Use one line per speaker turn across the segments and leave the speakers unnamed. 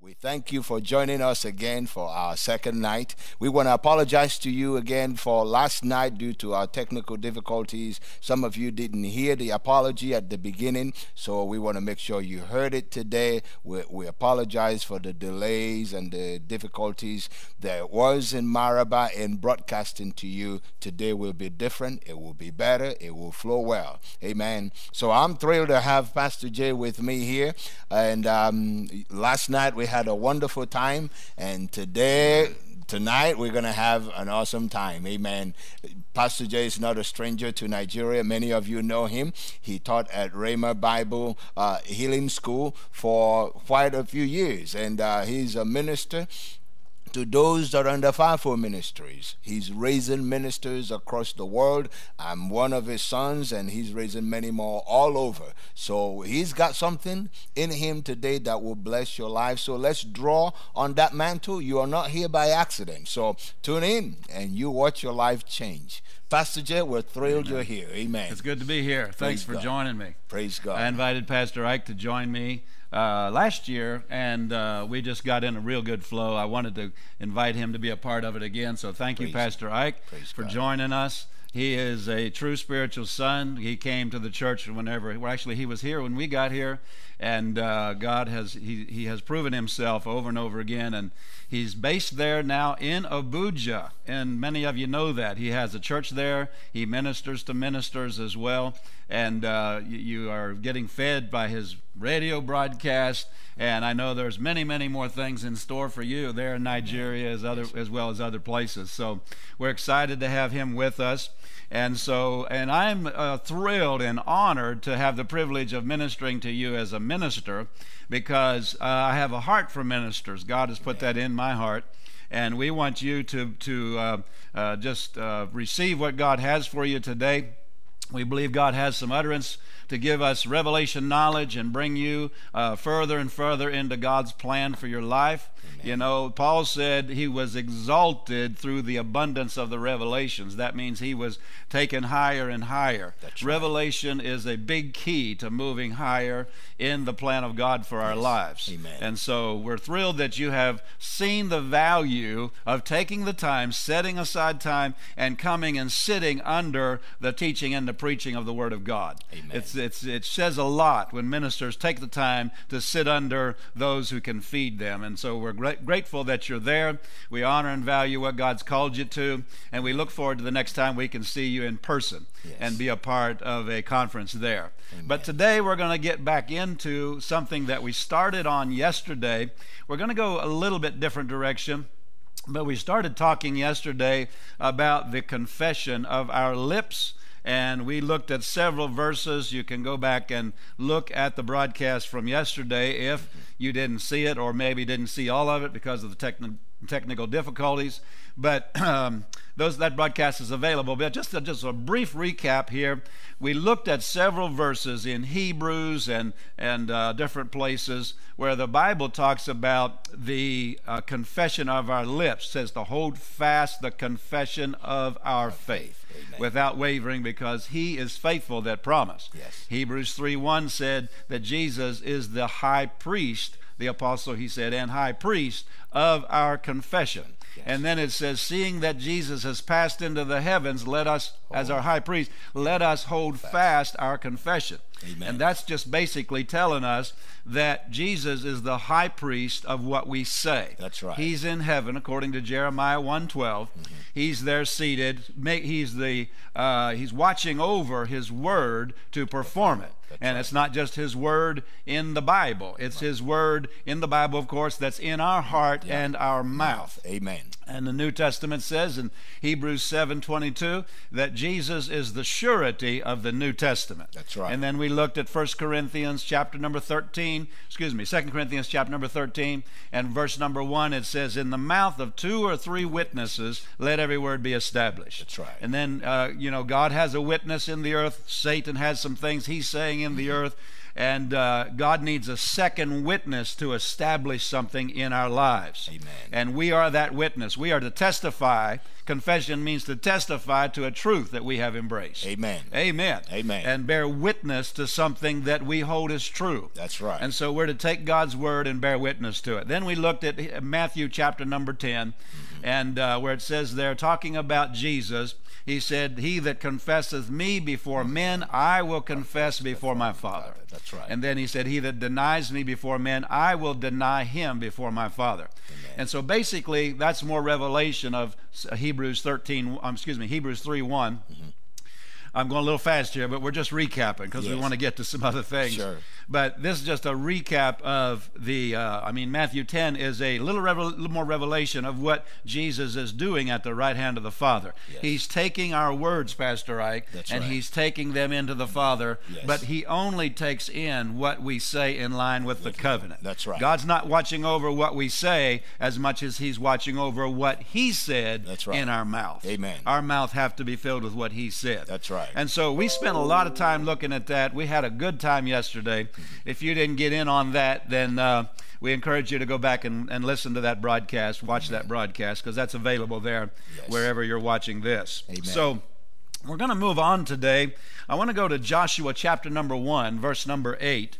We thank you for joining us again for our second night. We want to apologize to you again for last night due to our technical difficulties. Some of you didn't hear the apology at the beginning, so we want to make sure you heard it today. We, we apologize for the delays and the difficulties there was in Maraba in broadcasting to you. Today will be different, it will be better, it will flow well. Amen. So I'm thrilled to have Pastor Jay with me here. And um, last night we had a wonderful time, and today tonight we're going to have an awesome time amen pastor jay is not a stranger to nigeria many of you know him he taught at rhema bible uh, healing school for quite a few years and uh, he's a minister to those that are under fivefold ministries. He's raising ministers across the world. I'm one of his sons, and he's raising many more all over. So he's got something in him today that will bless your life. So let's draw on that mantle. You are not here by accident. So tune in and you watch your life change. Pastor Jay, we're thrilled you're here. Amen.
It's good to be here.
Praise
Thanks for
God. Uh,
joining me.
Praise God.
I invited Pastor Ike to join me uh, last year, and uh, we just got in a real good flow. I wanted to invite him to be a part of it again. So thank you,
Praise
Pastor Ike,
Praise
for
God.
joining us. He is a true spiritual son. He came to the church whenever, well, actually, he was here when we got here, and uh, God has he, he has proven himself over and over again, and he's based there now in Abuja, and many of you know that he has a church there. He ministers to ministers as well, and uh, you, you are getting fed by his radio broadcast. And I know there's many, many more things in store for you there in Nigeria as other as well as other places. So we're excited to have him with us. And so, and I'm uh, thrilled and honored to have the privilege of ministering to you as a minister because uh, I have a heart for ministers. God has put that in my heart and we want you to to uh, uh, just uh, receive what God has for you today. We believe God has some utterance to give us revelation knowledge and bring you uh, further and further into God's plan for your life. You know, Paul said he was exalted through the abundance of the revelations. That means he was taken higher and higher.
That's right.
Revelation is a big key to moving higher in the plan of God for our lives.
Amen.
And and so we're thrilled that you have seen the value of taking the time, setting aside time, and coming and sitting under the teaching and the preaching of the Word of God.
Amen.
It's, it's, it says a lot when ministers take the time to sit under those who can feed them. And so we're gra- grateful that you're there. We honor and value what God's called you to, and we look forward to the next time we can see you in person
Yes.
and be a part of a conference there. But today we're going to get back into something that we started on yesterday. We're going to go a little bit different direction. But we started talking yesterday about the confession of our lips, and we looked at several verses. You can go back and look at the broadcast from yesterday if you didn't see it, or maybe didn't see all of it because of the technical technical difficulties, but um, those that broadcast is available. But just a, just a brief recap here. We looked at several verses in Hebrews and and uh, different places where the Bible talks about the uh, confession of our lips. Says to hold fast the confession of our faith
Amen.
without wavering, because He is faithful that promise.
Yes.
Hebrews 3:1 said that Jesus is the high priest, the apostle he said, and high priest of our confession.
Yes.
And then it says, seeing that Jesus has passed into the heavens, let us, as
Oh.
our high priest, let us hold fast, our confession.
Amen.
And that's just basically telling us that Jesus is the high priest of what we say.
That's right.
He He's in heaven, according to Jeremiah 1:12. He's there seated. Ma- He's the uh, he's watching over his word to perform it. and it's not just his word in the Bible. It's his word in the Bible, of course, that's in our heart and our mouth.
Amen.
And the New Testament says in Hebrews 7:22 that Jesus is the surety of the New Testament.
That's right.
And then we looked at 1 Corinthians chapter number 13, excuse me, 2 Corinthians chapter number 13 and verse number 1 it says in the mouth of two or three witnesses let every word be established.
That's right.
And then uh, you know God has a witness in the earth, Satan has some things he's saying in the earth. And uh, God needs a second witness to establish something in our lives.
Amen.
And we are that witness. We are to testify. Confession means to testify to a truth that we have embraced.
Amen.
Amen.
Amen.
And bear witness to something that we hold as true.
That's right.
And so we're to take God's word and bear witness to it. Then we looked at Matthew chapter number 10,
Mm-hmm.
and uh, where it says there, talking about Jesus, he said, He that confesseth me before
Mm-hmm.
men, I will confess before my Father.
That's right.
And then he said, He that denies me before men, I will deny him before my Father.
Amen.
And so basically, that's more revelation of uh, Hebrews 13, um, excuse me, Hebrews 3 one
Mm-hmm.
I'm going a little fast here, but we're just recapping because we
Yes.
want to get to some other things.
Sure.
But this is just a recap of the, uh, I mean, Matthew 10 is a little, revel- little more revelation of what Jesus is doing at the right hand of the Father.
Yes.
He's taking our words, Pastor Ike,
That's
and
right.
he's taking them into the Father,
Yes.
but he only takes in what we say in line with the covenant.
That's right.
God's not watching over what we say as much as he's watching over what he said
That's right.
in our mouth.
Amen.
Our mouth have to be filled with what he said.
That's right.
And so we spent a lot of time looking at that. We had a good time yesterday. If you didn't get in on that, then uh, we encourage you to go back and, and listen to that broadcast, watch that broadcast, because that's available there
Yes.
wherever you're watching this.
Amen.
So we're going to move on today. I want to go to Joshua chapter number one, verse number eight.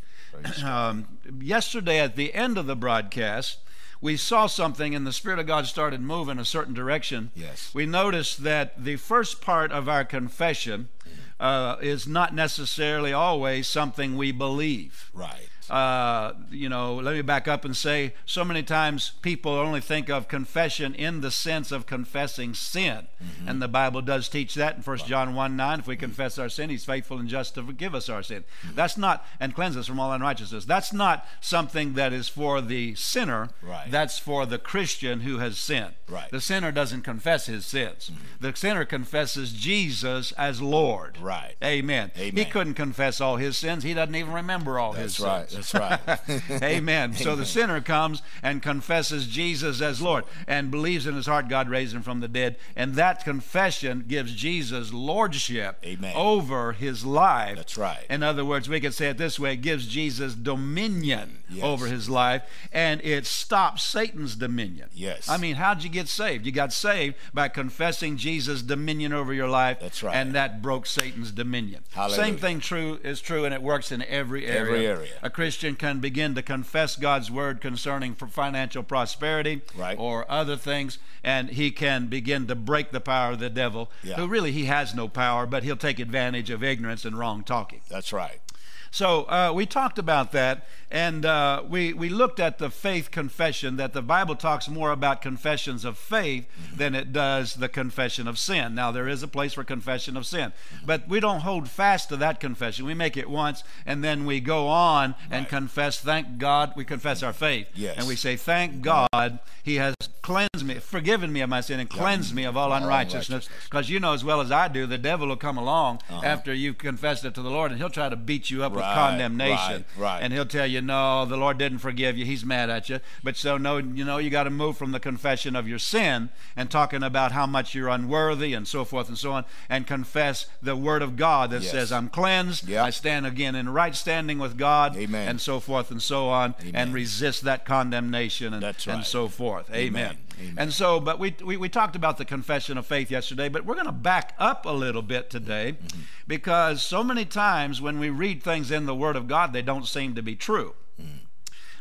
Um, yesterday, at the end of the broadcast, we saw something, and the Spirit of God started moving a certain direction
Yes.
we notice that the first part of our confession uh, is not necessarily always something we believe.
Right.
Uh, you know, let me back up and say so many times people only think of confession in the sense of confessing sin.
Mm-hmm.
And the Bible does teach that in 1 John 1 9. If we confess our sin, he's faithful and just to forgive us our sin.
Mm-hmm.
That's not, and cleanse us from all unrighteousness. That's not something that is for the sinner.
Right.
That's for the Christian who has sinned.
Right. Mm-hmm.
The sinner doesn't confess his sins, the sinner confesses Jesus as Lord.
Right.
Amen. He
Amen.
couldn't confess all his sins, he doesn't even remember all
That's
his sins.
right. That's right.
Amen. So the sinner comes and confesses Jesus as Lord and believes in his heart God raised him from the dead. And that confession gives Jesus lordship
Amen.
over his life.
That's right.
In other words, we could say it this way it gives Jesus dominion
Yes.
over his life and it stops Satan's dominion.
Yes.
I mean, how'd you get saved? You got saved by confessing Jesus' dominion over your life.
That's right.
And that broke Satan's dominion. Same
Hallelujah.
thing true is true and it works in every area.
Every area.
A Christian can begin to confess God's word concerning for financial prosperity
Right.
or other things, and he can begin to break the power of the devil,
Yeah.
who really he has no power, but he'll take advantage of ignorance and wrong talking.
That's right.
So uh, we talked about that, and uh, we we looked at the faith confession that the Bible talks more about confessions of faith than it does the confession of sin. Now there is a place for confession of sin, but we don't hold fast to that confession. We make it once, and then we go on and confess. Thank God, we confess our faith,
Yes.
and we say, "Thank God, He has cleansed me, forgiven me of my sin, and cleansed me of all unrighteousness."
unrighteousness.
Because you know as well as I do, the devil will come along after you've confessed it to the Lord, and he'll try to beat you up up with
Right,
condemnation.
right, right.
And he'll tell you, no, the Lord didn't forgive you. He's mad at you. But so, no, you know, you got to move from the confession of your sin and talking about how much you're unworthy and so forth and so on, and confess the word of God that
Yes.
says, I'm cleansed.
Yeah.
I stand again in right standing with God.
Amen.
And so forth and so on, and resist that condemnation and,
That's
and
right.
so forth. Amen.
Amen. Amen.
And so, but we, we, we talked about the confession of faith yesterday, but we're going to back up a little bit today
Mm-hmm.
because so many times when we read things in the Word of God, they don't seem to be true.
Mm.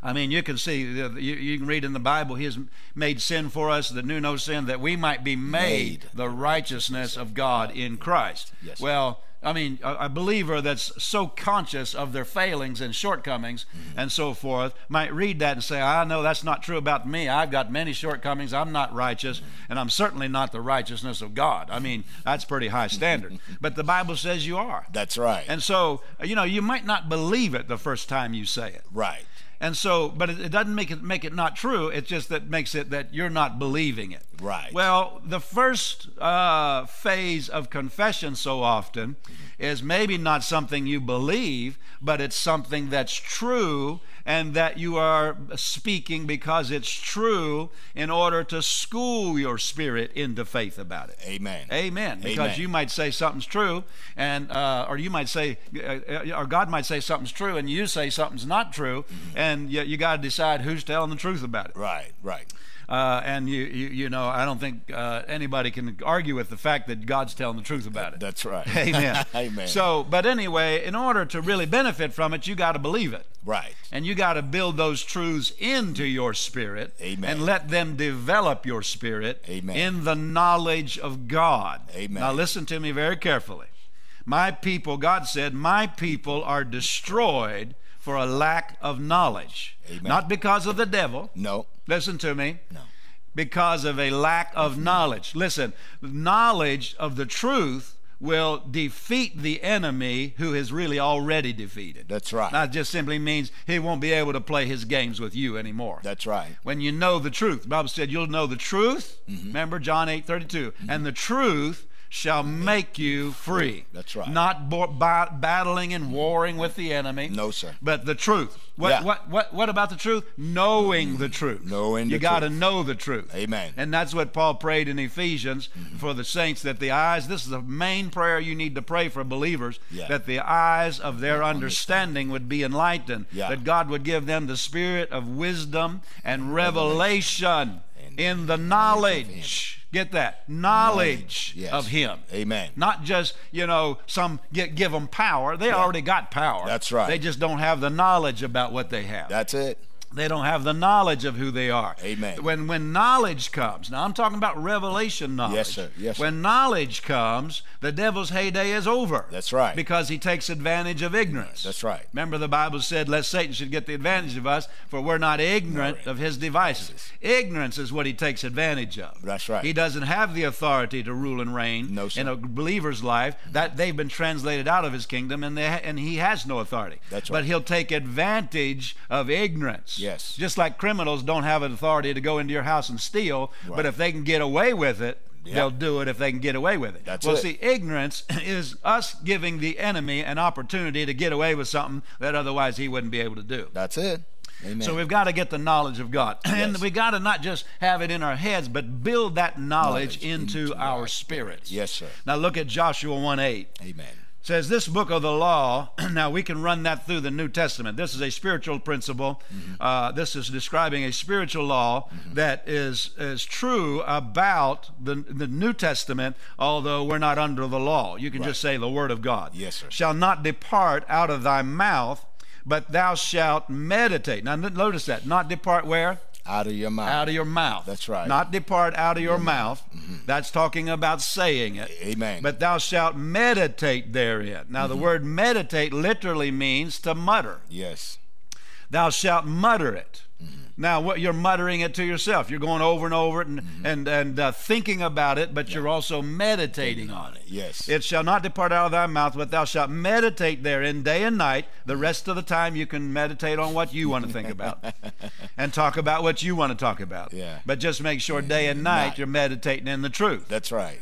I mean, you can see, the- the- you, you can read in the Bible, He has made sin for us, the new no sin, that we might be made,
Made.
the righteousness of God in Christ.
Yes.
Well, I mean, a, a believer that's so conscious of their failings and shortcomings and so forth might read that and say, I know that's not true about me. I've got many shortcomings. I'm not righteous, and I'm certainly not the righteousness of God. I mean, that's pretty high standard. but the Bible says you are.
That's right.
And so, you know, you might not believe it the first time you say it.
right.
And so, but it, it doesn't make it make it not true. It's just that makes it that you're not believing it.
Right.
Well, the first uh, phase of confession so often is maybe not something you believe, but it's something that's true and that you are speaking because it's true in order to school your spirit into faith about it.
Amen.
Amen. Because
Amen.
you might say something's true, and uh, or you might say, uh, or God might say something's true, and you say something's not true, and you, you got to decide who's telling the truth about it.
Mm-hmm. Right, right.
Uh, and you, you, you know, I don't think uh, anybody can argue with the fact that God's telling the truth about it.
That's right.
Amen.
Amen.
So, but anyway, in order to really benefit from it, you got to believe it.
Right.
And you got to build those truths into your spirit.
Amen.
And let them develop your spirit
Amen.
in the knowledge of God.
Amen.
Now, listen to me very carefully. My people, God said, my people are destroyed for a lack of knowledge.
Amen.
Not because of the devil.
No.
Listen to me.
No.
Because of a lack of knowledge. Listen, knowledge of the truth will defeat the enemy who is really already defeated.
That's right.
That just simply means he won't be able to play his games with you anymore.
That's right.
when you know the truth, the Bible said you'll know the truth.
Mm-hmm.
Remember John 8 32. And the truth shall make you free.
That's right. Mm-hmm.
Not bo- ba- battling and warring with the enemy.
No, sir.
But the truth. What
Yeah.
what what what about the truth? Knowing the truth.
Knowing
you
the
gotta
truth.
know the truth.
Amen.
And that's what Paul prayed in Ephesians
Mm-hmm.
for the saints that the eyes. This is the main prayer you need to pray for believers
Yeah.
that the eyes of their understanding would be enlightened.
Yeah.
That God would give them the spirit of wisdom and revelation
And
in the knowledge. Get that knowledge,
Yes.
of Him.
Amen.
Not just, you know, some get, give them power. They already got power.
That's right.
They just don't have the knowledge about what they have.
That's it.
they don't have the knowledge of who they are.
Amen.
When when knowledge comes, now I'm talking about revelation knowledge.
Yes, sir. Yes, sir.
When knowledge comes, the devil's heyday is over.
That's right.
Because he takes advantage of ignorance.
That's right.
Remember the Bible said, "Lest Satan should get the advantage of us, for we're not ignorant
Ignorant.
of his devices." Ignorance is what he takes advantage of.
That's right.
He doesn't have the authority to rule and reign
No, sir.
in a believer's life. That they've been translated out of his kingdom, and they ha- and he has no authority.
That's
But
right.
he'll take advantage of ignorance.
Yes.
Just like criminals don't have an authority to go into your house and steal, but
Right.
if they can get away with it,
Yeah.
they'll do it if they can get away with it.
That's
well,
it.
see, ignorance is us giving the enemy an opportunity to get away with something that otherwise he wouldn't be able to do.
That's it. Amen.
So we've got to get the knowledge of God. And
Yes.
we got to not just have it in our heads, but build that knowledge,
Knowledge
into,
into
our
our
spirits.
yes, sir.
Now look at Joshua 1 8
Amen.
says this book of the law now we can run that through the new testament this is a spiritual principle
Mm-hmm.
uh, this is describing a spiritual law that is is true about the, the new testament although we're not under the law you can just say the word of god
Yes, sir.
shall not depart out of thy mouth but thou shalt meditate now n- notice that not depart where
Out of your mouth.
out of your mouth
That's right. Mm-hmm.
not depart out of your mouth that's talking about saying it
Amen.
but thou shalt meditate therein. Now,
Mm-hmm.
the word meditate literally means to mutter.
yes.
Thou shalt mutter it.
Mm-hmm.
Now, what you're muttering it to yourself. You're going over and over it and
Mm-hmm.
and, and uh, thinking about it, but you're also meditating on it.
Yes.
It shall not depart out of thy mouth, but thou shalt meditate therein day and night. The
Mm-hmm.
rest of the time, you can meditate on what you want to think about and talk about what you want to talk about.
Yeah.
But just make sure day and night,
Night.
you're meditating in the truth
That's right.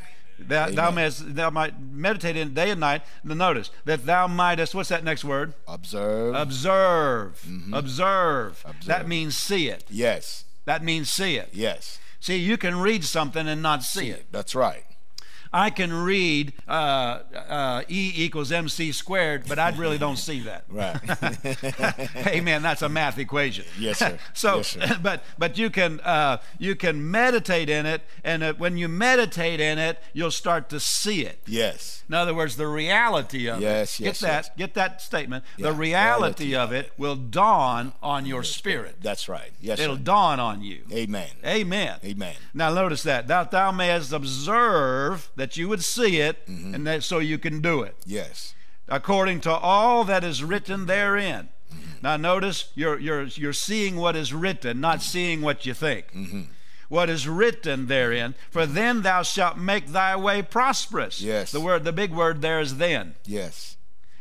that thou
Amen.
mayest thou might meditate in day and night. Now notice that thou mightest. What's that next word?
Observe.
Observe. Observe. That
Mm-hmm. Observe.
means see it.
yes.
That means see it.
Yes.
See, you can read something and not see it.
That's right.
I can read uh, uh, E equals MC squared, but I really don't see that.
Right.
Amen. That's a math equation.
Yes, sir.
so,
Yes, sir.
but but you can uh, you can meditate in it, and uh, when you meditate in it, you'll start to see it.
yes.
In other words, the reality of
Yes,
it.
yes,
get that.
yes.
Get that statement.
Yeah,
the reality, of it will dawn on your spirit.
That's right. Yes.
It'll
sir.
dawn on you.
Amen.
Amen.
Amen.
Now notice that that thou mayest observe that you would see it,
Mm-hmm.
and that so you can do it
Yes.
according to all that is written therein.
Mm-hmm.
Now notice you're you're you're seeing what is written,
Mm-hmm.
not seeing what you think. What is written therein, for then thou shalt make thy way prosperous.
Yes.
The word, the big word there is then.
Yes.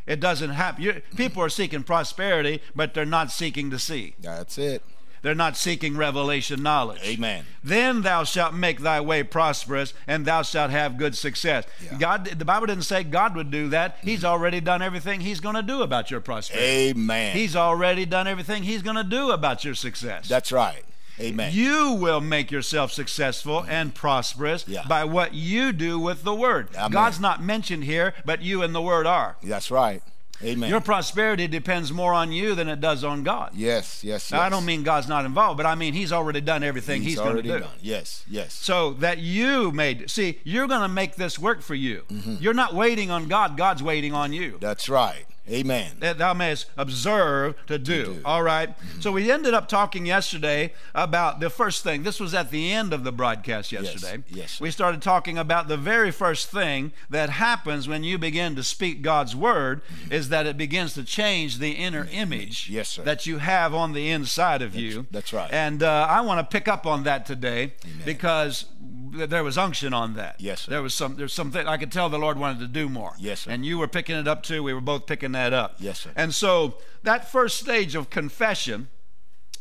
It doesn't happen. You, people are seeking prosperity, but they're not seeking to see.
That's it.
They're not seeking revelation knowledge.
Amen.
Then thou shalt make thy way prosperous, and thou shalt have good success.
Yeah. Mm-hmm.
God, the Bible didn't say God would do that. He's already done everything He's going to do about your prosperity.
Amen.
He's already done everything He's going to do about your success.
That's right. Amen.
You will make yourself successful and prosperous
Yeah.
by what you do with the word.
Amen.
God's not mentioned here, but you and the word are.
That's right. Amen.
Your prosperity depends more on you than it does on God.
yes, yes, yes.
Now, I don't mean God's not involved, but I mean He's already done everything He's, going to
already
do.
done. Yes, yes.
So that you made, see, you're going to make this work for you.
Mm-hmm.
You're not waiting on God, God's waiting on you.
That's right. Amen.
That thou mayest observe to do. All right.
Mm-hmm.
So we ended up talking yesterday about the first thing. This was at the end of the broadcast yesterday.
yes, sir.
We started talking about the very first thing that happens when you begin to speak God's word is that it begins to change the inner image
Mm-hmm. Yes, sir.
that you have on the inside of you.
that's right.
And uh, I want to pick up on that today because th- there was unction on that.
Yes, sir.
There was some there's something I could tell the Lord wanted to do more.
Yes, sir.
And you were picking it up too. We were both picking that up.
Yes, sir.
And so that first stage of confession,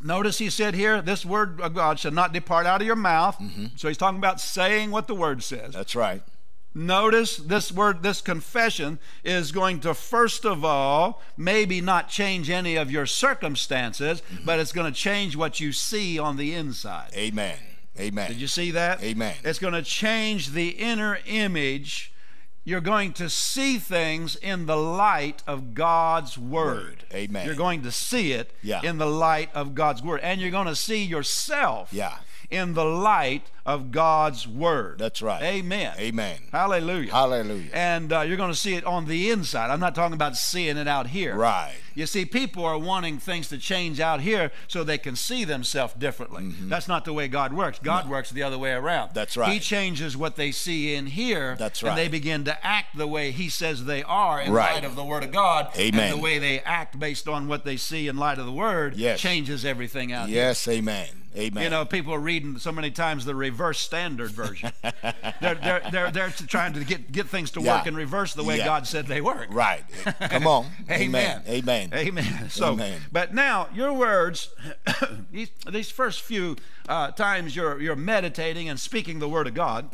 notice he said here, this word of God shall not depart out of your mouth.
Mm-hmm.
So he's talking about saying what the word says.
That's right.
Notice this word, this confession is going to, first of all, maybe not change any of your circumstances,
Mm-hmm.
but it's going to change what you see on the inside.
Amen. Amen.
Did you see that?
Amen.
It's going to change the inner image. You're going to see things in the light of God's word.
Word. Amen.
You're going to see it
Yeah.
in the light of God's word. And you're going to see yourself
Yeah.
in the light of God's word.
That's right.
Amen.
Amen.
Hallelujah.
Hallelujah.
and uh, you're going to see it on the inside. I'm not talking about seeing it out here.
Right.
You see, people are wanting things to change out here so they can see themselves differently. That's not the way God works. God works the other way around.
Mm-hmm. That's right.
He changes what they see in here.
That's
And
right.
they begin to act the way He says they are in
Right.
light of the Word of God.
Amen.
And the way they act based on what they see in light of the Word
Yes.
changes everything out here.
Yes, amen. Amen.
You know, people are reading so many times the reverse standard version. they're, they're, they're, they're trying to get, get things to work
Yeah.
in reverse the way
Yeah.
God said they work.
right. Come on.
Amen.
Amen.
Amen. So,
Amen.
but now your words, these, these first few uh, times you're you're meditating and speaking the word of God.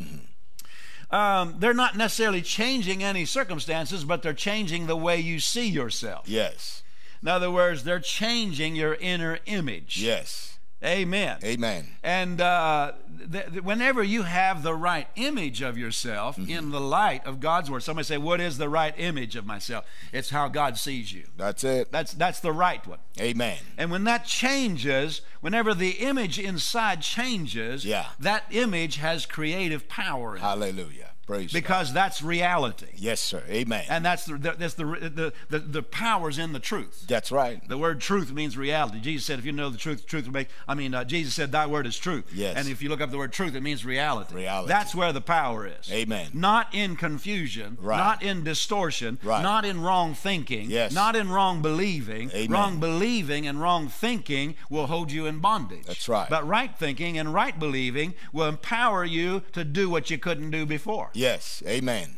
Um, they're not necessarily changing any circumstances, but they're changing the way you see yourself.
Yes.
In other words, they're changing your inner image.
Yes.
Amen.
Amen.
And uh, th- th- whenever you have the right image of yourself in the light of God's word, somebody say, "What is the right image of myself?" It's how God sees you.
That's it.
That's that's the right one.
Amen.
And when that changes, whenever the image inside changes,
Yeah.
that image has creative power in it
Hallelujah. Praise God.
because that's reality.
Yes, sir. Amen.
And that's the, that's the, the, the, the power's in the truth.
That's right.
The word truth means reality. Jesus said, if you know the truth, the truth will make. I mean, uh, Jesus said, thy word is truth.
Yes.
And if you look up the word truth, it means reality.
Reality.
That's where the power is.
Amen.
Not in confusion,
Right.
not in distortion,
Right.
not in wrong thinking,
Yes.
not in wrong believing.
Amen.
Wrong believing and wrong thinking will hold you in bondage.
That's right.
But right thinking and right believing will empower you to do what you couldn't do before.
Yes. Amen.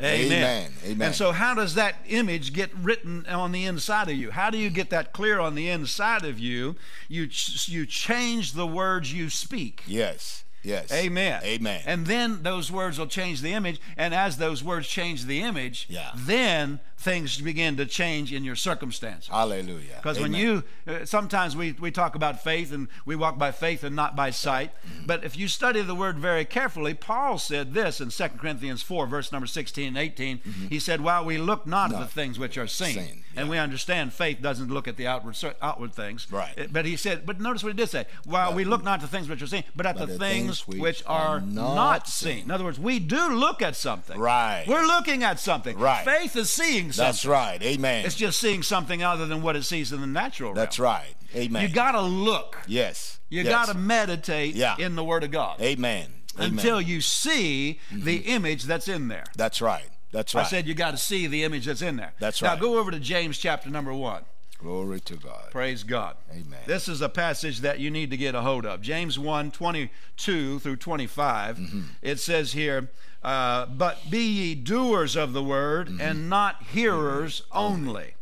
Amen.
Amen. Amen.
And so, how does that image get written on the inside of you? How do you get that clear on the inside of you? You ch- you change the words you speak.
yes. Yes.
Amen.
Amen.
And then those words will change the image, and as those words change the image,
Yeah.
then things begin to change in your circumstances.
Hallelujah.
Because when
Amen.
you, uh, sometimes we, we talk about faith and we walk by faith and not by sight. But if you study the word very carefully, Paul said this in 2 Corinthians 4, verse number 16 and 18. He said, While we look Mm-hmm. not at the things which are seen,
Seen,
and we understand faith doesn't look at the outward cer- outward things.
Right.
Uh, But he said, But notice what he did say While we look not at the things which are seen, but at the, things, which, are not, seen. In other words, we do look at something.
Right.
We're looking at something.
Right.
Faith is seeing something.
That's right. Amen.
It's just seeing something other than what it sees in the natural realm.
That's right. Amen.
You got to look.
yes.
You
yes.
got to meditate
Yeah.
in the Word of God
Amen. Amen.
until you see the image that's in there.
That's right. That's
I
right.
said you got to see the image that's in there.
That's
now
right.
go over to James chapter number one.
Glory to God.
Praise God.
Amen.
This is a passage that you need to get a hold of. James 1 22 through 25. It says here, uh, But be ye doers of the word and not hearers only.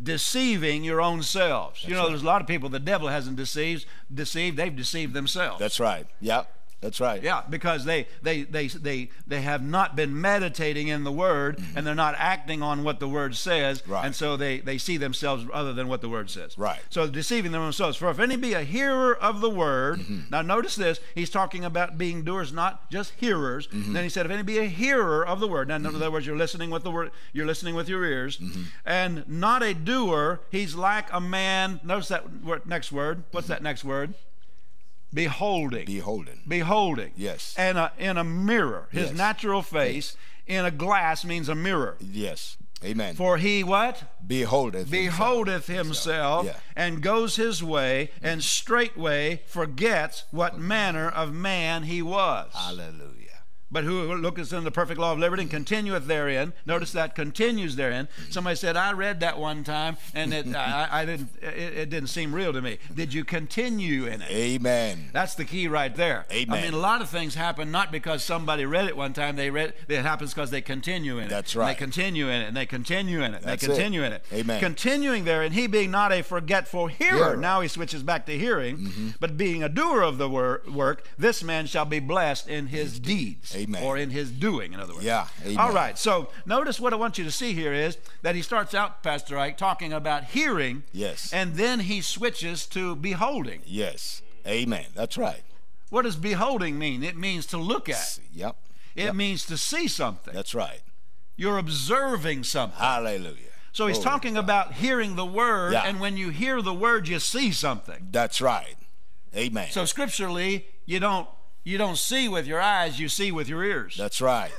deceiving your own selves. you know, there's a lot of people the devil hasn't deceived, deceived, they've deceived themselves.
That's right. Yeah, that's right.
yeah, because they, they, they, they, they have not been meditating in the Word and they're not acting on what the Word says.
Mm-hmm. Right.
And so they, they see themselves other than what the Word says.
Right.
So deceiving themselves. For if any be a hearer of the Word,
Mm-hmm.
now notice this, he's talking about being doers, not just hearers.
Mm-hmm.
Then he said, if any be a hearer of the Word, now in other words, you're listening with the Word, you're listening with your ears,
Mm-hmm.
and not a doer, he's like a man. Notice that word, next word. What's that next word? Beholding
Beholden.
beholding.
Yes.
And a, in a mirror, his
Yes.
natural face in a glass means a mirror.
Yes. Amen.
For he what?
Beholdeth. himself.
Beholdeth himself
Yeah.
and goes his way and straightway forgets what manner of man he was.
Hallelujah.
But who looketh in the perfect law of liberty and continueth therein. Notice that continues therein. Somebody said, I read that one time and it, I, I didn't, it, it didn't seem real to me. Did you continue in it?
Amen.
That's the key right there.
Amen.
I mean, a lot of things happen not because somebody read it one time. They read it happens because they continue in it.
That's
And
right.
they continue in it, and they continue in it. and
That's it.
they continue in it.
Amen.
Continuing there, and he being not a forgetful hearer.
Hearer. Mm-hmm.
Now he switches back to hearing, but being a doer of the wor- work, this man shall be blessed in his deeds,
Amen.
or in his doing. In other words.
Yeah, amen.
All right. So notice what I want you to see here is that he starts out, Pastor Ike, talking about hearing.
Yes.
And then he switches to beholding.
Yes. Amen. That's right.
What does beholding mean? It means to look at.
Yep.
It means to see something.
That's right.
You're observing something.
Hallelujah.
So he's
Glory.
talking about hearing the word,
Yeah.
and when you hear the word, you see something.
That's right. Amen.
So scripturally, you don't you don't see with your eyes, you see with your ears.
That's right.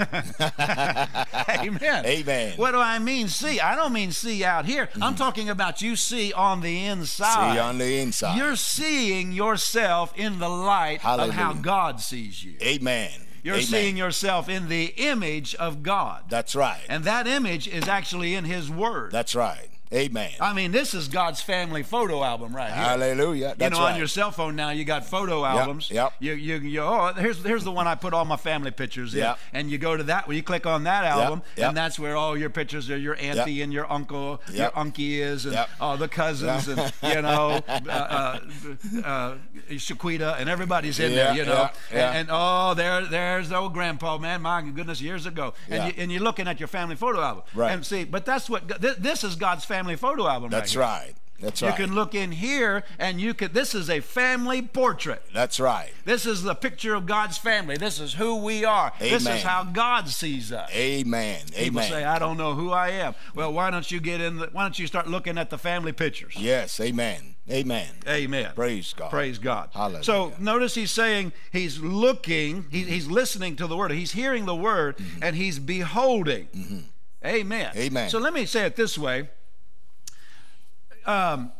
Amen.
Amen. Mm-hmm.
What do I mean see? I don't mean see out here. I'm talking about you see on the inside.
See on the inside.
You're seeing yourself in the light of how
Hallelujah.
God sees you.
Amen.
You're
Amen.
seeing yourself in the image of God.
That's right.
And that image is actually in his word.
That's right. Amen.
I mean, this is God's family photo album right here.
Hallelujah.
you
That's
know,
right.
on your cell phone now, you got photo albums.
yep.
You, you, you, oh, here's, here's the one I put all my family pictures in.
Yep.
And you go to that, well, you click on that album,
yep.
and that's where all your pictures are your auntie and your uncle,
Yep.
your unkie is, and
Yep.
all the cousins, and, you know, uh, uh, uh, Shaquita, and everybody's in
Yeah,
there, you know.
yeah, yeah.
And, and, oh, there, there's old grandpa, man, my goodness, years ago. And,
Yeah.
you, and you're looking at your family photo album.
Right.
And see, but that's what, th- this is God's family photo album right
That's
here.
right. That's
You
right.
can look in here and you could this is a family portrait.
That's right.
This is the picture of God's family. This is who we are. This
Amen.
is how God sees us.
Amen.
People
Amen.
say, I don't know who I am. Well, why don't you get in the why don't you start looking at the family pictures?
yes. Amen. Amen.
Amen.
Praise God.
Praise God.
Hallelujah.
So notice he's saying he's looking, he, he's listening to the word, he's hearing the word, and he's beholding. Amen.
Mm-hmm. Amen.
So let me say it this way. Um,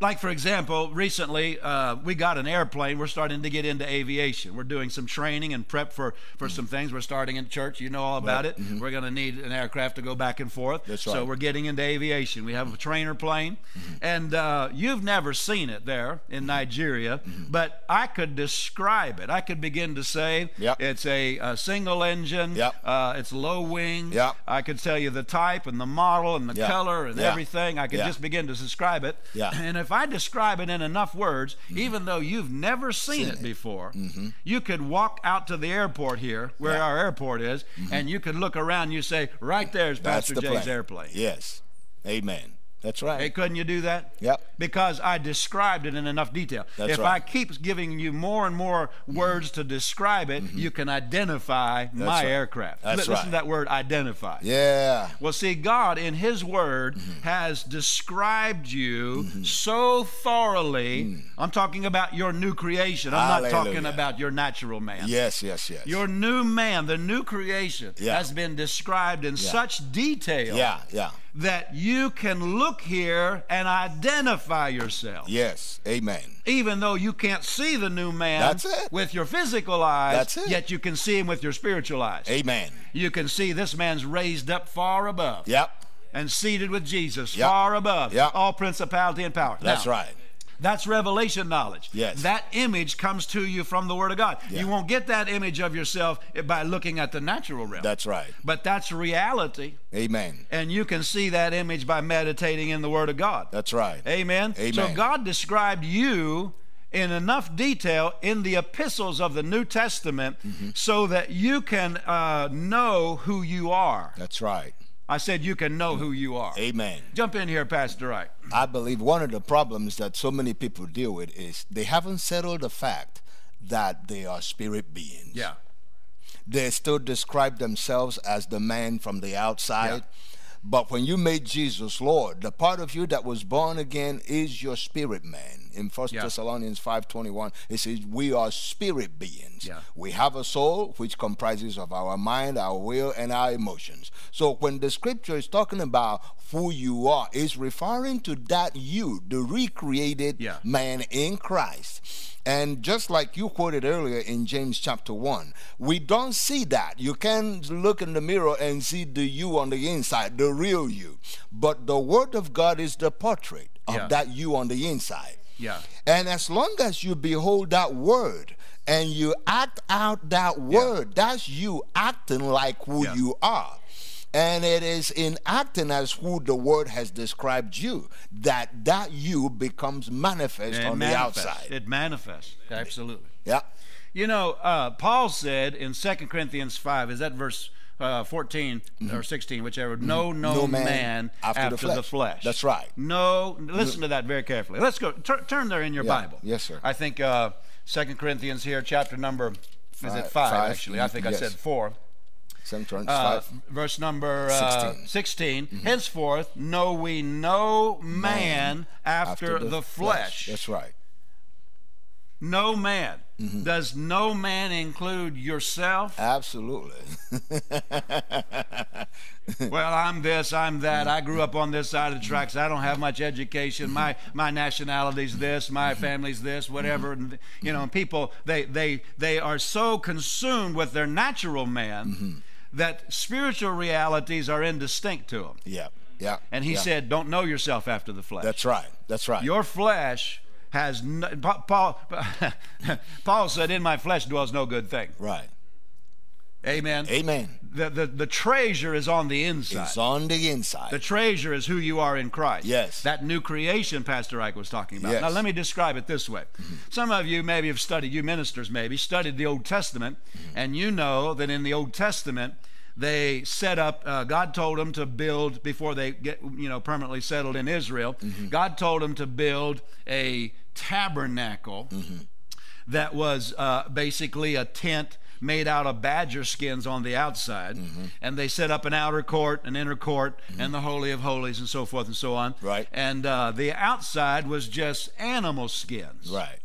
like for example, recently uh, we got an airplane. We're starting to get into aviation. We're doing some training and prep for, for
Mm-hmm.
some things. We're starting in church. You know all about it. We're going to need an aircraft to go back and forth.
That's
So
right. Mm-hmm.
we're getting into aviation. We have a trainer plane, and uh, you've never seen it there in Nigeria,
Mm-hmm.
but I could describe it. I could begin to say
Yep.
it's a, uh single engine.
Yep.
Uh, it's low wing.
Yep.
I could tell you the type and the model and the
Yeah.
color and
Yeah.
everything. I could
Yeah.
just begin to describe it.
Yeah. Mm-hmm.
And if I describe it in enough words, even though you've never seen, it, before, you could walk out to the airport here, where
Yeah. Mm-hmm.
our airport is, and you could look around. and You say, right there's
That's
Pastor
the
Jay's
plan.
airplane.
Yes. Amen. That's right.
Hey, couldn't you do that?
Yep.
Because I described it in enough detail.
That's
if
right.
I keep giving you more and more words to describe it, you can identify my
Mm-hmm. right.
aircraft.
That's
Listen
right.
to that word identify.
yeah. Mm-hmm.
Well, see, God in His Word has described you so thoroughly. I'm talking about your new creation. I'm not talking
Mm. Hallelujah.
about your natural man.
Yes. Yes. Yes.
Your new man, the new creation,
Yeah.
has been described in such detail
yeah. Yeah.
that you can look here and identify yourself.
Yes. Amen.
Even though you can't see the new man
That's it.
with your physical eyes,
That's it.
yet you can see him with your spiritual eyes.
Amen.
You can see this man's raised up far above
Yep.
and seated with Jesus
Yep.
far above
Yep.
all principality and power.
That's
Now,
right.
That's revelation knowledge.
Yes.
That image comes to you from the Word of God.
Yeah.
You won't get that image of yourself by looking at the natural realm.
That's right.
but that's reality,
Amen.
and you can see that image by meditating in the Word of God.
That's right.
Amen. So
Amen.
God described you in enough detail in the epistles of the New Testament
Mm-hmm.
so that you can uh, know who you are.
That's right.
I said you can know who you are.
Amen.
Jump in here, Pastor Wright.
I believe one of the problems that so many people deal with is they haven't settled the fact that they are spirit beings.
Yeah.
They still describe themselves as the man from the outside. But when you made Jesus Lord, the part of you that was born again is your spirit man. In First
Yeah.
Thessalonians 5:21, it says we are spirit beings.
Yeah.
We have a soul which comprises of our mind, our will, and our emotions. So when the scripture is talking about who you are, it's referring to that you, the recreated
Yeah.
man in Christ. And just like you quoted earlier in James chapter 1, we don't see that. You can look in the mirror and see the you on the inside, the real you. But the Word of God is the portrait of
Yeah.
that you on the inside.
Yeah.
And as long as you behold that word and you act out that word, that's you acting like who
Yeah.
you are. And it is in acting as who the word has described you that that you becomes manifest
It
on
manifests.
the outside.
It manifests. Absolutely.
Yeah.
You know, uh, Paul said in 2 Corinthians 5, is that verse uh, 14 or 16, whichever? No, no,
No man
man, after, the, flesh.
That's right.
No, listen to that very carefully. Let's go. Tur- turn there in your
Yeah.
Bible.
Yes, sir.
I think uh, 2 Corinthians here, chapter number, is it
Five-
5,
five.
actually? I think
Yes.
I said 4.
Psalm 25.
Uh, verse number uh, 16.
16.
Henceforth, know we no man, after, the, flesh.
That's right.
No man. Does no man include yourself?
Absolutely.
Well, I'm this, I'm that. I grew up on this side of the tracks. I don't have much education. My my nationality's this, my family's this, whatever. And, you know, people they they they are so consumed with their natural man that spiritual realities are indistinct to them.
yeah. Yeah.
And he
yeah.
said, "Don't know yourself after the flesh."
That's right. That's right.
Your flesh has no, Pa- Paul Paul said, "In my flesh dwells no good thing."
right.
Amen.
Amen.
The, the the treasure is on the inside.
It's on the inside.
The treasure is who you are in Christ.
Yes.
That new creation Pastor Ike was talking about.
Yes. Mm-hmm.
Now, let me describe it this way. Some of you maybe have studied, you ministers maybe, studied the Old Testament,
Mm-hmm.
and you know that in the Old Testament, they set up, uh, God told them to build, before they get, you know, permanently settled in Israel,
Mm-hmm.
God told them to build a
Mm-hmm.
tabernacle that was uh, basically a tent made out of badger skins on the outside.
Mm-hmm.
And they set up an outer court, an inner court, and the Holy of Holies, and so forth and so on.
Right.
And uh, the outside was just animal skins.
right.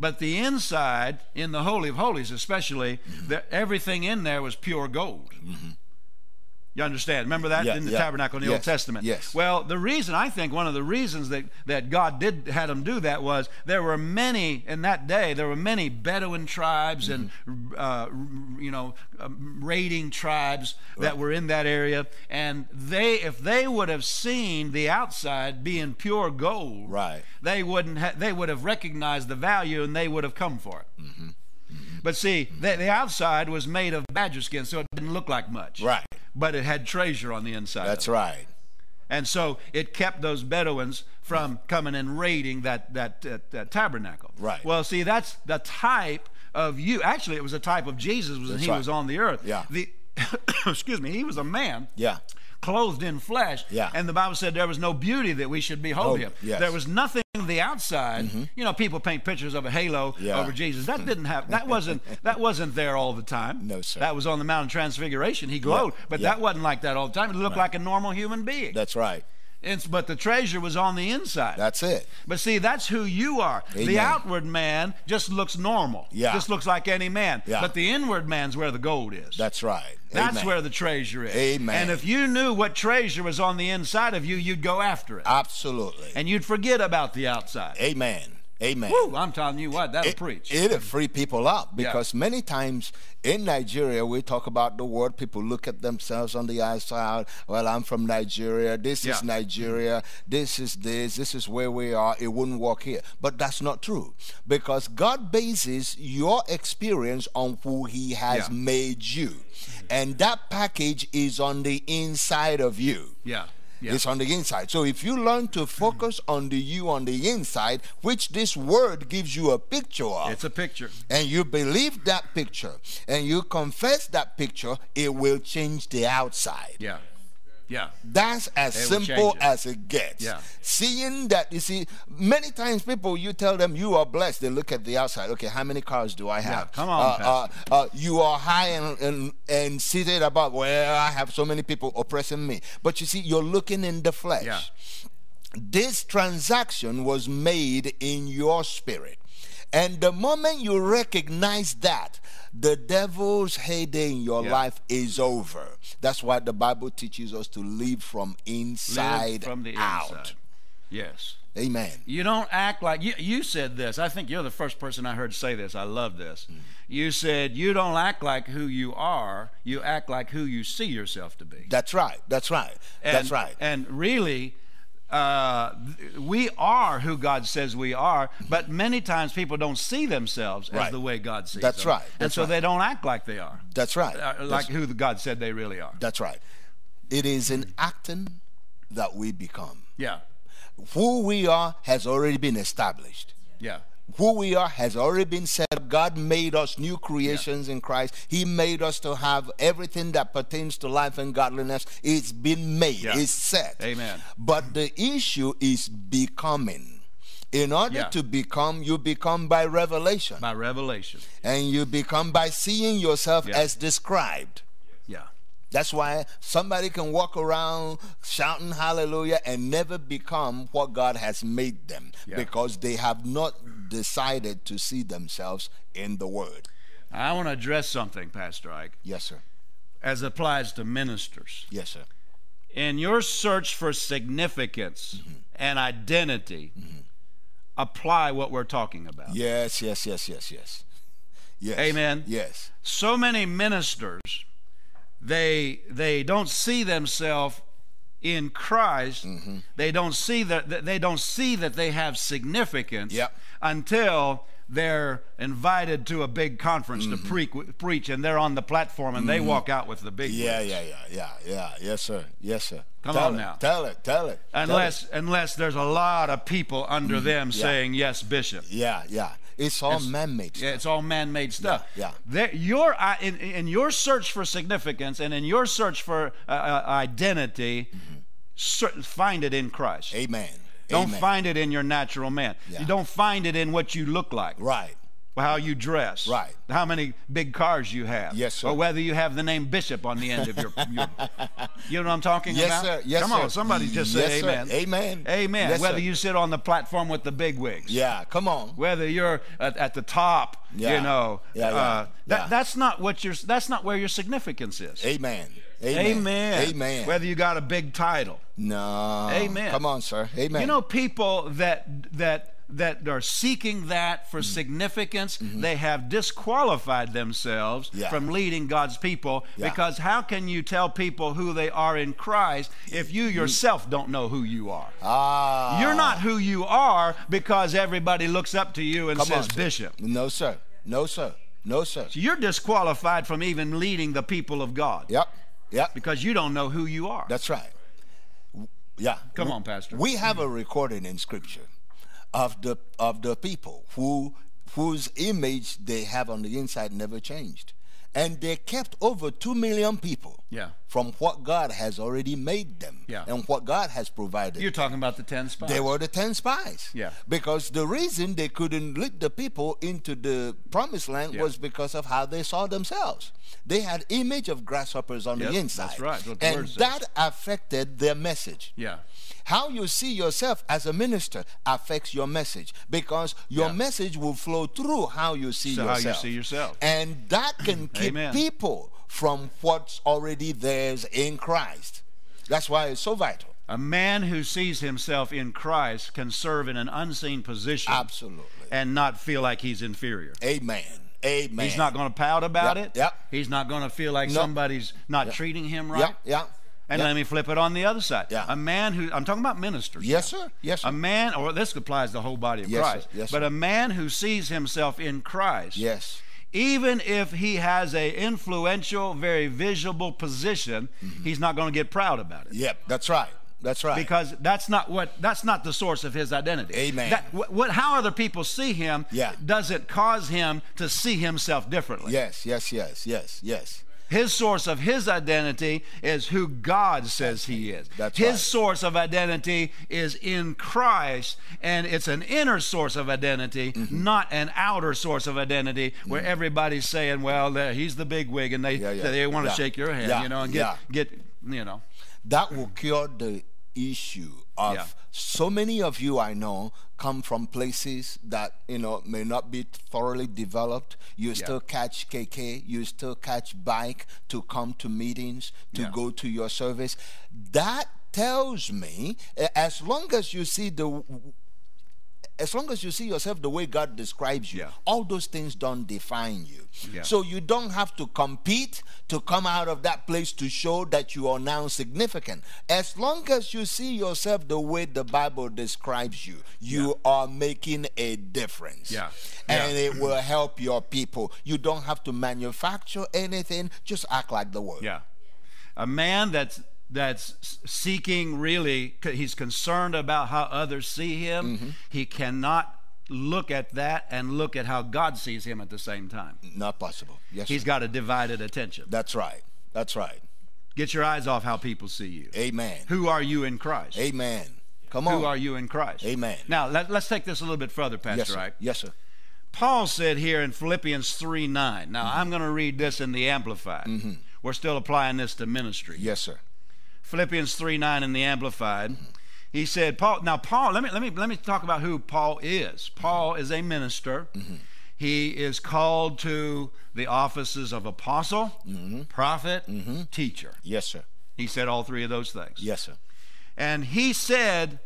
But the inside, in the Holy of Holies especially,
Mm-hmm.
the, everything in there was pure gold. You understand? Remember that
Yeah,
in the
yeah.
tabernacle in the Old
Yes,
Testament.
yes.
Well, the reason I think one of the reasons that, that God did had them do that was there were many in that day. There were many Bedouin tribes
Mm-hmm.
and uh, you know um, raiding tribes that were in that area, and they if they would have seen the outside being pure gold,
Right.
they wouldn't ha- they would have recognized the value and they would have come for it.
Mm-hmm.
But see, the, the outside was made of badger skin, so it didn't look like much.
Right.
But it had treasure on the inside.
That's
of
right.
it. And so it kept those Bedouins from coming and raiding that, that, that, that tabernacle.
Right.
Well, see, that's the type of you. Actually, it was a type of Jesus when
That's
he
right.
was on the earth.
Yeah.
The, excuse me, he was a man
Yeah.
clothed in flesh.
Yeah.
And the Bible said there was no beauty that we should behold
Oh,
him.
yes. Mm-hmm.
There was nothing on the outside. You know, people paint pictures of a halo
Yeah.
over Jesus. That didn't happen. That wasn't that wasn't there all the time.
No, sir.
That was on the Mount of Transfiguration. He glowed, but
yeah.
that wasn't like that all the time. It looked like a normal human being.
That's right.
It's, but the treasure was on the inside.
That's it.
But see, that's who you are.
Amen.
The outward man just looks normal.
Yeah.
Just looks like any man.
Yeah.
But the inward man's where the gold is.
That's right.
That's
Amen.
where the treasure is.
Amen.
And if you knew what treasure was on the inside of you, you'd go after it.
Absolutely.
and you'd forget about the outside.
Amen. Amen.
Woo, I'm telling you what, that'll preach.
It'll free people up
Yeah.
because many times in Nigeria we talk about the word. People look at themselves on the outside. Well, I'm from Nigeria. This
Yeah.
is Nigeria. This is this. This is where we are. It wouldn't work here. But that's not true because God bases your experience on who He has
Yeah.
made you, and that package is on the inside of you.
yeah. Yeah.
It's on the inside. So if you learn to focus on the you on the inside, which this word gives you a picture of,
it's a picture.
and you believe that picture and you confess that picture, it will change the outside.
Yeah. Yeah.
That's as
It will
simple
change it.
as it gets.
Yeah.
Seeing that, you see, many times people, you tell them you are blessed. They look at the outside. Okay, how many cars do I have?
come on,
Uh, uh, uh, you are high and, and, and seated above. Well, I have so many people oppressing me. But you see, you're looking in the flesh
Yeah.
this transaction was made in your spirit. And the moment you recognize that, the devil's heyday in your
Yeah.
life is over. That's why the Bible teaches us to live from inside
Live from the
out.
inside. Yes.
Amen.
You don't act like you, you said this. I think you're the first person I heard say this. I love this.
Mm.
You said you don't act like who you are, you act like who you see yourself to be.
That's right. That's right.
And-
That's right.
And really, uh, th- we are who God says we are, but many times people don't see themselves as
Right.
the way God sees
That's
them.
right.
and
That's
so
right.
they don't act like they are,
That's right.
uh, like
that's,
who the God said they really are.
that's right. It is in acting that we become.
Yeah,
Who we are has already been established.
yeah,
who we are has already been set up. God made us new creations in Christ. He made us to have everything that pertains to life and godliness. It's been made,
Yeah.
it's set.
Amen.
But the issue is becoming. In order
Yeah.
to become, you become by revelation
by revelation.
and you become by seeing yourself
Yeah.
as described.
Yeah,
That's why somebody can walk around shouting hallelujah and never become what God has made them
Yeah.
because they have not decided to see themselves in the Word.
I want to address something, Pastor Ike,
Yes, sir.
as applies to ministers.
Yes, sir.
in your search for significance
Mm-hmm.
and identity, apply what we're talking about.
Yes, yes, yes, yes, yes. Yes.
Amen.
Yes.
So many ministers, they they don't see themselves in Christ.
Mm-hmm.
They don't see that that- they don't see that they have significance
Yep.
until they're invited to a big conference
Mm-hmm.
to pre- preach, and they're on the platform, and they walk out with the big.
Yeah,
words.
yeah, yeah, yeah, yeah. Yes, sir. Yes, sir.
Come
tell
on
it,
now.
Tell it, tell it. tell it. Mm-hmm.
Unless unless there's a lot of people under them saying yes, Bishop.
Yeah, yeah. It's all man made.
Yeah, it's all man-made stuff.
Yeah, yeah.
There, your I- in, in your search for significance and in your search for uh, uh, identity, cer- find it in Christ.
Mm-hmm. Amen.
Don't
Amen.
find it in your natural man.
Yeah.
You don't find it in what you look like,
Right.
how you dress,
Right.
how many big cars you have,
Yes, sir.
or whether you have the name Bishop on the end of your. your you know what I'm talking
Yes,
about?
sir. Yes,
Come
sir.
on, somebody just
yes,
say
sir.
amen.
Amen.
Amen.
Yes,
whether
sir.
you sit on the platform with the big wigs
Yeah, come on.
whether you're at, at the top,
Yeah.
you know,
Yeah, yeah,
uh, that,
yeah.
that's not what your that's not where your significance is.
Amen. Amen. Amen.
Whether you got a big title,
no.
Amen.
Come on, sir. Amen.
you know, people that that that are seeking that for
Mm-hmm.
significance, they have disqualified themselves
Yeah.
from leading God's people
Yeah.
because how can you tell people who they are in Christ if you yourself don't know who you are?
Mm. ah,
You're not who you are because everybody looks up to you and
Come on,
says
sir.
bishop.
No, sir. No, sir. No, sir.
You're disqualified from even leading the people of God
Yep. Yep.
because you don't know who you are.
That's right. Yeah.
Come on, Pastor.
We have a recording in Scripture of the of the people who whose image they have on the inside never changed, and they kept over two million people.
Yeah.
From what God has already made them.
Yeah.
And what God has provided.
You're talking about the 10 spies.
They were the 10 spies.
Yeah.
Because the reason they couldn't lead the people into the promised land
Yeah.
was because of how they saw themselves. They had image of grasshoppers on
Yep,
the
that's
inside.
right, what the
And
word says.
that affected their message.
yeah.
How you see yourself as a minister affects your message because your
Yeah.
message will flow through how you see
So how you
yourself.
see yourself.
And that can keep
Amen.
people from what's already theirs in Christ. That's why it's so vital.
A man who sees himself in Christ can serve in an unseen position
Absolutely.
and not feel like he's inferior.
Amen. Amen.
He's not going to pout about
Yep,
it.
yep.
He's not going to feel like
Nope.
somebody's not treating him right.
Yeah, yeah.
And
yeah.
let me flip it on the other side.
Yeah.
A man who I'm talking about ministers.
Yes, sir. Yes, sir.
A man, or this applies to the whole body of
Yes, sir.
Christ.
Yes,
but
sir.
a man who sees himself in Christ,
yes.
even if he has a influential, very visible position,
Mm-hmm.
he's not going to get proud about it.
Yep. That's right. That's right.
Because that's not what that's not the source of his identity.
Amen.
That, what, what how other people see him
Yeah.
doesn't cause him to see himself differently.
yes, yes, yes, yes, yes.
His source of his identity is who God says he is.
That's
his
right.
source of identity is in Christ, and it's an inner source of identity,
Mm-hmm.
not an outer source of identity where everybody's saying, "Well, there- he's the big wig," and they
Yeah, yeah.
they want to
Yeah.
shake your hand,
Yeah.
you know, and get
Yeah.
get you know.
That will cure the issue of
Yeah.
so many of you I know come from places that you know may not be thoroughly developed. You still catch KK, you still catch bike to come to meetings, to
Yeah.
go to your service. That tells me eh, as long as you see the as long as you see yourself the way God describes you,
Yeah.
all those things don't define you.
Yeah.
So you don't have to compete to come out of that place to show that you are now significant. As long as you see yourself the way the Bible describes you, you are making a difference.
Yeah.
And it will help your people. You don't have to manufacture anything, just act like the word.
Yeah. A man that's that's seeking really he's concerned about how others see him.
Mm-hmm.
He cannot look at that and look at how God sees him at the same time.
Not possible. Yes.
He's
sir.
got a divided attention.
That's right. That's right.
Get your eyes off how people see you.
Amen.
Who are you in Christ?
Amen. Come on.
Who are you in Christ?
Amen.
Now let, us take this a little bit further, Pastor
yes, sir.
Ike.
Yes, sir.
Paul said here in Philippians 3 9. Now I'm going to read this in the Amplified.
Mm-hmm.
We're still applying this to ministry.
Yes, sir.
Philippians 3 9 in the Amplified. He said, Paul, now Paul, let me let me let me talk about who Paul is. Paul is a minister.
Mm-hmm.
He is called to the offices of apostle,
Mm-hmm.
prophet, teacher.
Yes, sir.
He said all three of those things.
Yes, sir.
And he said,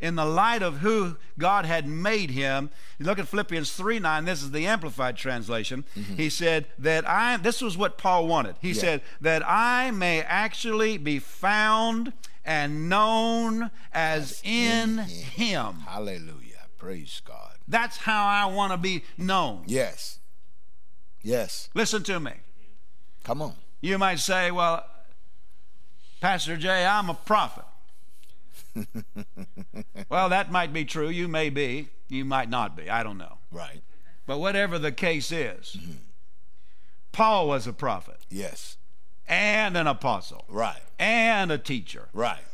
in the light of who God had made him, you look at Philippians 3 9, this is the Amplified translation. He said, that I, this was what Paul wanted. He
Yeah.
said, that I may actually be found and known as in him.
Hallelujah. Praise God.
That's how I want to be known.
Yes. Yes.
Listen to me.
Come on.
You might say, well, Pastor Jay, I'm a prophet. well, that might be true. You may be. You might not be. I don't know.
Right.
But whatever the case is, Paul was a prophet
Yes.
and an apostle
Right.
and a teacher
Right.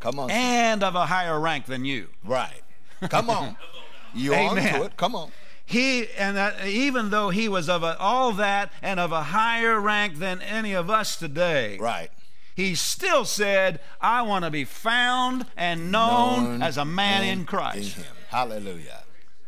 Come on. sir.
and of a higher rank than you.
Right. Come on. You're
Amen.
onto it. Come on.
He and uh, even though he was of a, all that and of a higher rank than any of us today,
Right.
he still said, I want to be found and known,
Known
as a man
and
in Christ.
In him. Hallelujah.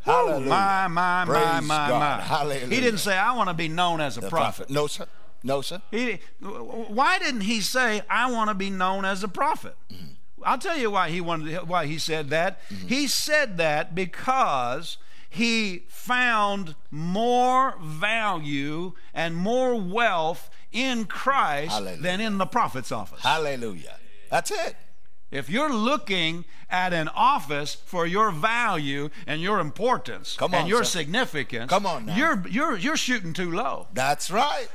Woo,
Hallelujah.
my, my, my,
Praise
my,
God.
my.
Hallelujah.
He didn't say, I want to be known as a
The
prophet.
prophet. No, sir. No, sir.
He, why didn't he say, I want to be known as a prophet?
Mm-hmm.
I'll tell you why he wanted, why he said that. He said that because he found more value and more wealth in Christ
Hallelujah.
than in the prophet's office.
Hallelujah. That's it.
If you're looking at an office for your value and your importance
Come
and
on,
your
sir.
significance,
Come on now.
you're you're you're shooting too low.
That's right.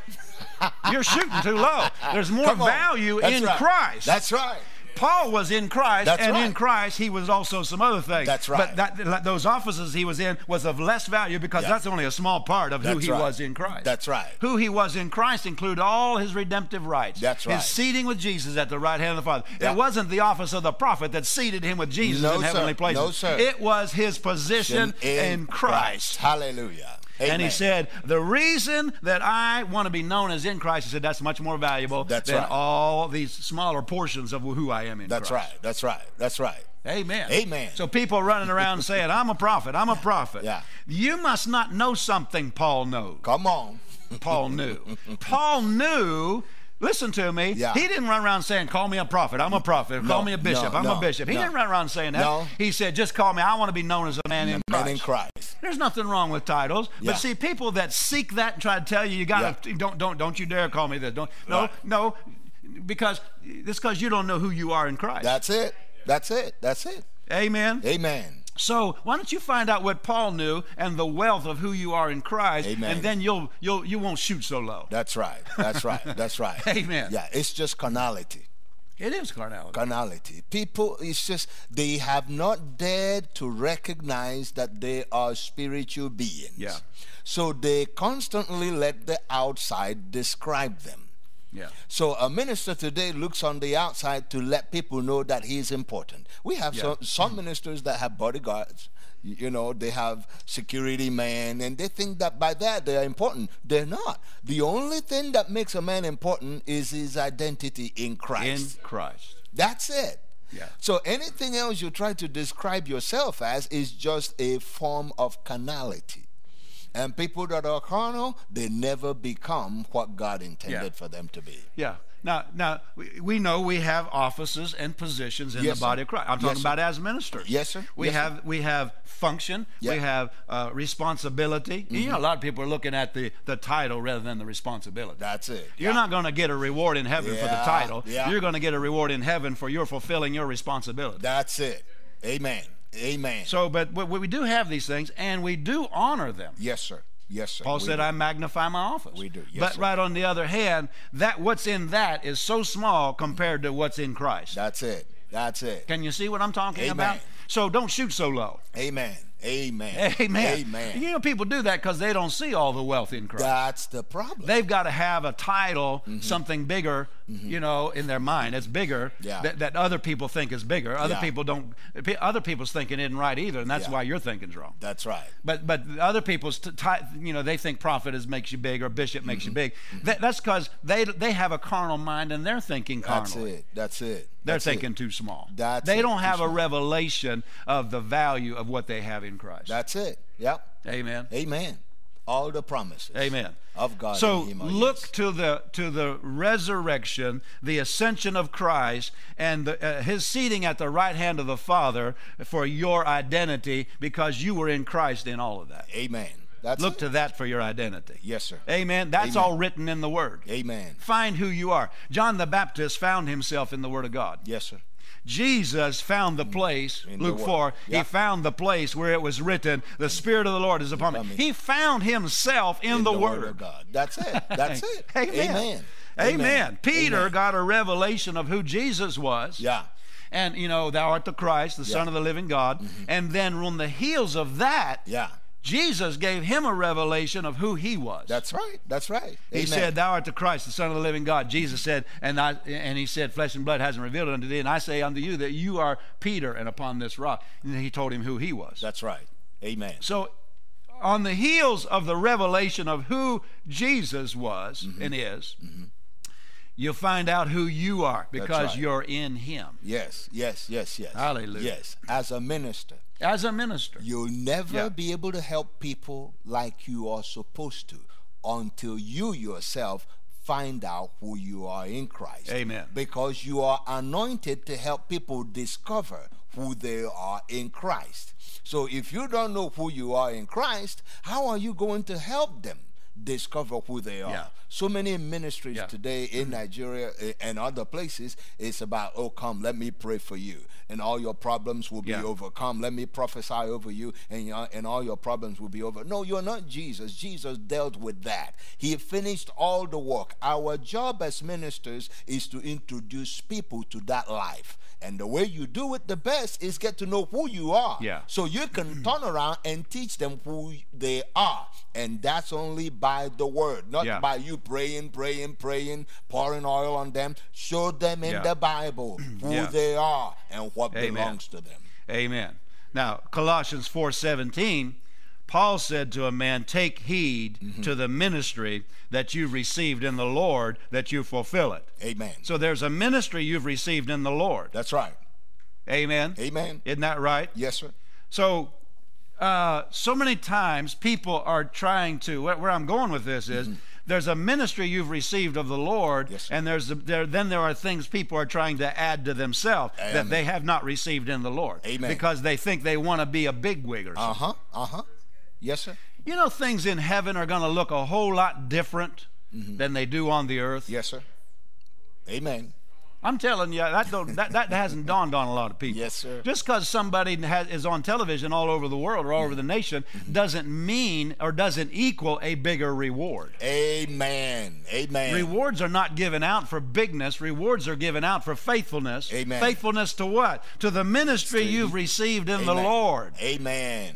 You're shooting too low. There's more
Come on.
value
That's
in
right.
Christ.
That's right.
Paul was in Christ,
That's
and in
right.
Christ he was also some other things.
That's right.
But that, like, those offices he was in was of less value because
Yeah.
that's only a small part of who
That's
he
right.
was in Christ.
That's right.
Who he was in Christ included all his redemptive rights.
That's right.
His seating with Jesus at the right hand of the Father.
Yeah.
It wasn't the office of the prophet that seated him with Jesus
No,
in
sir.
heavenly places.
No, sir.
It was his position in, Christ.
Hallelujah.
And he
Amen.
said, The reason that I want to be known as in Christ, he said, that's much more valuable
That's
than
right.
all these smaller portions of who I am in
That's
Christ.
right. That's right. That's right.
Amen.
Amen.
So people running around saying, I'm a prophet, I'm a prophet.
Yeah.
You must not know something Paul knows.
Come on.
Paul knew. Paul knew Listen to me.
Yeah.
He didn't run around saying, call me a prophet. I'm a prophet.
No,
call me a bishop.
no,
I'm
no,
a bishop. He
no.
didn't run around saying that.
No.
He said, just call me. I want to be known as a man in Christ.
Man in Christ.
There's nothing wrong with titles,
Yeah.
but see, people that seek that and try to tell you, you gotta don't don't don't you dare call me this. Don't no
Right.
no, because it's because you don't know who you are in Christ.
That's it. That's it. That's it.
Amen.
Amen.
So why don't you find out what Paul knew and the wealth of who you are in Christ,
Amen.
and then you'll you'll you won't shoot so low.
That's right. That's right. That's right.
Amen.
Yeah, it's just carnality.
It is carnality.
Carnality. People, it's just they have not dared to recognize that they are spiritual beings.
Yeah.
So they constantly let the outside describe them.
yeah.
So a minister today looks on the outside to let people know that he is important. We have
Yeah.
some, some ministers that have bodyguards. y- You know, they have security men, and they think that by that they are important. They're not. The only thing that makes a man important is his identity in
In
Christ.
Christ.
That's it.
Yeah.
So anything else you try to describe yourself as is just a form of carnality. And people that are carnal, they never become what God intended for them to be.
Yeah. Now, now we, we know we have offices and positions in
Yes,
the body
sir.
of Christ. I'm
Yes,
talking
sir.
about as ministers.
Yes, sir.
We
Yes, sir.
have we have function.
Yeah. Mm-hmm.
We have uh, responsibility. You know, a lot of people are looking at the the title rather than the responsibility.
That's it.
You're not going to get a reward in heaven for
Yeah,
the title.
yeah.
You're going to get a reward in heaven for your fulfilling your responsibility.
That's it. Amen. Amen.
so, but we, we do have these things, and we do honor them.
yes, sir. Yes, sir.
Paul
We
said,
do.
"I magnify my office."
We do, yes,
but
sir.
right on the other hand, that what's in that is so small compared to what's in Christ.
That's it. That's it.
Can you see what I'm talking
Amen.
about? So don't shoot so low.
Amen. Amen.
Amen.
Amen.
You know, people do that because they don't see all the wealth in Christ.
That's the problem.
They've got to have a title,
Mm-hmm.
something bigger, you know, in their mind. It's bigger
Yeah.
that, that other people think is bigger. Other
Yeah.
people don't. pe- Other people's thinking isn't right either, and that's
Yeah.
why your thinking's wrong.
That's right.
But but the other people's t- ti- you know they think prophet is makes you big or bishop makes
Mm-hmm.
you big. That, that's because they they have a carnal mind and they're thinking carnal.
That's it. That's it.
They're
That's it.
thinking too small.
That's
they
it,
don't
too
have a
small.
revelation of the value of what they have in Christ.
That's it. Yep.
Amen.
Amen. All the promises.
Amen.
Of God.
So
in him are
look
yes.
to the to the resurrection, the ascension of Christ, and the, uh, His seating at the right hand of the Father for your identity, because you were in Christ in all of that.
Amen. That's
Look
it.
to that for your identity.
Yes, sir.
Amen. That's
Amen.
all written in the Word.
Amen.
Find who you are. John the Baptist found himself in the Word of God.
Yes, sir.
Jesus found the place,
In the
Luke
Word.
4,
Yeah.
he found the place where it was written, The Spirit of the Lord is upon me.
Upon me.
He found himself in, the, Word.
of God. That's it. That's it.
Amen.
Amen.
Amen. Peter
Amen.
got a revelation of who Jesus was.
Yeah.
And, you know, thou art the Christ, the Son of the living God.
Mm-hmm.
And then on the heels of that,
Yeah.
Jesus gave him a revelation of who he was.
That's right. That's right.
He
Amen.
said, "Thou art the Christ, the Son of the Living God." Jesus said, and I, and he said, "Flesh and blood hasn't revealed it unto thee, and I say unto you that you are Peter, and upon this rock." And he told him who he was.
That's right. Amen.
So, on the heels of the revelation of who Jesus was
Mm-hmm.
and is, you'll find out who you are because
right.
you're in Him
Yes, yes, yes, yes.
Hallelujah.
Yes, as a minister,
as a minister.
you'll never
Yeah.
be able to help people like you are supposed to until you yourself find out who you are in Christ.
Amen.
Because you are anointed to help people discover who they are in Christ. So if you don't know who you are in Christ, how are you going to help them? discover who they are
Yeah.
so many ministries
Yeah. Mm-hmm.
today in nigeria eh, and other places it's about oh come let me pray for you and all your problems will be
Yeah.
over overcome. Let me prophesy over you, and your, and all your problems will be over. No, you're not Jesus. Jesus dealt with that. He finished all the work. Our job as ministers is to introduce people to that life. And the way you do it the best is get to know who you are.
Yeah.
So you can turn around and teach them who they are. And that's only by the word, not
Yeah.
by you praying, praying, praying, pouring oil on them. Show them in
Yeah.
the Bible who
Yeah.
they are and what
Amen.
belongs to them.
Amen. Now, Colossians 4:17, Paul said to a man, "Take heed to the ministry that you received in the Lord, that you fulfill it."
Amen.
So there's a ministry you've received in the Lord.
That's right.
Amen.
Amen.
Isn't that right?
Yes, sir.
So, uh, so many times people are trying to. Where, where I'm going with this is there's a ministry you've received of the Lord,
Mm-hmm. Yes, sir.
and there's a, there, then there are things people are trying to add to themselves that
Amen.
they have not received in the Lord,
Amen.
because they think they want to be a bigwig or something.
Uh huh. Uh huh. Yes, sir.
You know, things in heaven are going to look a whole lot different
Mm-hmm.
than they do on the earth.
Yes, sir. Amen.
I'm telling you, that, don't, that that hasn't dawned on a lot of people.
Yes, sir.
Just because somebody has, is on television all over the world or all over the nation doesn't mean or doesn't equal a bigger reward.
Amen. Amen.
Rewards are not given out for bigness. Rewards are given out for faithfulness.
Amen.
Faithfulness to what? To the ministry you've received in the
Amen.
Lord.
Amen.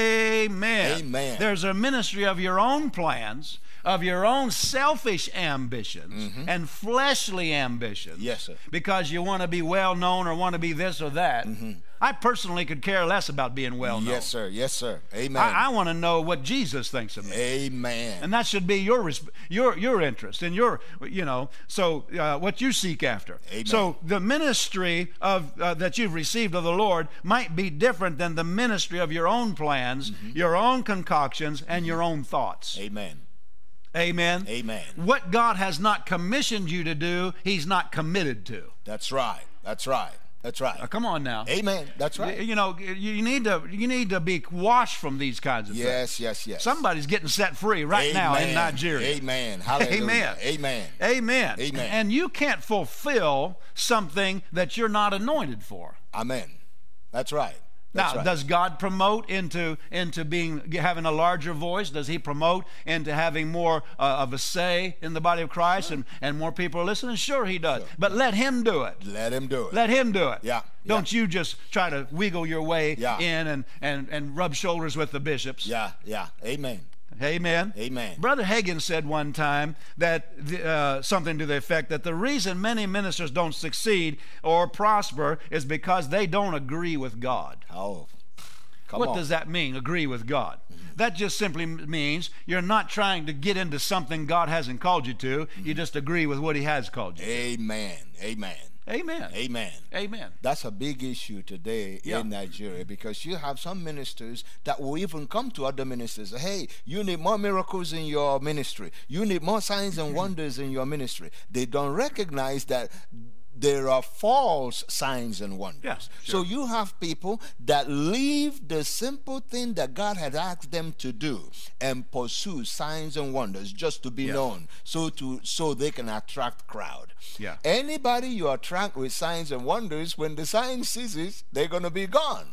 Amen.
Amen.
There's a ministry of your own plans, of your own selfish ambitions and fleshly ambitions.
Mm-hmm. Yes, sir.
Because you want to be well known or want to be this or that. I personally could care less about being well known.
Mm-hmm. Yes, sir. Yes, sir. Amen.
I, I want to know what Jesus thinks of me.
Amen.
And that should be your resp- your your interest and your you know so uh, what you seek after.
Amen.
So the ministry of uh, that you've received of the Lord might be different than the ministry of your own plans,
Mm-hmm.
your own concoctions, and your own thoughts.
Amen.
Amen.
Amen.
What God has not commissioned you to do, He's not committed to.
That's right. That's right. That's
Now,
right.
come on now.
Amen. That's right.
You know you you need to you need to be washed from these kinds of things.
Yes, yes, yes.
Somebody's getting set free right now in
Amen.
Nigeria.
Amen. Hallelujah.
Amen.
Amen.
Amen.
Amen.
And you can't fulfill something that you're not anointed for.
Amen. That's right. That's
now,
right.
does God promote into into being having a larger voice? Does He promote into having more uh, of a say in the body of Christ and and more people are listening? Sure, He does. But let Him do it.
Let him do it.
Let Him do it.
Yeah,
Don't you just try to wiggle your way
Yeah.
in and and and rub shoulders with the bishops.
yeah, yeah. Amen.
Amen.
Amen.
Brother Hagin said one time that the, uh, something to the effect that the reason many ministers don't succeed or prosper is because they don't agree with God.
Oh, come
what
on.
does that mean, agree with God? That just simply m- means you're not trying to get into something God hasn't called you to.
Mm-hmm.
You just agree with what He has called you.
Amen. Amen.
Amen.
Amen.
Amen.
That's a big issue today
Yeah.
in Nigeria because you have some ministers that will even come to other ministers. Hey, you need more miracles in your ministry. You need more signs and wonders in your ministry. They don't recognize that there are false signs and wonders.
Yeah,
So you have people that leave the simple thing that God had asked them to do and pursue signs and wonders just to be known, so to so they can attract crowd.
Yeah.
Anybody you attract with signs and wonders, when the sign ceases, they're going to be gone.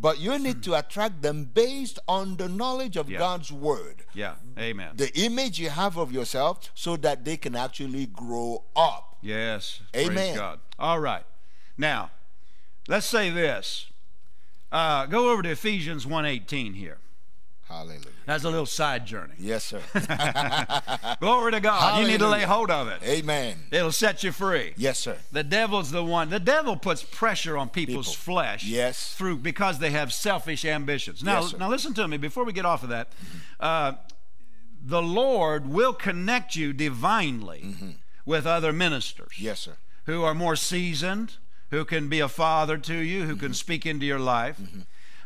But you need to attract them based on the knowledge of
Yeah.
God's word,
Yeah. Amen.
the image you have of yourself, so that they can actually grow up.
Yes. Praise
Amen.
God. All right. Now, let's say this. Uh, go over to Ephesians 1.18 here.
Hallelujah.
That's a little side journey.
Yes, sir.
Glory to God. You need to lay hold of it.
Amen.
It'll set you free.
Yes, sir.
The devil's the one. The devil puts pressure on people's
People.
flesh
Yes.
through because they have selfish ambitions. Now,
Yes, sir. Mm-hmm.
now listen to me before we get off of that. Uh, the Lord will connect you divinely
Mm-hmm.
with other ministers.
Yes, sir.
who are more seasoned, who can be a father to you, who
Mm-hmm.
can speak into your life.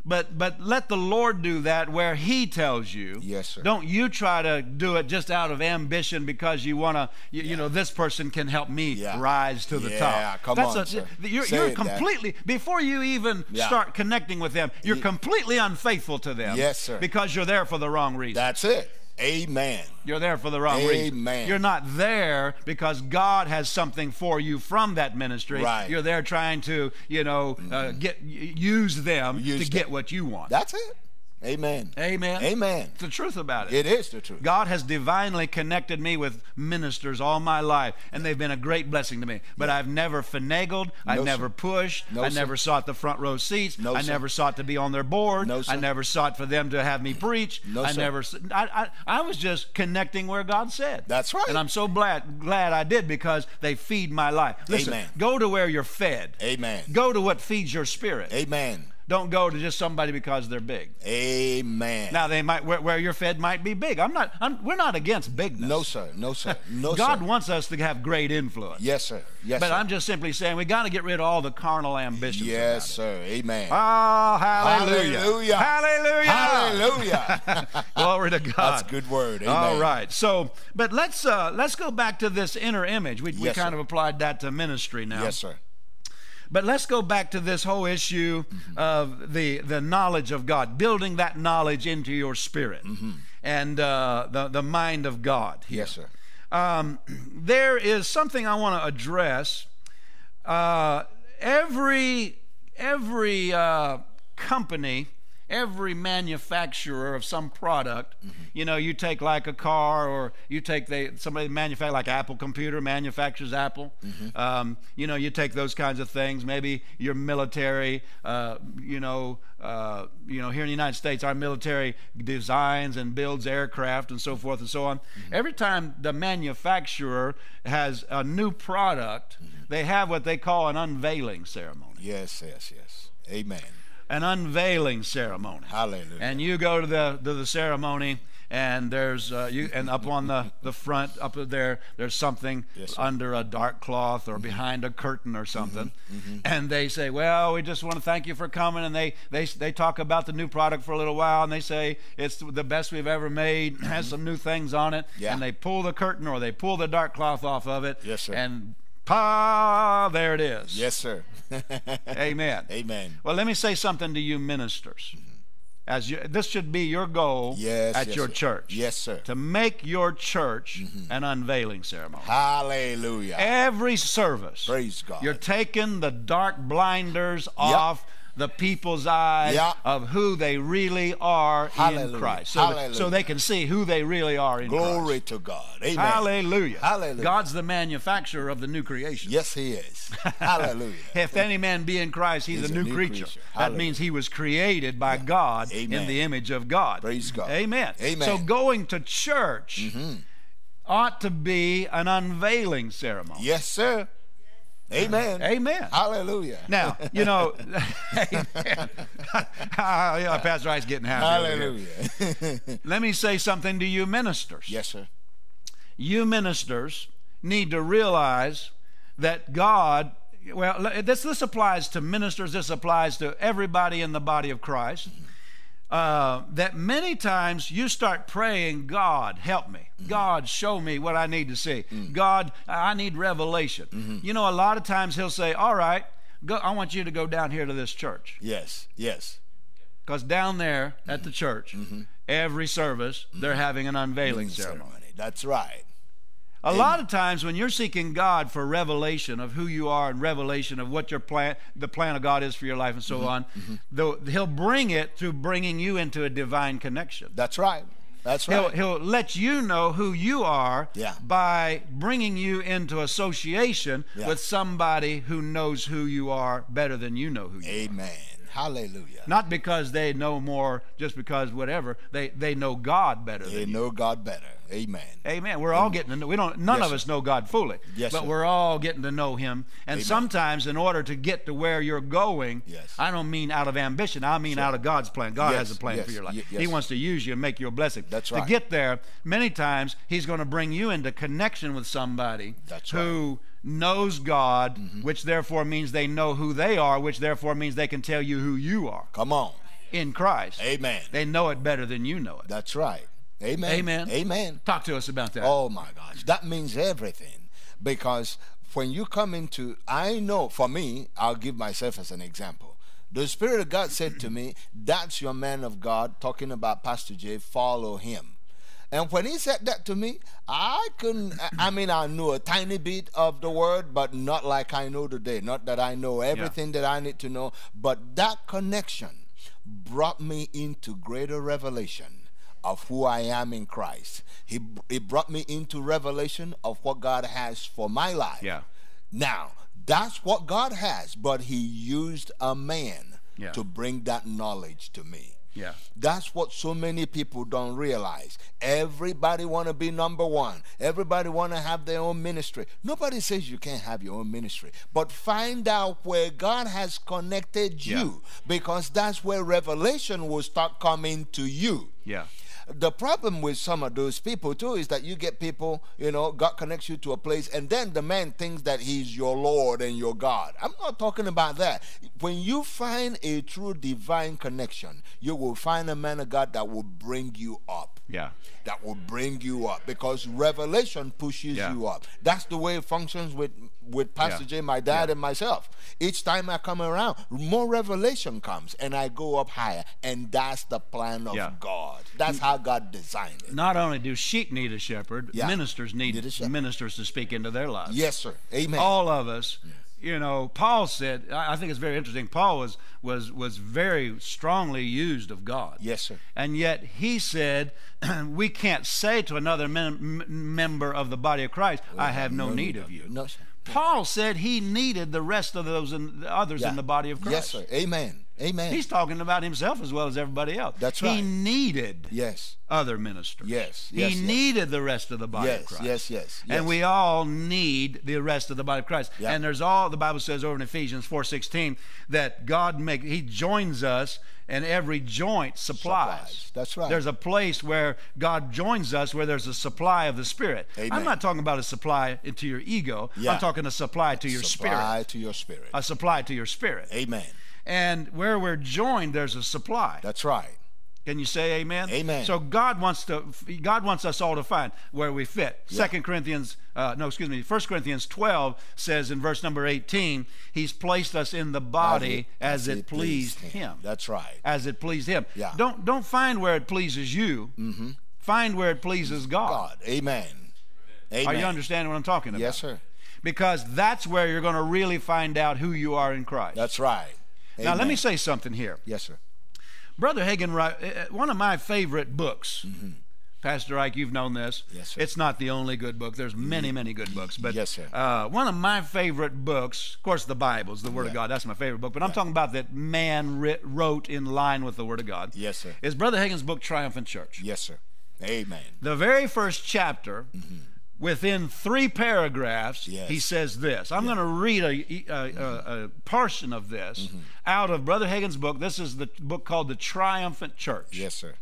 But but let the Lord do that where He tells you.
Yes, sir.
Don't you try to do it just out of ambition because you want to. You, you know, this person can help me
Yeah.
rise to the
Yeah,
top.
come
That's
on,
a-
sir.
You're,
Say
you're
it, Dad.
completely before you even
Yeah.
start connecting with them. You're completely unfaithful to them.
Yes, sir.
Because you're there for the wrong reason.
That's it. Amen.
You're there for the wrong reason.
Amen.
You're not there because God has something for you from that ministry.
Right. Mm-hmm.
You're there trying to, you know, uh, get y- use them
Use
to get what you want.
That's it. Amen.
Amen.
Amen.
It's the truth about it.
It is the truth.
God has divinely connected me with ministers all my life, and they've been a great blessing to me. But I've never finagled, I've
No,
never
sir.
pushed,
No,
I
sir.
never sought the front row seats,
No,
I
sir.
never sought to be on their board,
No,
I
sir.
never sought for them to have me preach.
No,
I
sir.
never. s- I, I, I was just connecting where God said.
That's right.
And I'm so glad glad I did because they feed my life. Listen,
Amen.
go to where you're fed.
Amen.
Go to what feeds your spirit.
Amen.
Don't go to just somebody because they're big.
Amen.
Now they might where, where you're fed might be big. I'm not. I'm, we're not against bigness.
no, sir. No, sir. No,
God
sir.
wants us to have great influence.
Yes, sir. Yes,
but
sir.
I'm just simply saying we got to get rid of all the carnal ambitions.
yes, sir. Amen.
Oh, hallelujah.
Hallelujah.
Hallelujah.
Hallelujah.
Glory to God.
That's a good word. Amen.
All right. So, but let's uh, let's go back to this inner image. We, we
Yes,
kind
sir.
of applied that to ministry now.
Yes, sir.
But let's go back to this whole issue
Mm-hmm.
of the the knowledge of God, building that knowledge into your spirit and uh, the the mind of God. here.
Mm-hmm. Yes, sir.
Um, there is something I want to address. Uh, every every uh, company, every manufacturer of some product, you know, you take like a car, or you take they somebody manufacture like Apple computer manufactures Apple. Um, you know, you take those kinds of things. Maybe your military, uh, you know, uh, you know, here in the United States, our military designs and builds aircraft and so forth and so on. Every time the manufacturer has a new product, they have what they call an unveiling ceremony.
Yes, yes, yes. Amen.
An unveiling ceremony.
Hallelujah.
And you go to the to the ceremony, and there's uh, you and up on the the front up there there's something
Yes, sir. Mm-hmm.
under a dark cloth or behind a curtain or something, and they say, well, we just want to thank you for coming, and they they they talk about the new product for a little while, and they say it's the best we've ever made, has some new things on it,
Mm-hmm. Yeah.
and they pull the curtain or they pull the dark cloth off of it,
Yes, sir.
and pa, there it is.
yes, sir.
Amen.
Amen.
Well, let me say something to you ministers. As you, this should be your goal
Mm-hmm. Yes.
at
yes,
your
sir.
church.
Yes, sir. Mm-hmm.
To make your church an unveiling ceremony.
Hallelujah.
Every service.
Praise God.
You're taking the dark blinders off the people's eyes
Yeah.
of who they really are in
Hallelujah.
Christ. So, that- so
Hallelujah.
they can see who they really are in
Glory
Christ.
to God. Amen.
Hallelujah.
Hallelujah.
God's the manufacturer of the new creation.
Yes, he is. Hallelujah.
If any man be in Christ, he's, a new, creature. That
Hallelujah.
means he was created by God in
Amen.
the image of God.
Praise God.
Amen.
Amen. Mm-hmm.
So going to church ought to be an unveiling ceremony.
yes, sir. Amen.
Amen.
Hallelujah.
Now, you know, amen. Ah, yeah, Pastor I's getting happy. over here.
Hallelujah.
Let me say something to you ministers.
yes, sir.
you ministers need to realize that God, well, l- this, this applies to ministers, this applies to everybody in the body of Christ, uh, that many times you start praying, God, help me. God, show me what I need to see. God, I need revelation. You know, a lot of times He'll say, All right, go, I want you to go down here to this church.
Yes, yes.
Because down there at the church, every service, they're having an unveiling
Mm-hmm.
ceremony.
That's right.
A lot of times when you're seeking God for revelation of who you are and revelation of what your plan, the plan of God is for your life and so
Mm-hmm.
on, though He'll bring it through bringing you into a divine connection.
That's right. That's
He'll,
right.
he'll let you know who you are
Yeah.
by bringing you into association
Yeah.
with somebody who knows who you are better than you know who you are.
Amen. Hallelujah.
Not because they know more, just because whatever, they, they know God better than
They know God better. Amen.
Amen. We're all getting to know. We don't. None
Yes,
of
sir.
us know God fully.
Yes,
but
sir.
we're all getting to know Him. And sometimes, in order to get to where you're going,
Yes.
I don't mean out of ambition. I mean out of God's plan. God
Yes,
has a plan
yes,
for your life.
ye- yes.
He wants to use you and make you a blessing.
That's
To
right.
get there, many times He's going to bring you into connection with somebody
That's Mm-hmm.
who knows God, which therefore means they know who they are, which therefore means they can tell you who you are
Come on.
in Christ.
Amen.
They know it better than you know it.
That's right. Amen.
Amen.
Amen.
Talk to us about that.
Oh my gosh, that means everything. Because when you come into, I know for me, I'll give myself as an example. The Spirit of God said to me, That's your man of God, talking about Pastor J, follow him. And when he said that to me, I couldn't, I- I mean, I knew a tiny bit of the word, but not like I know today. Not that I know everything that I need to know, but that connection brought me into greater revelation of who I am in Christ. He, he brought me into revelation of what God has for my life.
Yeah.
Now, that's what God has, but He used a man
Yeah.
to bring that knowledge to me.
Yeah.
That's what so many people don't realize. Everybody want to be number 1. Everybody want to have their own ministry. Nobody says you can't have your own ministry, but find out where God has connected
Yeah.
you because that's where revelation will start coming to you.
Yeah.
The problem with some of those people too is that you get people, you know, God connects you to a place, and then the man thinks that he's your Lord and your God. I'm not talking about that. When you find a true divine connection, you will find a man of God that will bring you up.
Yeah.
That will bring you up because revelation pushes
Yeah.
you up. That's the way it functions with with Pastor
Yeah.
J, my dad, and myself. Each time I come around, more revelation comes, and I go up higher. And that's the plan of
Yeah.
God. That's how God designed it.
Not only do sheep need a shepherd,
Yeah.
ministers need
Need a shepherd.
ministers to speak into their lives.
Yes, sir. Amen.
all of us you know paul said i I think it's very interesting paul was was was very strongly used of god
Yes, sir.
and yet he said we can't say to another mem- m- member of the body of christ i have no, need, of you
No, sir.
paul said he needed the rest of those in, the others
Yeah.
in the body of christ
Yes, sir. Amen. Amen.
he's talking about himself as well as everybody else
That's
he
right.
needed
yes.
other ministers
Yes,
he
yes, yes.
needed the rest of the body of
Yes,
christ
yes. Yes.
and
yes.
we all need the rest of the body of Christ.
Yeah.
And there's all the Bible says over in Ephesians 4:16 that God make He joins us, and every joint supplies.
Supplies. That's right.
There's a place where God joins us, where there's a supply of the Spirit.
Amen.
I'm not talking about a supply into your ego.
Yeah.
I'm talking a supply to your
supply
spirit.
to your spirit.
A supply to your spirit.
Amen.
And where we're joined, there's a supply.
That's right.
Can you say amen?
Amen.
So God wants to God wants us all to find where we fit. Second Corinthians uh, no, excuse me, First Corinthians 12 says in verse number 18, he's placed us in the body as, it, pleased him.
That's right.
As it pleased him.
Yeah.
Don't don't find where it pleases you. Mm-hmm. Find where it pleases God.
God. Amen. Amen.
Are you understanding what I'm talking about?
Yes, sir.
Because that's where you're going to really find out who you are in Christ.
That's right.
now let
Amen.
me say something here.
Yes, sir.
Brother Hagin, wrote- uh, one of my favorite books. Pastor Ike, you've known this.
Mm-hmm. Yes, sir. Mm-hmm.
It's not the only good book. There's many, many good books. But
Yes, sir.
Uh, one of my favorite books, of course, the Bible is the Word of
Yeah.
God. That's my favorite book. But I'm talking about that man writ, wrote in line with the Word of God.
Yes, sir.
Is Brother Hagin's book, Triumphant Church.
Yes, sir. Amen.
The very first chapter, within three paragraphs,
Mm-hmm. Yes. Mm-hmm.
he says this. I'm going to read a, a, a, a portion of this out of Brother Hagin's book. This is the book called The Triumphant Church.
Yes, sir.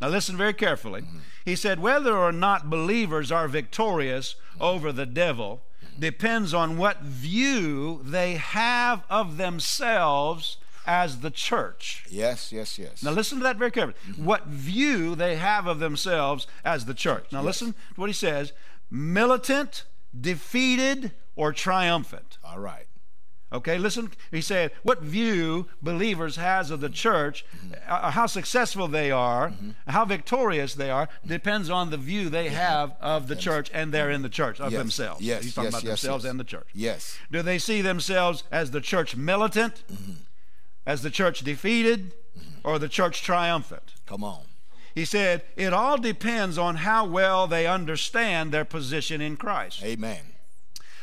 Now, listen very carefully. He said, Whether or not believers are victorious over the devil depends on what view they have of themselves as the church.
Yes, yes, yes.
Now, listen to that very carefully. What view they have of themselves as the church. Now, listen to what he says militant, defeated, or triumphant.
All right.
Okay, listen. He said, "What view believers has of the church,
Mm-hmm.
uh, how successful they are, how victorious they are, depends on the view they have of the church, and they're in the church of
Yes,
themselves."
yes,
he's talking
yes,
about
yes,
themselves
yes.
and the church.
Yes.
Do they see themselves as the church militant,
Mm-hmm.
as the church defeated, or the church triumphant?
Come on.
He said, "It all depends on how well they understand their position in Christ."
Amen.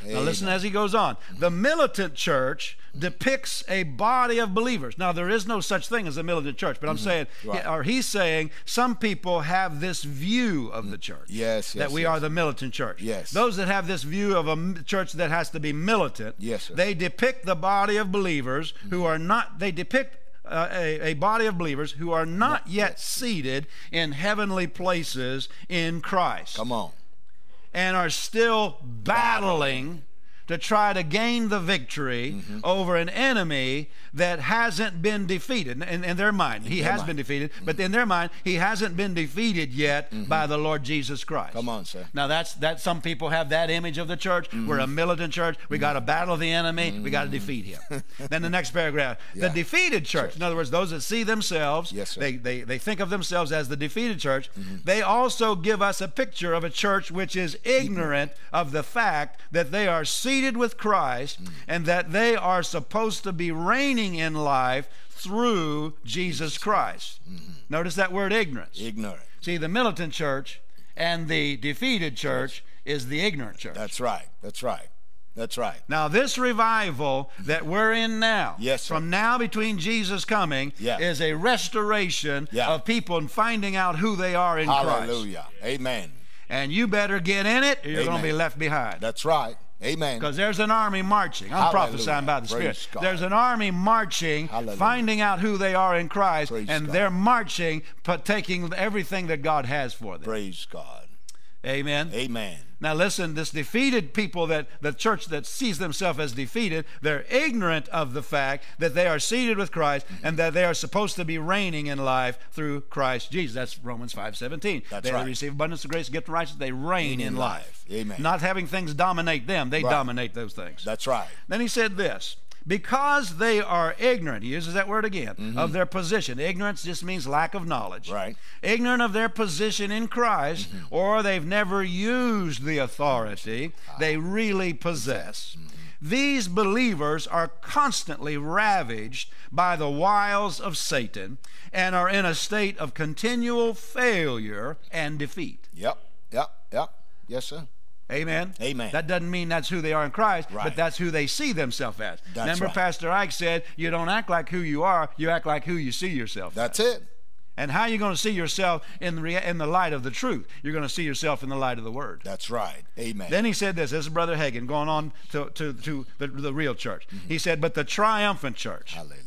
Now, listen as he goes on. The militant church depicts a body of believers. Now, there is no such thing as a militant church, but I'm saying,
Mm-hmm. Right.
or he's saying, some people have this view of the church.
Mm. Yes, yes,
That we
yes.
are the militant church.
Yes.
Those that have this view of a m- church that has to be militant,
Yes, sir. Mm-hmm.
they depict the body of believers who are not, they depict. Uh, a, a body of believers who are not yet seated in heavenly places in Christ
Come on.
and are still battling to try to gain the victory over an enemy that hasn't been defeated. In- In, in their mind, Mm-hmm. he has been defeated, but in their mind, he hasn't been defeated yet by the Lord Jesus Christ.
Come on, sir.
Now that's that some people have that image of the church. We're a militant church. We got to battle the enemy. We got to defeat him. then the next paragraph, the defeated church. In other words, those that see themselves,
Yes, sir. Mm-hmm.
they, they they think of themselves as the defeated church. They also give us a picture of a church which is ignorant of the fact that they are seated with Christ
Mm.
and that they are supposed to be reigning in life through Jesus Christ.
Mm-hmm.
Notice that word ignorance.
Ignorant.
See, the militant church and the defeated church is the ignorant church.
That's right. That's right. That's right.
Now, this revival that we're in now,
Yes, sir.
from now between Jesus coming,
Yeah.
is a restoration
Yeah.
of people and finding out who they are in Christ.
Hallelujah. Amen.
And you better get in it, or you're going
Amen.
to be left behind.
That's right. Amen.
Because there's an army marching. I'm
Hallelujah.
prophesying by the
Praise
Spirit.
God.
There's an army marching,
Hallelujah.
finding out who they are in Christ,
Praise
and
God.
they're marching, but taking everything that God has for them.
Praise God.
Amen.
Amen.
Now listen, this defeated people that the church that sees themselves as defeated, they're ignorant of the fact that they are seated with Christ and that they are supposed to be reigning in life through Christ Jesus. That's Romans 5:17.
That's
they
right.
receive abundance of grace, gift of righteousness, they reign in life.
Amen.
Not having things dominate them, they
Right.
dominate those things.
That's right.
Then he said this because they are ignorant, he uses that word again, of their position. Ignorance just means lack of knowledge.
Right.
Ignorant of their position in Christ, or they've never used the authority they really possess. These believers are constantly ravaged by the wiles of Satan and are in a state of continual failure and defeat.
Yep. Yep. Yep. Yes, sir.
Amen.
Amen.
That doesn't mean that's who they are in Christ,
Right.
but that's who they see themselves as.
That's
Remember,
right.
Pastor Ike said, "You don't act like who you are; you act like who you see yourself." as."
That's it.
And how are you going to see yourself in the rea- in the light of the truth? You're going to see yourself in the light of the Word.
That's right. Amen.
Then he said this. This is Brother Hagin going on to to, to the, the real church.
Mm-hmm.
He said, "But the triumphant church."
Hallelujah.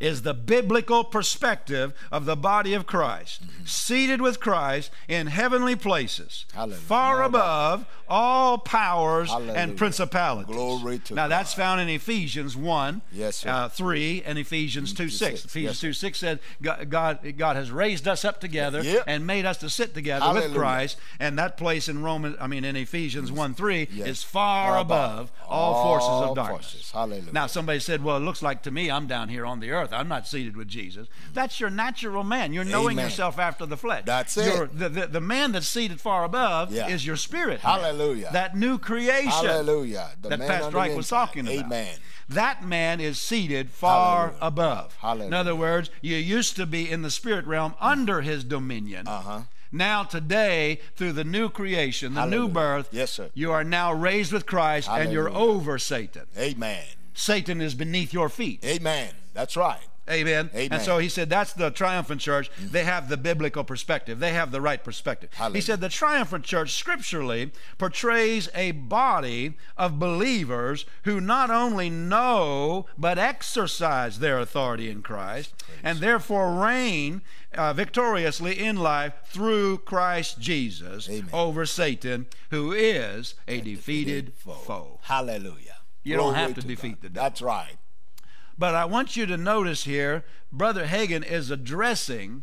is the biblical perspective of the body of Christ, seated with Christ in heavenly places,
Hallelujah.
far above all powers
Hallelujah.
and principalities.
Glory to
now
God.
that's found in Ephesians 1,
Yes, sir.
uh, 3, and Ephesians 2, 6.
six.
Ephesians
Yes,
2, 6 said Go- God, God has raised us up together
Yep.
and made us to sit together with
Hallelujah.
Christ, and that place in Romans, I mean in Ephesians 1, 3
Yes.
is far
Far above
above all,
all
forces of darkness.
forces. Hallelujah.
Now somebody said, Well, it looks like to me I'm down here on the earth. I'm not seated with Jesus. That's your natural man. You're knowing
Amen.
yourself after the flesh.
That's it.
Your- The, the, the man that's seated far above
Yeah.
is your spirit. man.
Hallelujah.
That new creation.
Hallelujah. The
That
man
Pastor
on the
Ike was
inside.
talking about.
Amen.
That man is seated far
Hallelujah.
above. In
Hallelujah.
other words, you used to be in the spirit realm under his dominion.
Uh-huh.
Now, today, through the new creation, the new
Hallelujah.
birth,
Yes, sir.
you are now raised with Christ and you're
Hallelujah.
over Satan.
Amen.
Satan is beneath your feet.
Amen. That's right.
Amen. And
Amen.
so he said, that's the triumphant church. They have the biblical perspective. They have the right perspective. He
Hallelujah.
said, the triumphant church scripturally portrays a body of believers who not only know but exercise their authority in Christ and therefore reign uh, victoriously in life through Christ Jesus
Amen.
over Satan, who is a defeated
Defeat
foe.
Hallelujah.
You don't
Glory
have to defeat
God.
the devil.
That's right.
But I want you to notice here, Brother Hagan is addressing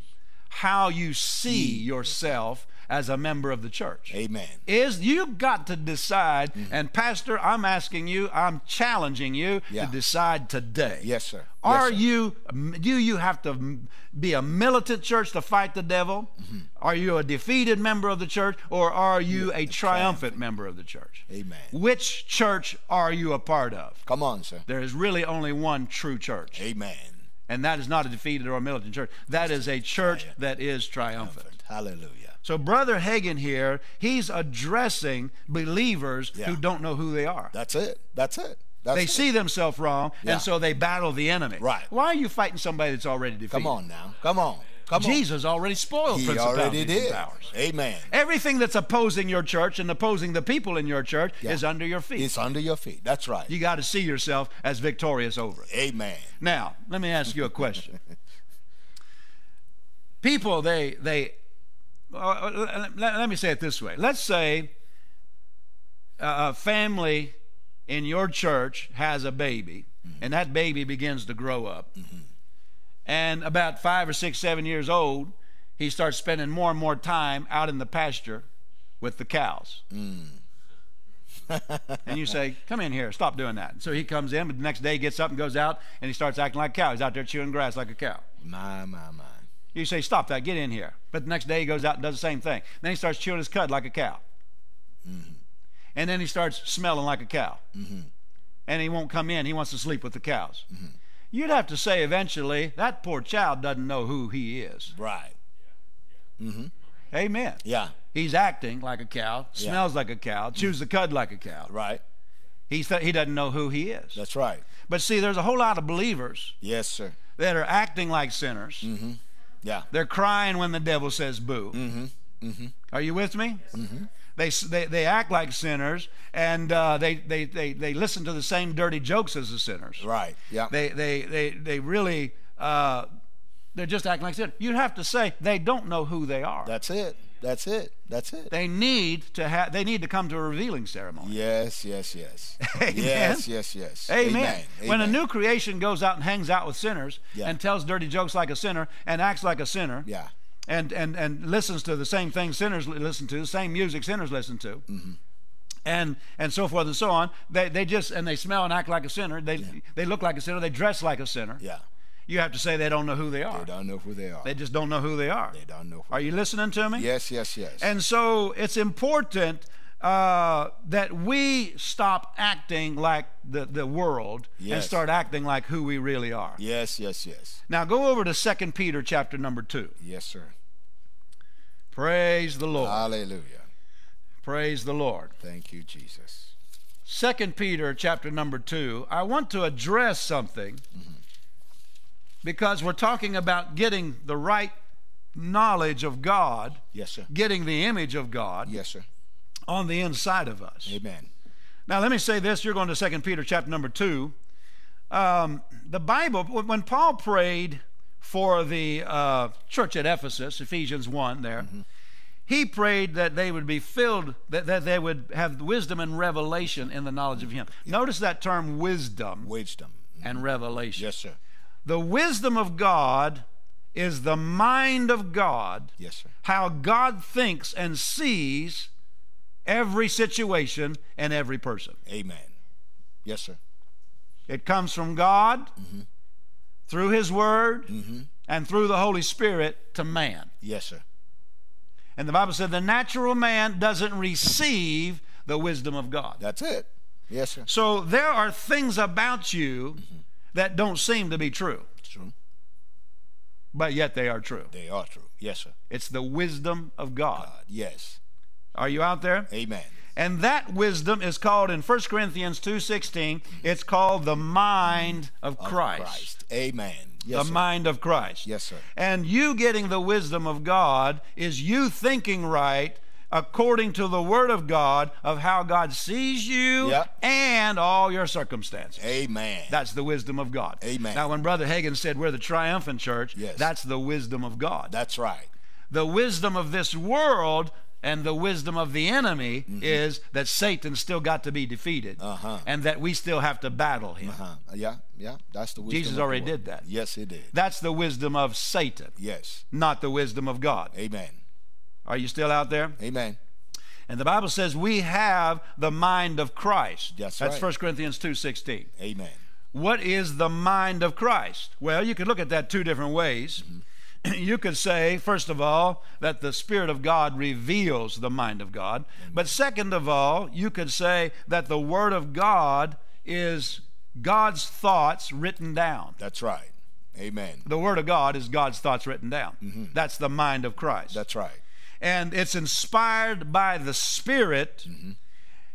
how you see
Mm.
yourself as a member of the church.
Amen.
Is you've got to decide,
Mm-hmm.
and Pastor, I'm asking you, I'm challenging you
Yeah.
to decide today.
Yes, sir. Yes,
Are
sir.
you do you have to m- be a militant church to fight the devil?
Mm-hmm.
Are you a defeated member of the church, or are you a triumphant member of the church?
Amen.
Which church are you a part of?
Come on, sir.
There is really only one true church.
Amen.
And that is not a defeated or a militant church. That is a church that is triumphant.
Hallelujah.
So, Brother Hagan here, he's addressing believers
Yeah.
who don't know who they are.
That's it. That's it. That's
They
it.
see themselves wrong,
Yeah.
and so they battle the enemy.
Right.
Why are you fighting somebody that's already defeated?
Come on now. Come on. Come
Jesus already spoiled
on. He
principalities
already
and
did.
powers.
Amen.
Everything that's opposing your church and opposing the people in your church is under your feet.
It's under your feet. That's right.
you got to see yourself as victorious over it.
Amen.
Now, let me ask you a question. People, they they. Uh, let, let- let me say it this way. Let's say a a family in your church has a baby, and that baby begins to grow up, and about five or six, seven years old, he starts spending more and more time out in the pasture with the cows. And you say, "Come in here, stop doing that." So he comes in, but the next day he gets up and goes out, and he starts acting like a cow. He's out there chewing grass like a cow.
My, my, my.
You say, "Stop that, get in here." But the next day he goes out and does the same thing. Then he starts chewing his cud like a cow,
Mm-hmm.
and then he starts smelling like a cow, and he won't come in. He wants to sleep with the cows.
Mm-hmm.
You'd have to say eventually that poor child doesn't know who he is.
Right.
Amen.
Yeah.
He's acting like a cow, smells like a cow, chews the cud like a cow.
Right.
He's he doesn't know who he is.
That's right.
But see, there's a whole lot of believers
Yes, sir.
that are acting like sinners.
Yeah.
They're crying when the devil says boo.
Mm-hmm.
Are you with me? They, s- they, they act like sinners and uh, they, they, they, they listen to the same dirty jokes as the sinners.
Right. Yeah.
They, they, they, they really, uh, they're just acting like sinners. You have to say they don't know who they are.
That's it. That's it. That's it.
they need to have. They need to come to a revealing ceremony.
Yes, yes, yes.
Amen.
Yes, yes, yes.
Amen. When a
Amen.
new creation goes out and hangs out with sinners
Yeah.
and tells dirty jokes like a sinner and acts like a sinner
Yeah.
and, and, and listens to the same things sinners li- listen to, the same music sinners listen to.
Mm-hmm.
And, and so forth and so on. They, they just and they smell and act like a sinner. They they look like a sinner. They dress like a sinner.
Yeah.
You have to say they don't know who they are.
They don't know who they are.
They just don't know who they are.
They don't know who
Are you listening to me?
Yes, yes, yes.
And so it's important uh, that we stop acting like the, the world and
Yes.
start acting like who we really are.
yes, yes, yes.
Now go over to 2 Peter chapter number 2.
Yes, sir.
Praise the Lord.
Uh, Hallelujah.
Praise the Lord.
Thank you, Jesus.
2 Peter chapter number 2. I want to address something because we're talking about getting the right knowledge of God,
Yes, sir.
getting the image of God
Yes, sir.
on the inside of us.
Amen.
Now, let me say this. You're going to 2 Peter chapter number 2. Um, the Bible, when Paul prayed for the uh, church at Ephesus, Ephesians 1 there, he prayed that they would be filled, that, that they would have wisdom and revelation in the knowledge of Him. Notice that term wisdom
Wisdom.
and revelation.
Yes, sir.
The wisdom of God is the mind of God
Yes, sir.
how God thinks and sees every situation and every person.
Amen. Yes, sir.
It comes from God through His Word and through the Holy Spirit to man.
Yes, sir.
And the Bible said the natural man doesn't receive the wisdom of God.
That's it. Yes, sir.
So there are things about you that don't seem to be true,
It's true.
but yet they are true.
They are true. Yes, sir.
It's the wisdom of God.
Uh, yes.
Are you out there?
Amen.
And that wisdom is called in 1 Corinthians 2:16, it's called the mind of
Of
Christ.
Amen.
The
Yes, sir.
mind of Christ.
Yes, sir.
And you getting the wisdom of God is you thinking right according to the word of God of how God sees you
Yep.
and all your circumstances.
Amen.
That's the wisdom of God.
Amen.
Now when brother Hagin said we're the triumphant church,
Yes.
that's the wisdom of God
That's right.
the wisdom of this world and the wisdom of the enemy is that Satan still got to be defeated
Mm-hmm. Uh-huh.
and that we still have to battle him.
Huh. Uh-huh. Yeah, yeah. That's the wisdom.
Jesus
of the
already
world.
did that.
Yes, he did.
That's the wisdom of Satan,
Yes.
not the wisdom of God.
Amen.
Are you still out there?
Amen.
And the Bible says we have the mind of Christ.
That's
That's
right.
1 Corinthians 2:16.
Amen.
What is the mind of Christ? Well, you could look at that two different ways. You could say, first of all, that the Spirit of God reveals the mind of God. But second of all, you could say that the Word of God is God's thoughts written down.
That's right. Amen.
The Word of God is God's thoughts written down. That's the mind of Christ.
Mm-hmm. That's right.
and it's inspired by the Spirit.
Mm-hmm.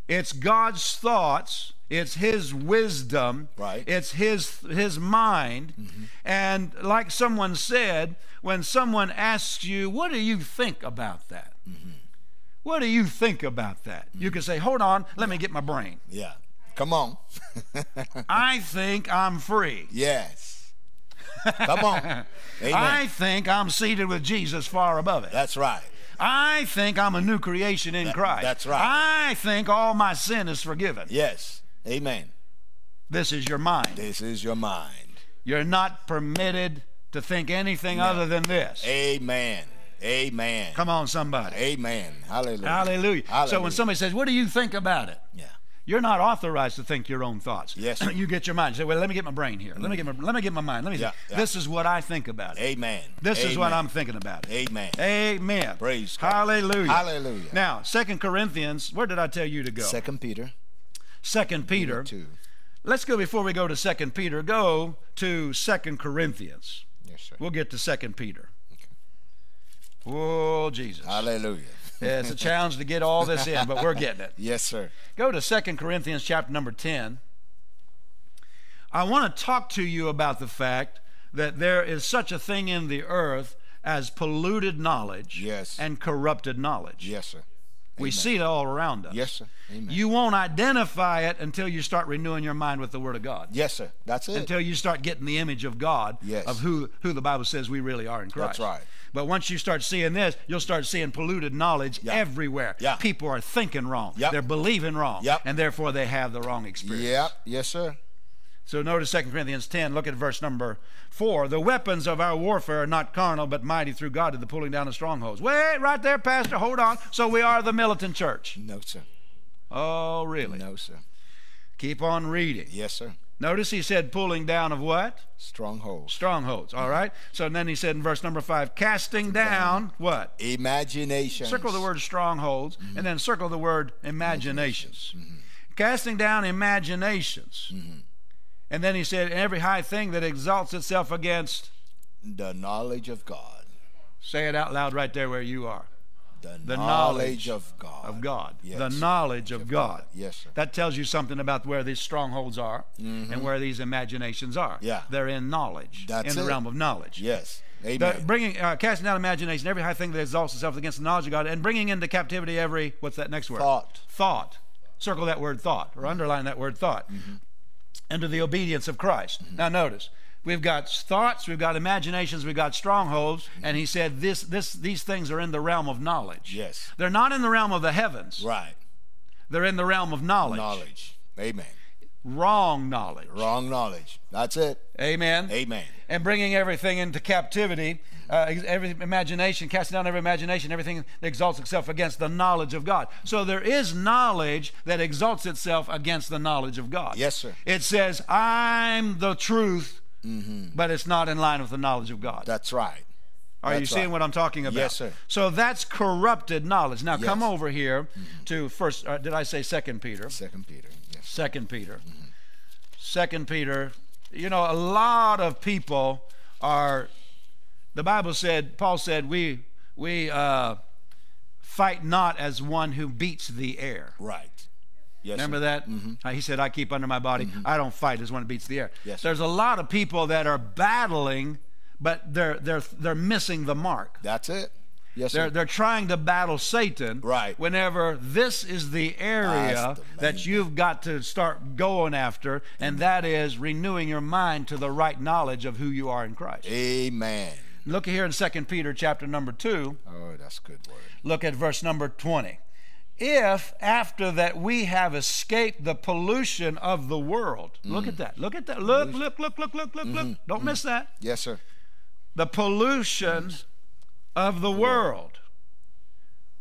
It's God's thoughts. It's His wisdom.
Right. Mm-hmm.
It's His His mind. And like someone said, when someone asks you, "What do you think about that?"
Mm-hmm.
What do you think about that? You can say, "Hold on, let me get my brain.
Yeah. Come on.
I think I'm free.
yes. Come on. Amen.
I think I'm seated with Jesus far above it.
That's right.
I think I'm a new creation in Christ.
that's right.
I think all my sin is forgiven.
Yes. Amen.
This is your mind.
This is your mind.
You're not permitted to think anything other than this.
Amen. Amen.
Come on, somebody.
Amen. Hallelujah.
Hallelujah. So when
Hallelujah.
somebody says, What do you think about it?
Yeah.
You're not authorized to think your own thoughts.
Yes, sir.
you get your mind. You say, Well, let me get my brain here. Let me get my let me get my mind. Let me
Yeah,
see.
yeah.
This is what I think about it.
Amen.
This is what
Amen.
I'm thinking about it.
Amen.
Amen.
Praise God.
Hallelujah.
Hallelujah.
Now, Second Corinthians, where did I tell you to go?
Second Peter
Second Peter.
two.
Let's go before we go to Second Peter. Go to Second Corinthians.
Yes, sir.
We'll get to Second Peter. Oh Jesus!
Hallelujah.
it's a challenge to get all this in, but we're getting it.
Yes, sir.
Go to 2 Corinthians chapter number 10. I want to talk to you about the fact that there is such a thing in the earth as polluted knowledge
Yes.
and corrupted knowledge.
Yes, sir.
We see it all around us.
Yes, sir. Amen.
You won't identify it until you start renewing your mind with the Word of God.
Yes, sir. That's it.
Until you start getting the image of God,
Yes.
of who, who the Bible says we really are in Christ.
That's right.
But once you start seeing this, you'll start seeing polluted knowledge
Yeah.
everywhere.
Yeah.
People are thinking wrong.
Yep.
They're believing wrong.
Yep.
And therefore they have the wrong experience.
Yep. Yes, sir.
So notice 2 Corinthians 10, look at verse number 4. The weapons of our warfare are not carnal, but mighty through God to the pulling down of strongholds. Wait, right there, Pastor, hold on. So we are the militant church.
No, sir.
Oh, really?
No, sir.
Keep on reading.
Yes, sir.
Notice he said pulling down of what?
Strongholds.
Strongholds, all right? So then he said in verse number 5, casting down what?
Imagination.
Circle the word strongholds, and then circle the word imaginations. Casting down imaginations. And then he said, every high thing that exalts itself against.
The knowledge of God.
Say it out loud right there where you are.
The,
The knowledge
knowledge, of God.
Of God.
Yes.
The knowledge of God.
Yes, sir.
That tells you something about where these strongholds are and where these imaginations are.
Yeah.
They're in knowledge.
That's
in the
it.
realm of knowledge.
Yes.
The-
Amen.
bringing uh, casting down imagination, every high thing that exalts itself against the knowledge of God, and bringing into captivity every what's that next word?
Thought.
Thought. Circle that word thought, or underline that word thought,
Mm-hmm.
into the obedience of Christ. Now notice, we've got thoughts, we've got imaginations, we've got strongholds,
Mm-hmm.
and he said this, this, these things are in the realm of knowledge.
Yes.
They're not in the realm of the heavens.
right.
They're in the realm of knowledge.
Knowledge. Amen.
Wrong knowledge.
Wrong knowledge. That's it.
Amen.
Amen.
and bringing everything into captivity, uh, ex- every imagination, casting down every imagination, everything that exalts itself against the knowledge of God. So there is knowledge that exalts itself against the knowledge of God.
Yes, sir.
It says, I'm the truth,
Mm-hmm.
but it's not in line with the knowledge of God.
That's right.
Are you
That's
seeing
right.
what I'm talking about?
Yes, sir.
So that's corrupted knowledge. Now come
Yes.
over here to first, uh, did I say second Peter?
Second Peter. Yes.
Second Peter. Second Peter. You know, a lot of people are. The Bible said, Paul said, we we uh, fight not as one who beats the air.
Right. Yes.
Remember
sir.
that? Uh, He said, I keep under my body. I don't fight as one who beats the air.
Yes.
There's a lot of people that are battling, but they're they're they're missing the mark.
That's it. Yes,
They're,
sir.
they're trying to battle Satan.
Right.
Whenever this is the area
That's the
that
main
you've got to start going after, and that is renewing your mind to the right knowledge of who you are in Christ.
Amen.
Look here in 2 Peter chapter number 2,
Oh, that's good word.
look at verse number 20. If after that we have escaped the pollution of the world,
Mm.
look at that, look at that, look, look, look, look, look, look, look,
Mm-hmm.
don't miss that.
Yes, sir.
the pollution of the world.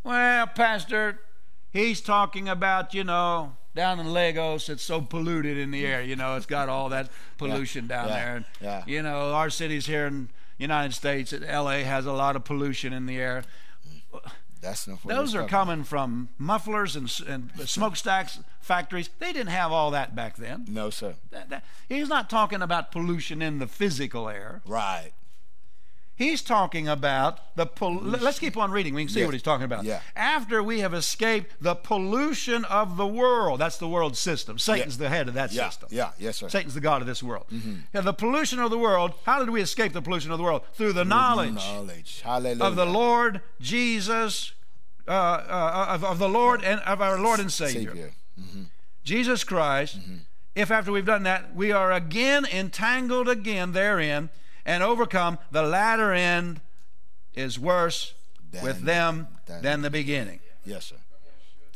Well, Pastor, he's talking about, you know, down in Lagos, it's so polluted in the air. You know, it's got all that pollution down
yeah,
there. And,
yeah.
You know, our cities here in United States, L.A. has a lot of pollution in the air.
That's not what
Those
we're
are
talking-
coming from mufflers and, s- and smokestacks, factories. They didn't have all that back then.
No, sir.
That- that- he's not talking about pollution in the physical air.
Right.
He's talking about the. Pol- let's keep on reading. We can see
Yeah.
what he's talking about.
Yeah.
After we have escaped the pollution of the world, that's the world system. Satan's the head of that
Yeah.
system.
Yeah. Yes, sir.
Satan's the god of this world. Yeah, the pollution of the world. How did we escape the pollution of the world? Through the knowledge
Knowledge. Hallelujah.
of the Lord Jesus, uh, uh, of, of the Lord and of our Lord and Savior,
Savior.
Jesus Christ.
Mm-hmm.
If after we've done that, we are again entangled again therein and overcome, the latter end is worse with
Than-
them
than-
than the beginning.
Yes, sir.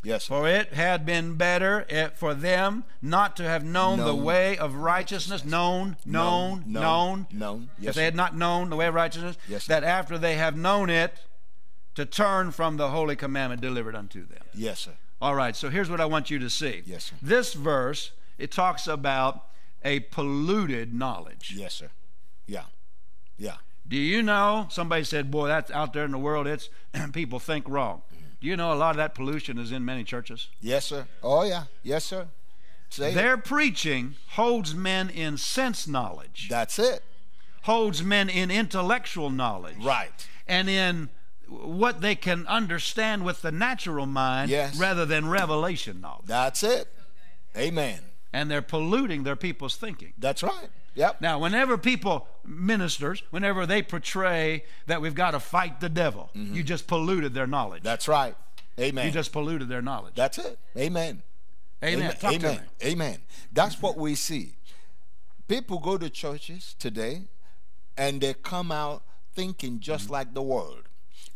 Yes, sir.
For it had been better eh, for them not to have known, the way of righteousness, known, known, known,
known, known. Yes,
if they
sir.
had not known the way of righteousness,
Yes, sir.
that after they have known it, to turn from the holy commandment delivered unto them.
Yes, sir.
All right, so here's what I want you to see.
Yes, sir.
This verse, it talks about a polluted knowledge.
Yes, sir. Yeah. Yeah.
Do you know? Somebody said, "Boy, that's out there in the world. It's people think wrong." Do you know a lot of that pollution is in many churches?
Yes, sir. Oh, yeah. Yes, sir. Say it.
Their preaching holds men in sense knowledge,
That's it.
holds men in intellectual knowledge,
Right.
and in what they can understand with the natural mind
Yes.
rather than revelation knowledge.
That's it. Amen.
And they're polluting their people's thinking.
That's right. Yep.
Now, whenever people, ministers, whenever they portray that we've got to fight the devil,
Mm-hmm.
you just polluted their knowledge.
That's right. Amen.
you just polluted their knowledge.
That's it. Amen.
Amen.
Amen.
Talk to
Amen.
me.
Amen. That's what we see. People go to churches today and they come out thinking
Mm-hmm.
just like the world.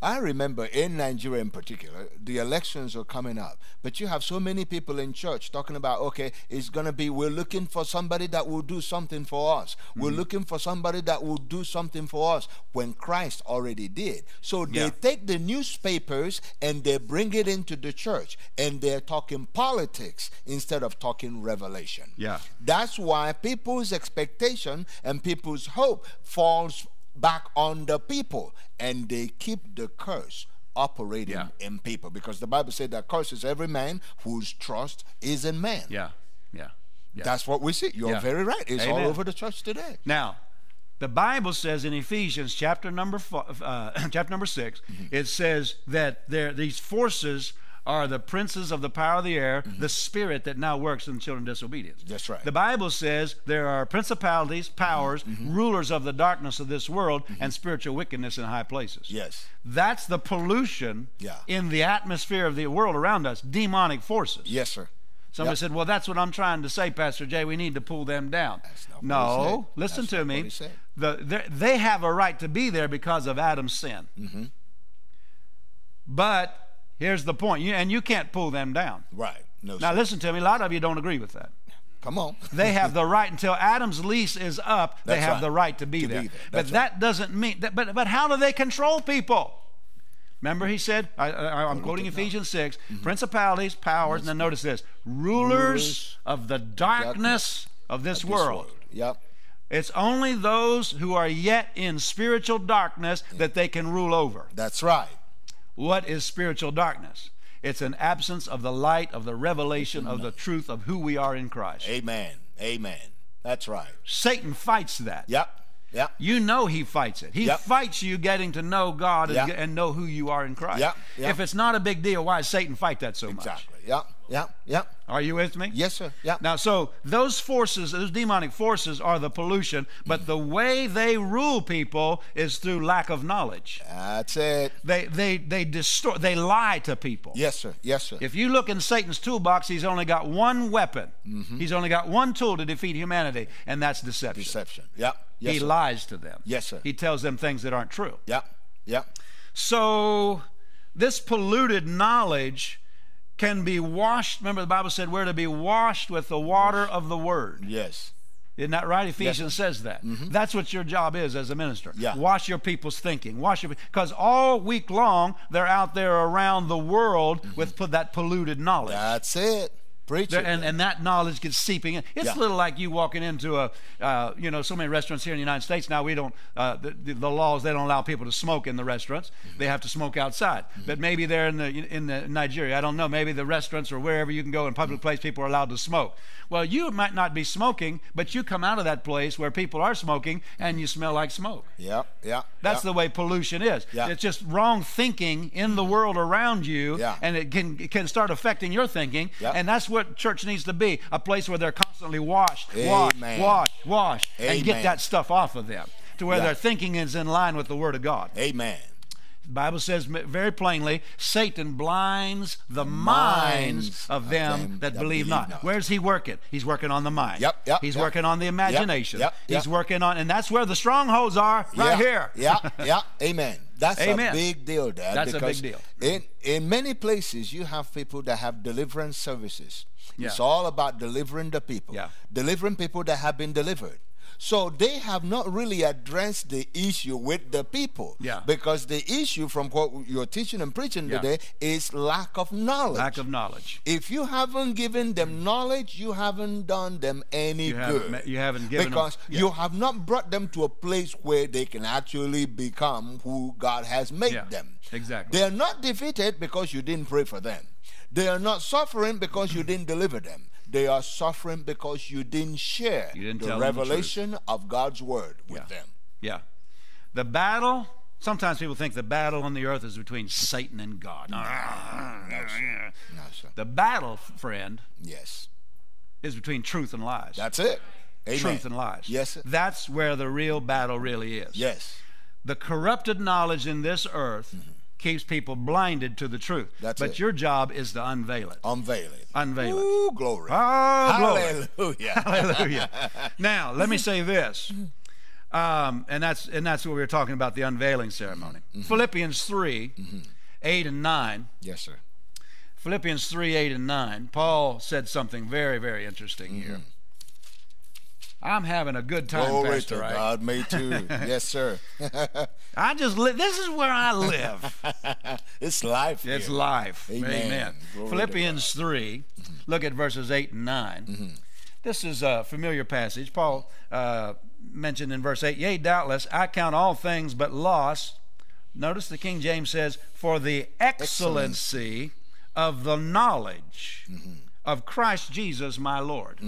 I remember in Nigeria in particular, the elections are coming up, but you have so many people in church talking about, okay, it's going to be, we're looking for somebody that will do something for us. We're
Mm-hmm.
looking for somebody that will do something for us when Christ already did. So they
Yeah.
take the newspapers and they bring it into the church and they're talking politics instead of talking revelation.
Yeah.
That's why people's expectation and people's hope falls back on the people and they keep the curse operating
Yeah.
in people because the Bible said that curses every man whose trust is in man.
Yeah. Yeah. Yeah.
That's what we see. You're
Yeah.
very right. It's all
Amen.
over the church today.
Now, the Bible says in Ephesians chapter number fo- uh, chapter number 6
Mm-hmm.
it says that there these forces are the princes of the power of the air, the spirit that now works in children of disobedience.
Mm-hmm. That's right. Mm-hmm.
The Bible says there are principalities, powers, rulers of the darkness of this world, and spiritual wickedness in high places.
Yes.
That's the pollution
Yeah.
in the atmosphere of the world around us, demonic forces.
Yes, sir.
Somebody
Yep.
said, "Well, that's what I'm trying to say, Pastor Jay. We need to pull them down."
That's not what he
no,
said.
listen
That's
to
not
me.
what he said.
The, they're- they have a right to be there because of Adam's sin.
Mm-hmm.
But here's the point, you, and you can't pull them down.
Right. No,
Now,
sir.
listen to me. A lot of you don't agree with that.
Come on.
They have the right until Adam's lease is up. They
That's
have
right.
the right to be
To be
there.
there.
But
That's
that doesn't mean. That, but but how do they control people? Remember, he said. I, I, I'm quoting
it now.
Ephesians 6
Mm-hmm.
Principalities, powers, and then notice this: rulers,
Rulers
of the darkness of this,
This
world.
Yep.
It's only those who are yet in spiritual darkness
Mm.
that they can rule over.
That's right.
What is spiritual darkness? It's an absence of the light of the revelation of the truth of who we are in Christ.
Amen. Amen. That's right.
Satan fights that.
Yep. Yep.
You know he fights it. He
Yep.
fights you getting to know God and,
Yep.
get- and know who you are in Christ.
Yep, yep.
If it's not a big deal, why does Satan fight that so much?
Exactly. Yep. Yep. Yep.
Are you with me?
Yes, sir. Yep.
Now, so those forces, those demonic forces, are the pollution, but the way they rule people is through lack of knowledge.
That's it.
They they they distort. They lie to people.
Yes, sir. Yes, sir.
If you look in Satan's toolbox, he's only got one weapon.
Mm-hmm.
He's only got one tool to defeat humanity, and that's deception.
Deception. Yep. Yes,
he
sir.
lies to them.
Yes, sir.
He tells them things that aren't true.
Yep. Yep.
So, this polluted knowledge can be washed. Remember, the Bible said we're to be washed with the water of the Word.
Yes. Mm-hmm.
Isn't that right? Ephesians says that. That's what your job is as a minister.
Yeah.
Wash your people's thinking. Wash your because all week long they're out there around the world
Mm-hmm.
with put that polluted knowledge.
That's it. Preach
There-
it.
and, and that knowledge gets seeping in. It's
Yeah.
a little like you walking into a, uh, you know, so many restaurants here in the United States now we don't, uh, the, the, the laws they don't allow people to smoke in the restaurants. They have to smoke outside. But maybe they're in the in the Nigeria. I don't know. Maybe the restaurants or wherever you can go in public place, people are allowed to smoke. Well, you might not be smoking, but you come out of that place where people are smoking and you smell like smoke.
yep. Yep.
That's the way pollution is.
Yeah.
It's just wrong thinking in the world around you,
Yeah.
and it can it can start affecting your thinking.
Yeah.
And that's what church needs to be a place where they're constantly washed,
Amen.
washed, washed, washed, and get
Amen.
that stuff off of them to where
Yeah.
their thinking is in line with the Word of God.
the Amen.
The Bible says m- very plainly Satan blinds the minds of them, that, believe, not. Where's he working? He's working on the mind.
Yep, yep,
He's
yep.
working on the imagination.
yep, yep.
He's working on, and that's where the strongholds are,
yeah,
right here.
yeah, yeah. Amen. That's a
Amen.
big deal, Dad.
That's a big
because
deal.
In in many places, you have people that have deliverance services. It's
Yeah.
all about delivering the people,
Yeah.
delivering people that have been delivered. So they have not really addressed the issue with the people,
Yeah.
because the issue from what you're teaching and preaching
Yeah.
today is lack of knowledge.
Lack of knowledge.
If you haven't given them knowledge, you haven't done them any
You haven't
good.
ma- you haven't given them-
because
yeah.
you have not brought them to a place where they can actually become who God has made
Yeah,
them.
exactly.
They are not defeated because you didn't pray for them. They are not suffering because you didn't deliver them. They are suffering because you didn't share
You didn't
the
tell them the truth.
revelation of God's word with
Yeah.
them.
Yeah. The battle Sometimes people think the battle on the earth is between Satan and God.
No, sir. No, sir.
The battle, friend,
Yes.
is between truth and lies.
That's it. Amen.
truth and lies.
Yes, sir.
That's where the real battle really is.
Yes.
The corrupted knowledge in this earth keeps people blinded to the truth.
Mm-hmm. That's
but
it.
your job is to unveil it.
Unveil it.
Unveil it.
Ooh, glory.
Oh, glory.
Hallelujah.
Hallelujah. now, let me say this. Um, and that's and that's what we were talking about the unveiling ceremony.
Mm-hmm.
Philippians 3, 8 and 9.
yes, sir.
Philippians 3, 8 and 9. Paul said something very, very interesting
Mm-hmm.
here. I'm having a good time,
Glory
Pastor
to
Wright.
God. Me too. yes, sir.
I just li- this is where I live.
it's life.
it's
here.
life.
Amen.
Amen.
Glory to Mm-hmm.
Philippians 3, look at verses 8 and 9. This is a familiar passage. Paul uh, mentioned in verse 8, Yea, doubtless, I count all things but loss. Notice the King James says, For the excellency of the knowledge
Mm-hmm.
of Christ Jesus my Lord.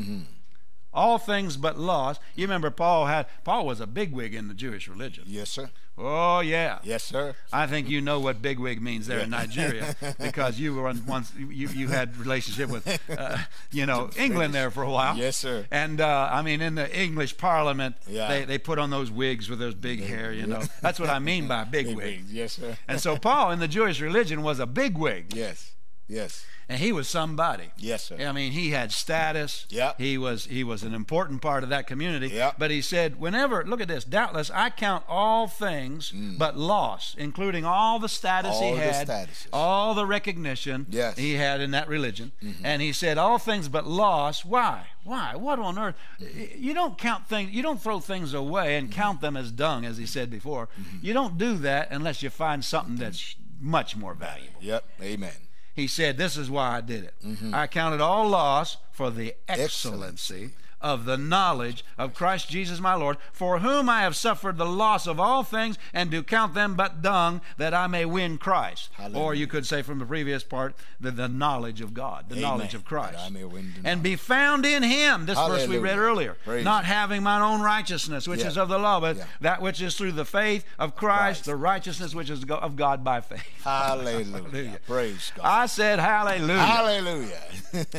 All things but loss. You remember Paul had Paul was a bigwig in the Jewish religion.
Yes, sir.
Oh yeah.
Yes, sir.
I think you know what bigwig means there in Nigeria because you were on once you, you had relationship with uh, you know England there for a while.
Yes, sir.
And uh, I mean in the English Parliament,
Yeah.
they they put on those wigs with those big hair. You know that's what I mean by bigwig.
Yes, sir.
And so Paul in the Jewish religion was a bigwig,
Yes. Yes.
and he was somebody.
Yes, sir.
I mean, he had status.
Yep.
He was he was an important part of that community.
Yep.
But he said, whenever look at this, doubtless I count all things but loss, including all the status
Hmm. All
he
the
had,
statuses.
all the recognition
Yes. Mm-hmm.
he had in that religion. And he said, all things but loss. Why? Why? What on earth? You don't count things. You don't throw things away and
Mm-hmm.
count them as dung, as he said before. You don't do that unless you find something that's much more valuable.
Yep. Amen.
He said, This is why I did it.
Mm-hmm.
I counted all loss for the excellency of the knowledge of Christ Jesus my Lord, for whom I have suffered the loss of all things, and do count them but dung, that I may win Christ. Or you could say from the previous part, the, the knowledge of God, the
Amen.
knowledge of Christ.
That I may win the
and be found in Him, this verse we read
Hallelujah.
earlier,
Praise
not having mine own righteousness, which
Yeah.
is of the law, but
Yeah.
that which is through the faith of Christ,
Christ.
the righteousness which is go- of God by faith.
Hallelujah.
Hallelujah.
Praise God.
I said hallelujah.
Hallelujah.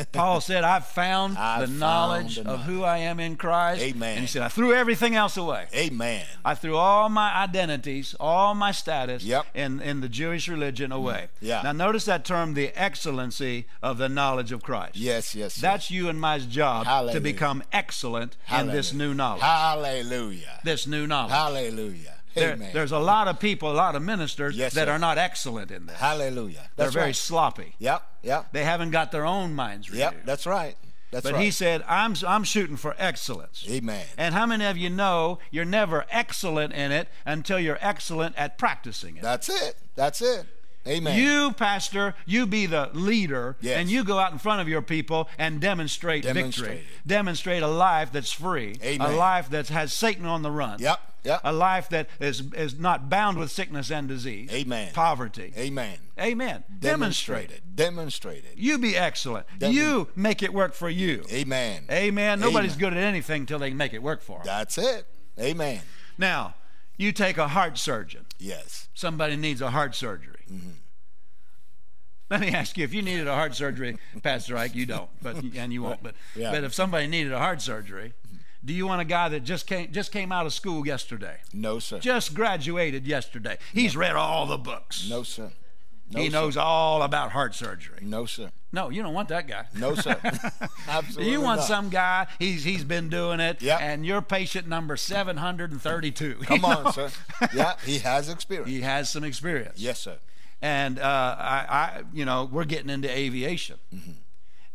Paul said, I've found
I've
the
found
knowledge
the
of who I am in Christ.
Amen.
And he said, I threw everything else away.
Amen.
I threw all my identities, all my status
Yep. Mm-hmm.
in, in the Jewish religion away.
Yeah.
Now notice that term, the excellency of the knowledge of Christ.
Yes, yes. yes.
That's you and my job
Hallelujah.
to become excellent in this
Hallelujah.
new knowledge.
Hallelujah.
This new knowledge.
Hallelujah.
There-
Amen.
there's a lot of people, a lot of ministers
Yes,
that
sir.
are not excellent in this.
Hallelujah.
They're
That's
very
right.
sloppy.
Yep. Yep.
They haven't got their own minds renewed.
Yep. That's right. That's
But
right.
he said, I'm, I'm shooting for excellence.
Amen.
And how many of you know you're never excellent in it until you're excellent at practicing it?
That's it. That's it. Amen.
You, pastor, you be the leader,
Yes.
and you go out in front of your people and demonstrate,
Demonstrate
victory.
it.
Demonstrate a life that's free,
Amen.
a life that has Satan on the run,
Yep. Yep.
a life that is, is not bound with sickness and disease,
Amen.
poverty.
Amen.
Amen.
Demonstrate it. Demonstrate it.
You be excellent.
Demon-
you make it work for you.
Amen.
Amen. Nobody's
Amen.
good at anything till they can make it work for them.
That's it. Amen.
Now, you take a heart surgeon.
Yes.
Somebody needs a heart surgery.
Mm-hmm.
Let me ask you: If you needed a heart surgery, Pastor Ike, you don't, but and you won't. But
Yeah.
but if somebody needed a heart surgery, do you want a guy that just came just came out of school yesterday,
No, sir.
just graduated yesterday? He's read all the books.
No, sir. No,
he
sir.
knows all about heart surgery.
No, sir.
No, you don't want that guy.
No, sir. Absolutely
you want
not.
some guy? He's he's been doing it,
Yep.
and you're patient number seven hundred and thirty-two.
Come on, sir. Yeah, he has experience.
He has some experience.
Yes, sir.
and uh, I, I, you know, we're getting into aviation,
Mm-hmm.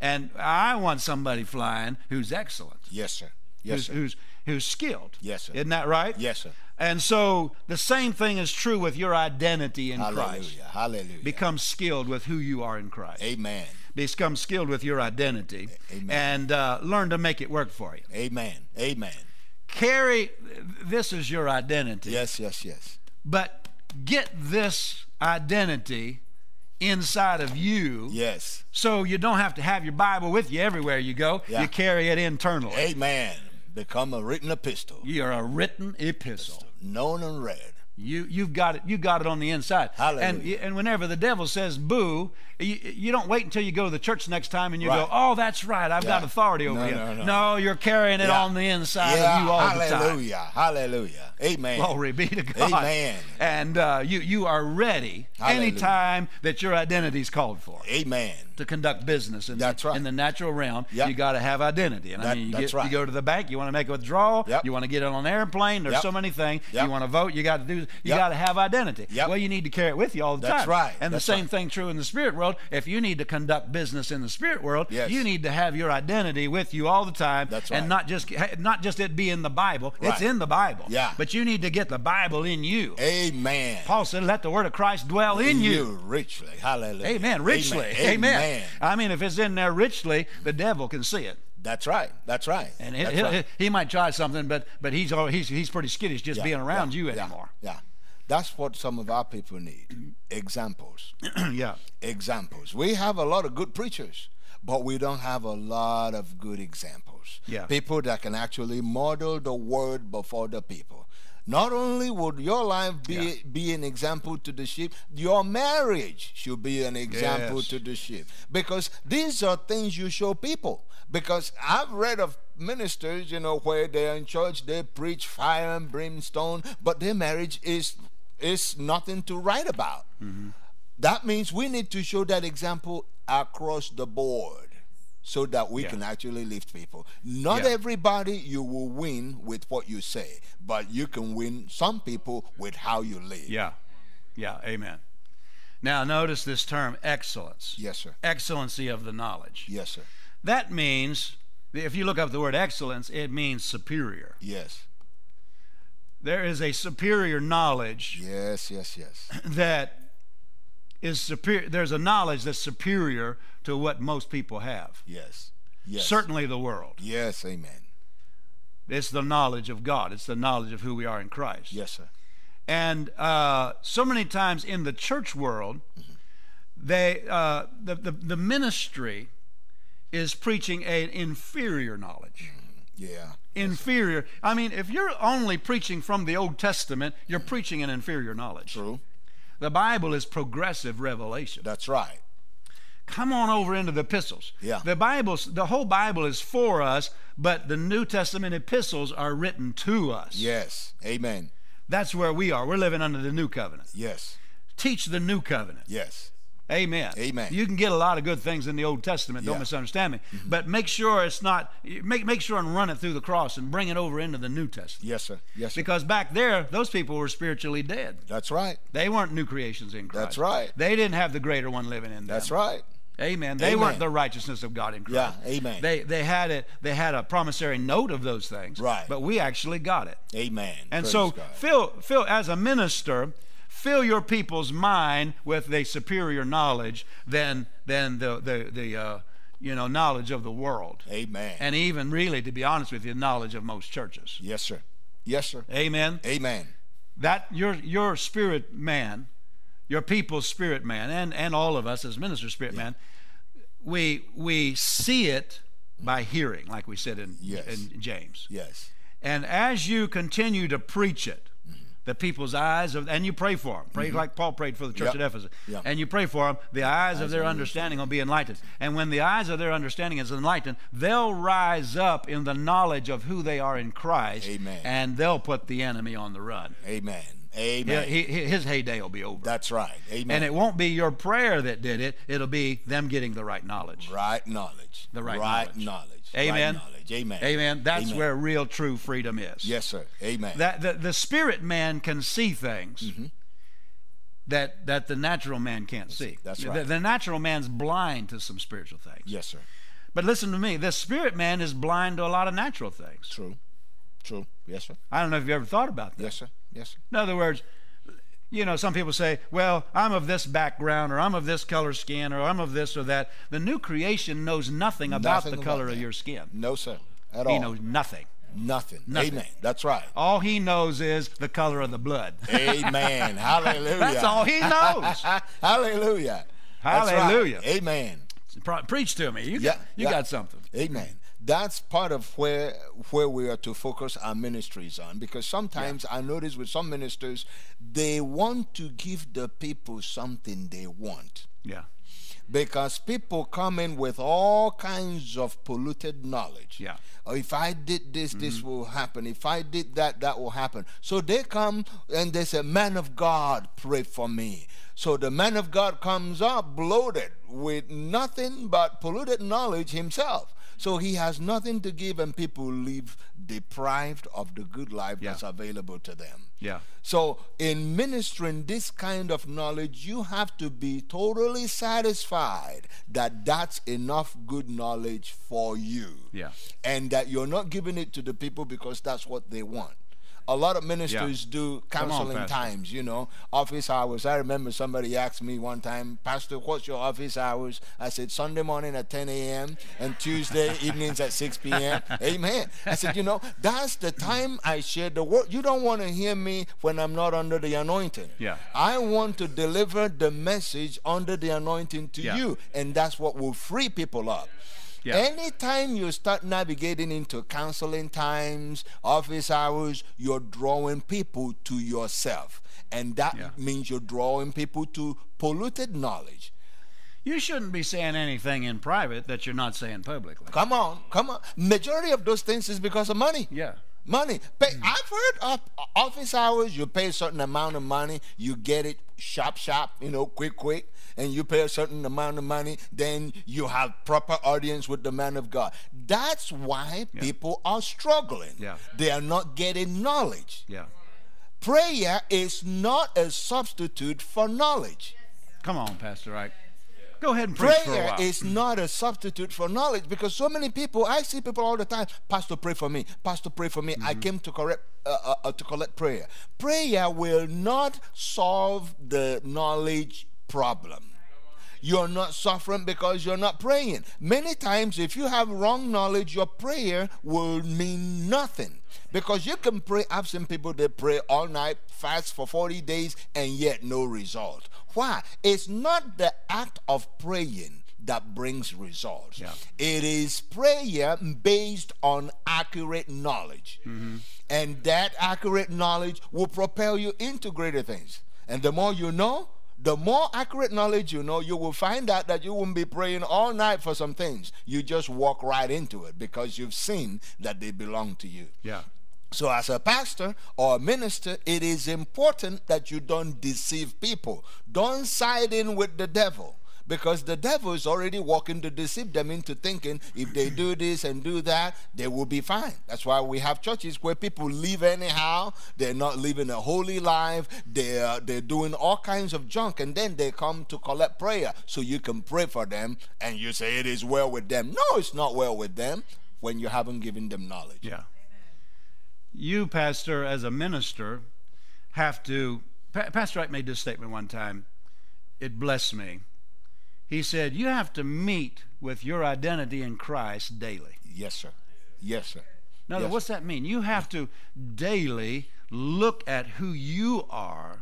and I want somebody flying who's excellent,
Yes, sir. Yes,
who's,
sir.
who's who's skilled.
Yes, sir.
Isn't that right?
Yes, sir.
And so the same thing is true with your identity in Christ.
Hallelujah. Hallelujah.
Become skilled with who you are in Christ.
Amen.
Become skilled with your identity,
Amen.
and uh, learn to make it work for you.
Amen. Amen.
Carry this is your identity,
Yes, yes, yes.
but get this identity inside of you.
Yes.
So you don't have to have your Bible with you everywhere you go.
Yeah.
You carry it internally.
Amen. Become a written epistle,
You are a written epistle.
known and read.
You you've got it. You got it on the inside. And
Hallelujah.
and whenever the devil says boo, you, you don't wait until you go to the church next time and you
Right.
go, oh, that's right, I've got
Yeah.
authority over
No,
you.
no, no.
you're carrying it
Yeah.
on the inside
yeah,
of you all the time.
hallelujah, hallelujah. Amen.
Glory be to God.
Amen.
And uh, you you are ready
Hallelujah.
anytime that your identity is called for
Amen.
to conduct business in,
That's right.
in the natural realm,
Yep.
you got to have identity. And I
That-
mean, you,
that's
get,
right.
you go to the bank, you want to make a withdrawal,
Yep.
you want to get on an airplane. There's
Yep.
so many things.
Yep.
You want to vote, you got to do. You
Yep.
got to have identity.
Yep.
Well, you need to carry it with you all the
That's
time.
right.
And
That's
the same
right.
thing true in the spirit world. If you need to conduct business in the spirit world,
Yes.
you need to have your identity with you all the time.
That's right.
And not just not just it be in the Bible.
Right.
It's in the Bible.
Yeah.
But you need to get the Bible in you.
Amen.
Paul said, "Let the word of Christ dwell in you."
richly. Hallelujah.
Amen. Richly.
Amen.
Amen. I mean, if it's in there richly, the devil can see it,
That's right. That's right.
and he,
that's
he,
right.
he might try something, but but he's al- he's he's pretty skittish just
Yeah,
being around
yeah,
you
yeah,
anymore.
Yeah. That's what some of our people need. Examples.
Yeah.
Examples. We have a lot of good preachers, but we don't have a lot of good examples.
Yeah.
People that can actually model the word before the people. Not only would your life be
Yeah.
be an example to the sheep, your marriage should be an example
Yes.
to the sheep. Because these are things you show people. Because I've read of ministers, you know, where they're in church, they preach fire and brimstone, but their marriage is is nothing to write about. That means we need to show that example across the board so that we
Yeah.
can actually lift people. Not
Yeah.
everybody you will win with what you say, but you can win some people with how you live.
Yeah. Yeah. Amen. Now notice this term excellence.
Yes, sir.
Excellency of the knowledge.
Yes, sir.
That means if you look up the word excellence, it means superior.
Yes.
There is a superior knowledge
Yes, yes, yes.
that is superior. There's a knowledge that's superior to what most people have.
Yes. Yes.
Certainly the world.
Yes, amen.
It's the knowledge of God. It's the knowledge of who we are in Christ.
Yes, sir.
And uh, so many times in the church world, they uh, the, the the ministry is preaching an inferior knowledge.
Yeah.
Inferior. I mean, if you're only preaching from the Old Testament, you're preaching an inferior knowledge.
True.
The Bible is progressive revelation.
That's right.
come on over into the epistles.
Yeah.
The Bible's the whole Bible is for us, but the New Testament epistles are written to us.
Yes. Amen.
That's where we are. We're living under the new covenant.
Yes.
Teach the new covenant.
Yes.
Amen.
Amen.
You can get a lot of good things in the Old Testament. Don't
Yeah. Mm-hmm.
misunderstand me. But make sure it's not make make sure and run it through the cross and bring it over into the New Testament.
Yes, sir. Yes, sir.
Because back there, those people were spiritually dead.
That's right.
They weren't new creations in Christ.
That's right.
They didn't have the greater one living in them.
That's right.
Amen. They
Amen.
weren't the righteousness of God in Christ.
Yeah, amen.
They they had it. They had a promissory note of those things.
Right.
But we actually got it.
Amen.
And
Praise
so,
God.
fill fill as a minister, fill your people's mind with a superior knowledge than than the the the uh, you know knowledge of the world,
Amen.
and even really, to be honest with you, knowledge of most churches.
yes, sir. Yes, sir.
Amen.
Amen.
That your your spirit man, your people's spirit man, and and all of us as minister spirit man, we we see it by hearing, like we said in,
Yes.
in James.
Yes.
And as you continue to preach it, the people's eyes of, and you pray for them, pray like Paul prayed for the
Yep.
church at Ephesus,
Yep.
and you pray for them. The eyes, of their understanding will be enlightened, and when the eyes of their understanding is enlightened, they'll rise up in the knowledge of who they are in Christ,
Amen.
and they'll put the enemy on the run.
Amen.
He'll-
Amen.
he- he- his heyday will be over.
That's right. Amen.
and it won't be your prayer that did it, it'll be them getting the right knowledge.
right knowledge.
The right knowledge.
knowledge.
Amen.
Right knowledge. Amen.
Amen. That's
Amen.
where real true freedom is.
Yes, sir. Amen.
That the, the spirit man can see things
Mm-hmm.
that that the natural man can't see.
that's
The-
right.
The, natural man's blind to some spiritual things.
yes, sir.
But listen to me, the spirit man is blind to a lot of natural things.
True. True. Yes, sir.
I don't know if you ever thought about that.
Yes, sir. Yes, sir.
In other words, you know, some people say, well, I'm of this background, or I'm of this color skin, or I'm of this or that. The new creation knows nothing about
Nothing
the
about
color
that.
of your skin.
No, sir. At
He
all.
knows nothing.
Nothing.
Nothing.
Amen. That's right.
All he knows is the color of the blood.
Amen. Hallelujah.
That's all he knows.
Hallelujah. That's right.
Hallelujah.
Amen.
Pro- Preach to me. You,
Yeah,
got, you
yeah.
got something.
Amen. that's part of where where we are to focus our ministries on because sometimes i notice with some ministers they want to give the people something they want
Yeah.
because people come in with all kinds of polluted knowledge.
Yeah. Mm-hmm.
Oh, if I did this, this will happen. If I did that, that will happen. So they come and they say, Man of God, pray for me. So the man of God comes up bloated with nothing but polluted knowledge himself. So he has nothing to give, and people live deprived of the good life
Yeah.
that's available to them.
Yeah.
So, in ministering this kind of knowledge, you have to be totally satisfied that that's enough good knowledge for you.
Yeah.
And that you're not giving it to the people because that's what they want. A lot of ministers do
on,
counseling
Pastor.
times, you know, office hours. I remember somebody asked me one time, Pastor, what's your office hours? I said, Sunday morning at 10 a.m. and Tuesday evenings at 6 p.m. Amen. I said, you know, that's the time I share the word. You don't want to hear me when I'm not under the anointing.
Yeah.
I want to deliver the message under the anointing to
Yeah.
you, and that's what will free people up.
Yeah.
Anytime you start navigating into counseling times, office hours, you're drawing people to yourself. And that
Yeah.
means you're drawing people to polluted knowledge.
You shouldn't be saying anything in private that you're not saying publicly.
Come on, come on. Majority of those things is because of money.
Yeah.
Money. Pay,
Hmm.
I've heard of office hours. You pay a certain amount of money, you get it shop shop, you know, quick quick, and you pay a certain amount of money, then you have proper audience with the man of God. That's why people are struggling.
Yeah.
They are not getting knowledge.
Yeah.
Prayer is not a substitute for knowledge.
Come on, Pastor Ike. Go ahead and preach for a
Prayer
while.
is not a substitute for knowledge because so many people I see people all the time. Pastor, pray for me. Pastor, pray for me. I
Mm-hmm.
came to correct uh, uh, uh, to collect prayer. Prayer will not solve the knowledge problem. You're not suffering because you're not praying. Many times, if you have wrong knowledge, your prayer will mean nothing. Because you can pray, I've seen people that pray all night, fast for 40 days, and yet no result. Why? It's not the act of praying that brings results.
Yeah.
It is prayer based on accurate knowledge. And that accurate knowledge will propel you into greater things. And the more you know, the more accurate knowledge you know, you will find out that you won't be praying all night for some things. You just walk right into it because you've seen that they belong to you.
yeah.
So, as a pastor or a minister, it is important that you don't deceive people. Don't side in with the devil because the devil is already working to deceive them into thinking if they do this and do that, they will be fine. That's why we have churches where people live anyhow. They're not living a holy life. They're, they're doing all kinds of junk and then they come to collect prayer so you can pray for them and you say it is well with them. No, it's not well with them when you haven't given them knowledge.
Yeah. You, pastor, as a minister, have to. Pa- pastor Ike made this statement one time. It blessed me. He said, You have to meet with your identity in Christ daily.
Yes, sir. Yes, sir.
Now,
Yes.
what's that mean? You have to daily look at who you are,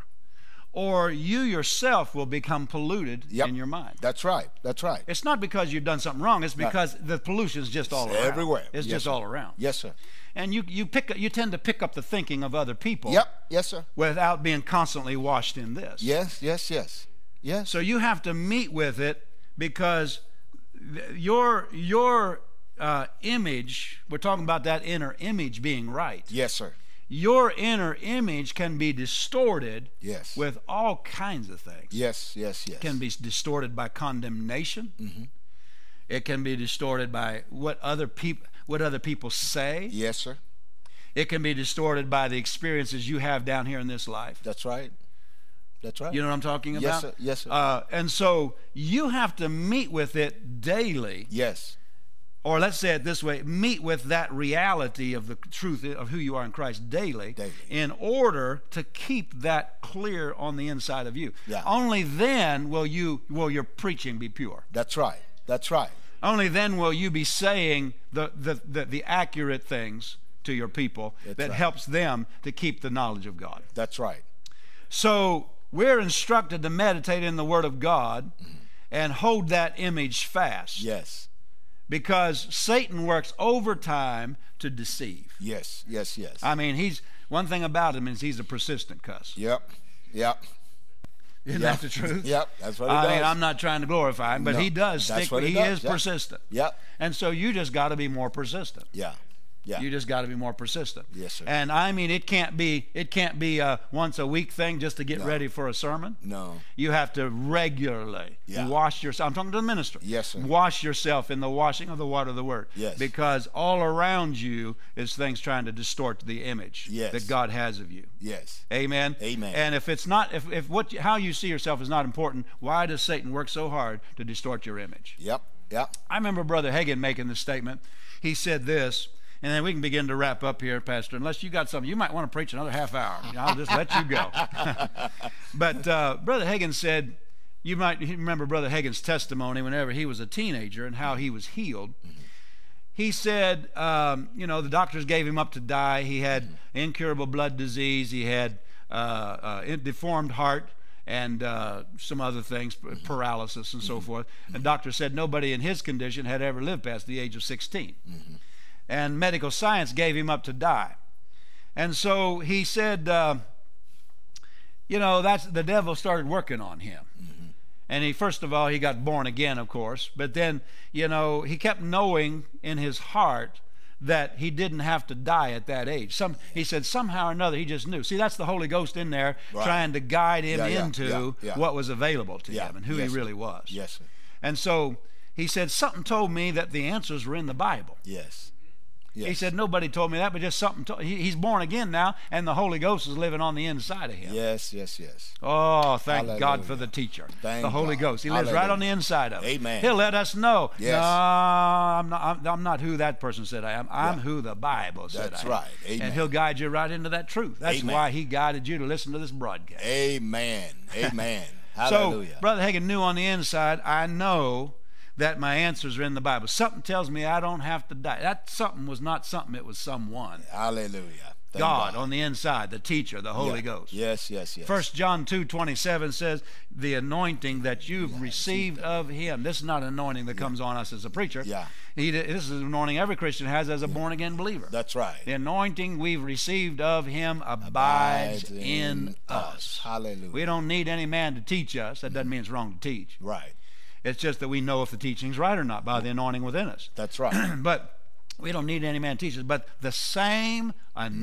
or you yourself will become polluted
Yep.
in your mind.
That's right. That's right.
It's not because you've done something wrong. It's because the pollution's just all around.
everywhere.
It's
Yes,
just
sir.
all around.
Yes, sir.
And you you pick you tend to pick up the thinking of other people.
Yep. Yes, sir.
Without being constantly washed in this.
Yes, yes, yes. Yes.
So you have to meet with it because th- your your uh, image. We're talking about that inner image being right.
Yes, sir.
Your inner image can be distorted
Yes.
with all kinds of things.
Yes, yes, yes.
can be distorted by condemnation.
Mm-hmm.
It can be distorted by what other people what other people say.
Yes, sir.
It can be distorted by the experiences you have down here in this life.
That's right. That's right.
You know what I'm talking about?
Yes, sir. Yes, sir.
Uh, and so you have to meet with it daily,
yes.
or let's say it this way: meet with that reality of the truth of who you are in Christ daily,
Daily.
in order to keep that clear on the inside of you.
Yeah.
Only then will you will your preaching be pure.
That's right. That's right.
only then will you be saying the, the, the, the accurate things to your people that
right.
helps them to keep the knowledge of God.
That's right.
So we're instructed to meditate in the Word of God and hold that image fast
Yes.
because Satan works overtime to deceive.
Yes, yes, yes.
I mean, he's one thing about him is he's a persistent cuss.
Yep, yep.
Isn't
Yeah.
that the truth?
Yep, that's what he
I
does.
mean, I'm not trying to glorify him, but
No,
he does
that's
stick.
what he
he
does,
is
yeah.
persistent.
Yep,
And so you just got to be more persistent.
yeah, yeah.
You just got to be more persistent.
Yes, sir.
And I mean, it can't be it can't be a once a week thing just to get ready for a sermon.
no,
You have to regularly
Yeah.
wash yourself. I'm talking to the minister.
Yes, sir.
Wash yourself in the washing of the water of the word.
Yes.
Because all around you is things trying to distort the image
Yes.
that God has of you.
yes,
Amen.
Amen.
And if it's not, if, if what you- how you see yourself is not important, why does Satan work so hard to distort your image?
yep, yep,
I remember Brother Hagin making this statement. He said this, and then we can begin to wrap up here, Pastor. Unless you got something, you might want to preach another half hour. I'll just let you go. but uh, Brother Hagin said, you might remember Brother Hagin's testimony whenever he was a teenager and how he was healed. He said, um, you know, the doctors gave him up to die. He had incurable blood disease. He had uh, uh, in- deformed heart and uh, some other things, p- paralysis and so forth. And doctor said nobody in his condition had ever lived past the age of 16. And medical science gave him up to die. And so he said, uh, you know, that's the devil started working on him.
Mm-hmm.
And he, first of all, he got born again, of course. But then, you know, he kept knowing in his heart that he didn't have to die at that age. Some, he said, somehow or another, he just knew. See, that's the Holy Ghost in there
Right.
trying to guide him
Yeah, yeah,
into
yeah, yeah.
what was available to
Yeah,
him and who
yes,
he
sir.
really was.
yes, sir.
And so he said, something told me that the answers were in the Bible.
yes, yes.
He said, nobody told me that, but just something. told he, he's born again now, and the Holy Ghost is living on the inside of him.
yes, yes, yes.
Oh, thank God for
Hallelujah.
the teacher,
Thank
the Holy
God.
Ghost. He lives right on the inside of us.
Amen.
He'll let us know.
Yes.
No, I'm not. I'm, I'm not who that person said I am. I'm who the Bible said
That's
I am.
right. Amen.
And He'll guide you right into that truth. That's
Amen.
why He guided you to listen to this broadcast.
Amen, amen.
So,
Hallelujah.
Brother Hagin knew on the inside, I know that my answers are in the Bible. Something tells me I don't have to die. That something was not something, it was someone.
Hallelujah. Thank
God on the inside, the teacher, the Holy
Yeah.
Ghost.
Yes, yes, yes.
First John 2 27 says, The anointing that you've received of him. This is not an anointing that comes on us as a preacher.
Yeah.
He, this is an anointing every Christian has as a born again believer.
That's right.
the anointing we've received of him abides,
Abides
in us.
Hallelujah.
We don't need any man to teach us. That doesn't mean it's wrong to teach.
right.
It's just that we know if the teaching's right or not by the anointing within us.
That's right.
But we don't need any man to teach us. But the same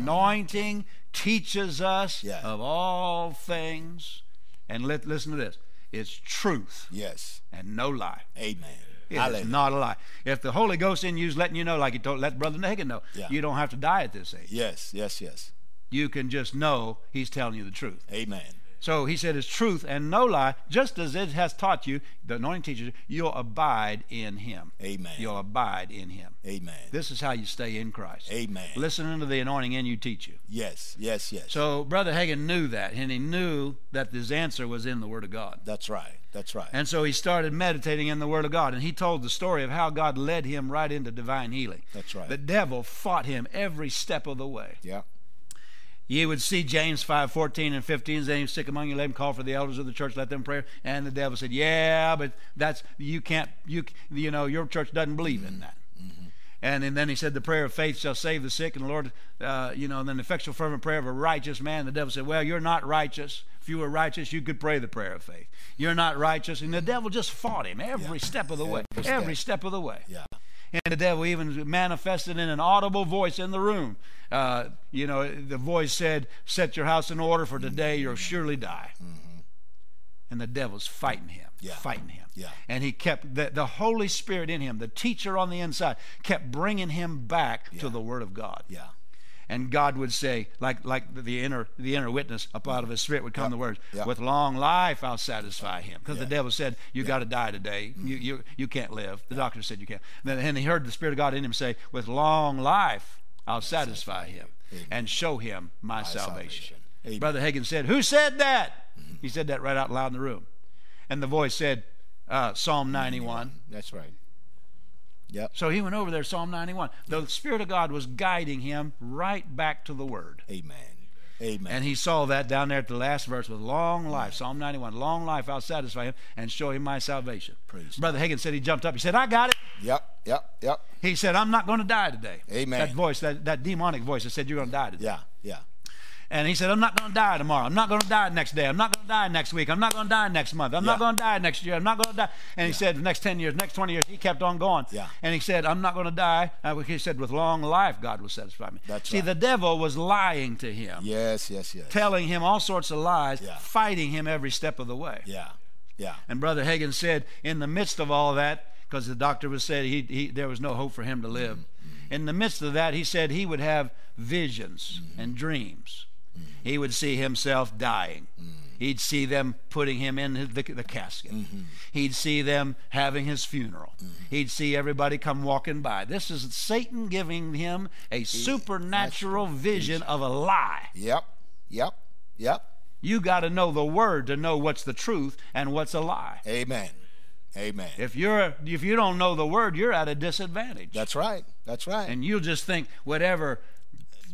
anointing teaches us
Yeah.
of all things. And let, listen to this it's truth
yes.
and no lie.
Amen.
It is
Hallelujah.
not a lie. If the Holy Ghost in you is letting you know, like he told, let Brother Nagin know,
Yeah.
you don't have to die at this age.
yes, yes, yes.
You can just know he's telling you the truth.
Amen.
So he said, It's truth and no lie, just as it has taught you, the anointing teaches you, you'll abide in him.
Amen.
You'll abide in him.
Amen.
This is how you stay in Christ.
Amen.
Listening to the anointing and you teach you.
Yes, yes, yes.
So Brother Hagin knew that, and he knew that his answer was in the Word of God.
that's right. That's right.
And so he started meditating in the Word of God, and he told the story of how God led him right into divine healing.
That's right.
The devil fought him every step of the way.
yeah.
Ye would see James five fourteen and 15. Is any sick among you? Let him call for the elders of the church. Let them pray. And the devil said, Yeah, but that's, you can't, you, you know, your church doesn't believe in that. And, and then he said, The prayer of faith shall save the sick. And the Lord, uh, you know, and then the effectual, fervent prayer of a righteous man. The devil said, Well, you're not righteous. If you were righteous, you could pray the prayer of faith. You're not righteous. And the devil just fought him every step of the way.
Every step.
Every step of the way.
Yeah.
And the devil even manifested in an audible voice in the room. Uh, you know, the voice said, Set your house in order for today, you'll surely die. And the devil's fighting him,
Mm-hmm. Yeah.
fighting him.
Yeah.
And he kept, the, the Holy Spirit in him, the teacher on the inside, kept bringing him back to the Word of God.
Yeah.
And God would say, like, like the, inner, the inner witness up out of his spirit would come the words,
Yeah.
With long life I'll satisfy him. Because
Yeah. Mm-hmm.
the devil said, You got to die today. You, you, you can't live. The doctor said, You can't. Then, and he heard the Spirit of God in him say, With long life I'll satisfy him and show him my, salvation.
salvation. Amen. Mm-hmm.
Brother Hagin said, Who said that? He said that right out loud in the room. And the voice said, uh, Psalm 91.
That's right. Yep.
So he went over there, Psalm 91. The Spirit of God was guiding him right back to the Word.
Amen. Amen.
And he saw that down there at the last verse with long life, Psalm 91, long life, I'll satisfy him and show him my salvation.
Praise
Brother Hagin said he jumped up. He said, I got it.
yep. yep, yep.
He said, I'm not going to die today.
Amen.
That voice, that, that demonic voice that said, You're going to die today.
Yeah, yeah.
And he said, I'm not going to die tomorrow. I'm not going to die next day. I'm not going to die next week. I'm not going to die next month. I'm
Yeah.
not going to die next year. I'm not going to die. And he said, for the next 10 years, next 20 years, he kept on going.
Yeah.
And he said, I'm not going to die. Uh, He said, with long life, God will satisfy me.
That's
See,
right.
the devil was lying to him,
Yes, yes, yes.
telling him all sorts of lies,
Yeah.
fighting him every step of the way.
Yeah, yeah.
And Brother Hagin said, in the midst of all that, because the doctor was said he, he there was no hope for him to
Mm-hmm.
live. In the midst of that, he said he would have visions
Mm-hmm.
and dreams. He would see himself dying.
Mm-hmm.
He'd see them putting him in his- the, the casket.
Mm-hmm.
He'd see them having his funeral. He'd see everybody come walking by. This is Satan giving him a supernatural vision of a lie.
Yep, yep, yep.
You got to know the word to know what's the truth and what's a lie.
Amen. Amen.
If you're if you don't know the word, you're at a disadvantage.
That's right. That's right.
and you'll just think whatever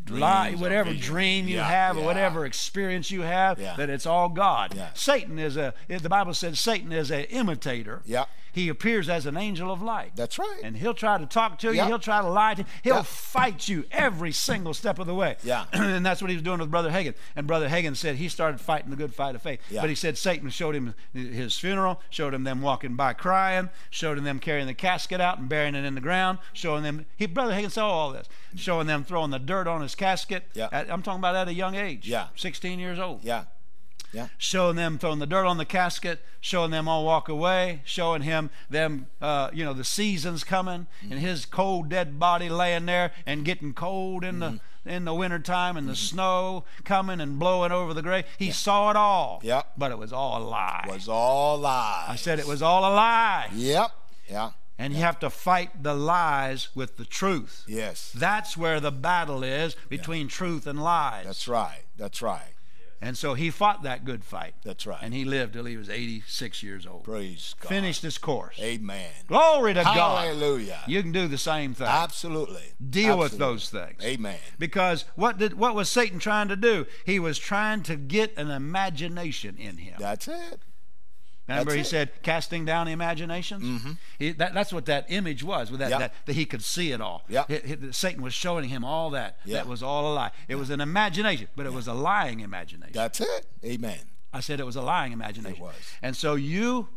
lie,
or
whatever
vision.
dream you
Yeah,
have, or
yeah.
whatever experience you have,
Yeah.
that it's all God.
Yeah.
Satan is a the Bible says Satan is an imitator.
Yeah.
He appears as an angel of light.
That's right.
and he'll try to talk to you.
Yeah.
He'll try to lie to you. He'll
Yeah.
fight you every single step of the way.
Yeah.
and that's what he was doing with Brother Hagin. And Brother Hagin said he started fighting the good fight of faith.
Yeah.
But he said Satan showed him his funeral, showed him them walking by crying, showed him them carrying the casket out and burying it in the ground, showing them. He Brother Hagin saw all this, showing them throwing the dirt on his casket.
Yeah.
At- I'm talking about at a young age.
Yeah.
16 years old
yeah. Yeah.
showing them throwing the dirt on the casket, showing them all walk away, showing him them uh, you know the seasons coming
Mm-hmm.
and his cold dead body laying there and getting cold in
Mm-hmm.
the in the wintertime and the snow coming and blowing over the grave. He saw it all.
Yep.
But it was all a lie.
Was all lies.
I said it was all a lie.
Yep. Yeah.
And you have to fight the lies with the truth.
Yes.
That's where the battle is between truth and lies.
That's right. That's right.
and so he fought that good fight.
That's right.
And he lived till he was 86 years old.
Praise God.
Finish this course.
Amen.
Glory to God.
Hallelujah.
You can do the same thing.
Absolutely.
Deal with
Absolutely.
those things.
Amen.
Because what did what was Satan trying to do? He was trying to get an imagination in him.
That's it.
Remember,
that's
he
it. Mm-hmm.
said, casting down imaginations. He, that, that's what that image was. With that,
Yeah.
that, that he could see it all.
Yeah.
He- he- Satan was showing him all that.
Yeah.
That was all a lie. It was an imagination, but it was a lying imagination.
That's it. Amen.
I said it was a lying imagination.
It was.
And so you,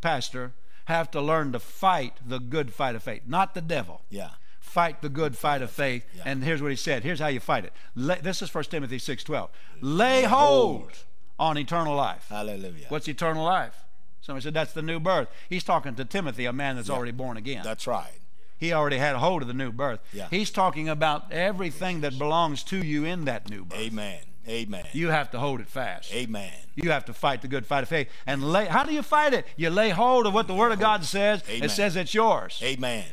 pastor, have to learn to fight the good fight of faith, not the devil.
Yeah.
Fight the good fight of faith.
Yeah.
And here's what he said. Here's how you fight it. Lay, this is 1 Timothy 6:12. Lay hold on eternal life.
Hallelujah.
What's eternal life? Somebody said that's the new birth. He's talking to Timothy, a man that's already born again.
That's right.
he already had hold of the new birth.
Yeah.
He's talking about everything that belongs to you in that new birth.
Amen. Amen.
You have to hold it fast.
Amen.
You have to fight the good fight of faith. And lay, how do you fight it? You lay hold of what the Word of God says.
Amen.
It says it's yours.
Amen.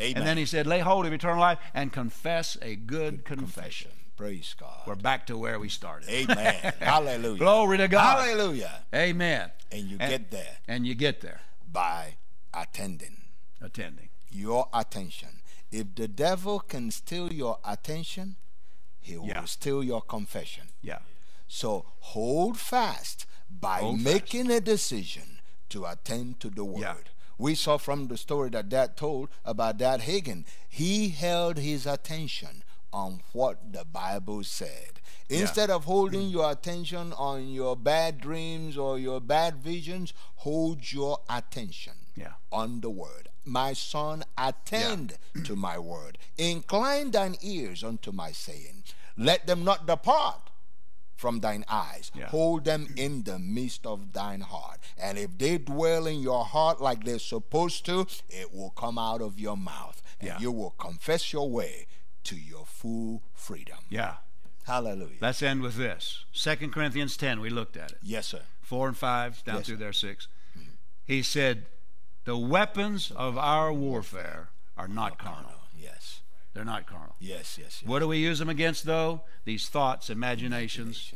Amen.
And then he said, lay hold of eternal life and confess a good confession.
Praise God.
We're back to where we started.
Amen. Hallelujah.
Glory to God.
Hallelujah.
Amen.
And you
And-
get there
And you get there,
by attending.
attending.
Your attention. If the devil can steal your attention, he
Yeah.
will steal your confession.
Yeah.
So hold fast by
Hold fast.
making a decision to attend to the word.
Yeah.
We saw from the story that Dad told about Dad Hagen, he held his attention on what the Bible said. Instead of holding your attention on your bad dreams or your bad visions, hold your attention
Yeah.
on the word. My son, attend to my word. Incline thine ears unto my saying. Let them not depart from thine eyes.
Yeah.
Hold them in the midst of thine heart. And if they dwell in your heart like they're supposed to, it will come out of your mouth. And
Yeah.
you will confess your way to your full freedom.
Yeah.
Hallelujah.
Let's end with this. 2 Corinthians 10, we looked at it.
yes, sir.
4 and 5, down
Yes. Mm-hmm.
through there, 6. He said, the weapons of our warfare are not carnal.
Yes.
They're not carnal.
Yes, yes, yes.
What do we use them against, though? These thoughts, imaginations.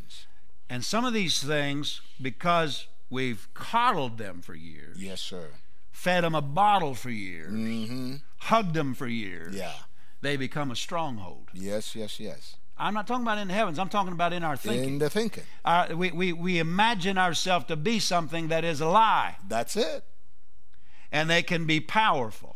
And some of these things, because we've coddled them for years,
Yes, sir. Mm-hmm.
fed them a bottle for years, hugged them for years,
Mm. Yeah.
they become a stronghold.
Yes, yes, yes.
I'm not talking about in the heavens, I'm talking about in our thinking.
In the thinking.
Our- we, we, we imagine ourselves to be something that is a lie,
That's it.
and they can be powerful.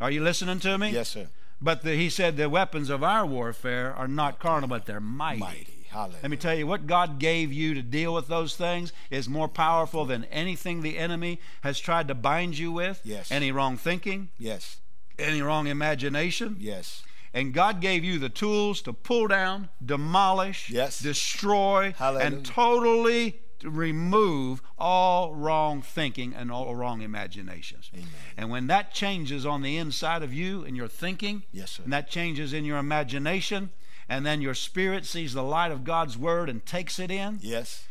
Are you listening to me?
Mm-hmm. Yes, sir.
But the, he said the weapons of our warfare are not carnal, but they're mighty.
Mighty. Hallelujah.
Let me tell you, what God gave you to deal with those things is more powerful than anything the enemy has tried to bind you with.
Yes.
Any wrong thinking,
Yes.
any wrong imagination.
Yes.
And God gave you the tools to pull down, demolish,
Yes.
destroy,
Hallelujah.
and totally remove all wrong thinking and all wrong imaginations. And when that changes on the inside of you and your thinking,
Yes, sir.
and that changes in your imagination, and then your spirit sees the light of God's word and takes it in,
Yes.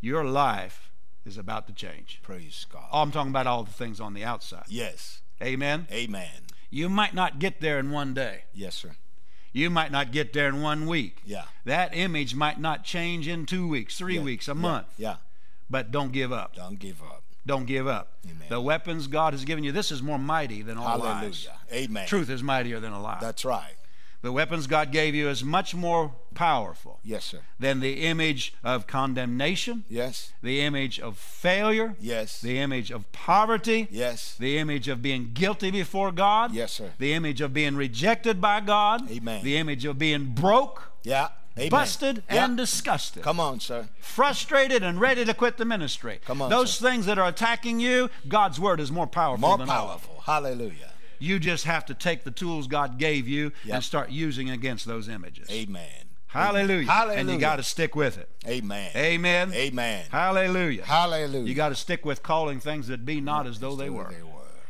your life is about to change.
Praise God.
Oh, I'm talking about all the things on the outside.
Yes.
Amen.
Amen.
You might not get there in one day.
Yes, sir.
You might not get there in one week.
Yeah.
That image might not change in two weeks, three
Yeah,
weeks, a
yeah,
month,
Yeah.
but don't give up.
Don't give up.
Don't give up.
Amen.
The weapons God has given you, this is more mighty than all lies.
Hallelujah. Amen.
Truth is mightier than a lie.
That's right.
the weapons God gave you is much more powerful
Yes, sir.
than the image of condemnation,
Yes.
the image of failure,
Yes.
the image of poverty,
yes.
the image of being guilty before God,
yes, sir.
the image of being rejected by God,
Amen.
the image of being broke,
yeah. Amen.
busted,
Yeah.
and disgusted.
Come on, sir.
frustrated and ready to quit the ministry.
Come on,
Those
sir.
things that are attacking you, God's word is more powerful
More
than all of them.
powerful. Hallelujah.
You just have to take the tools God gave you
Yeah.
and start using against those images.
Amen.
Hallelujah.
Hallelujah.
And you got to stick with it.
Amen.
Amen.
Amen.
Hallelujah.
Hallelujah.
You got to stick with calling things that be not as though they were.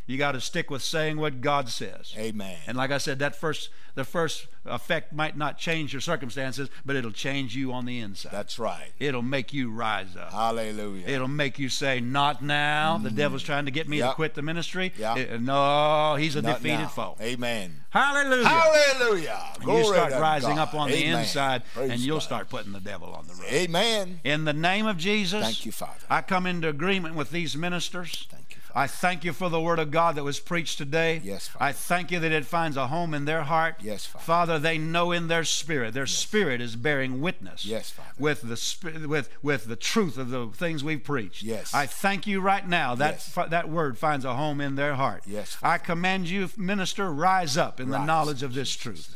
You got to stick with saying what God says.
Amen.
And like I said, that first the first effect might not change your circumstances, but it'll change you on the inside.
That's right.
it'll make you rise up.
Hallelujah.
It'll make you say, "Not now." The devil's trying to get me
Mm. Yeah.
to quit the ministry.
Yeah.
It- no, he's a
Not
defeated
now.
foe.
Amen.
Hallelujah.
Hallelujah.
You
Glory
start
to
rising
God.
up on the
Amen.
inside,
Praise
and you'll
God.
start putting the devil on the road.
Amen.
In the name of Jesus,
Thank you, Father.
I come into agreement with these ministers.
Thank you, Father.
I thank you for the word of God that was preached today.
Yes, Father.
I thank you that it finds a home in their heart.
Yes, Father.
they know in their spirit. Their spirit is bearing witness.
Yes, Father.
With the sp- with with the truth of the things we've preached.
Yes.
I thank you right now that
Yes.
fi- that word finds a home in their heart.
Yes, Father.
I command you, minister, rise up in the
Rise.
knowledge of this truth.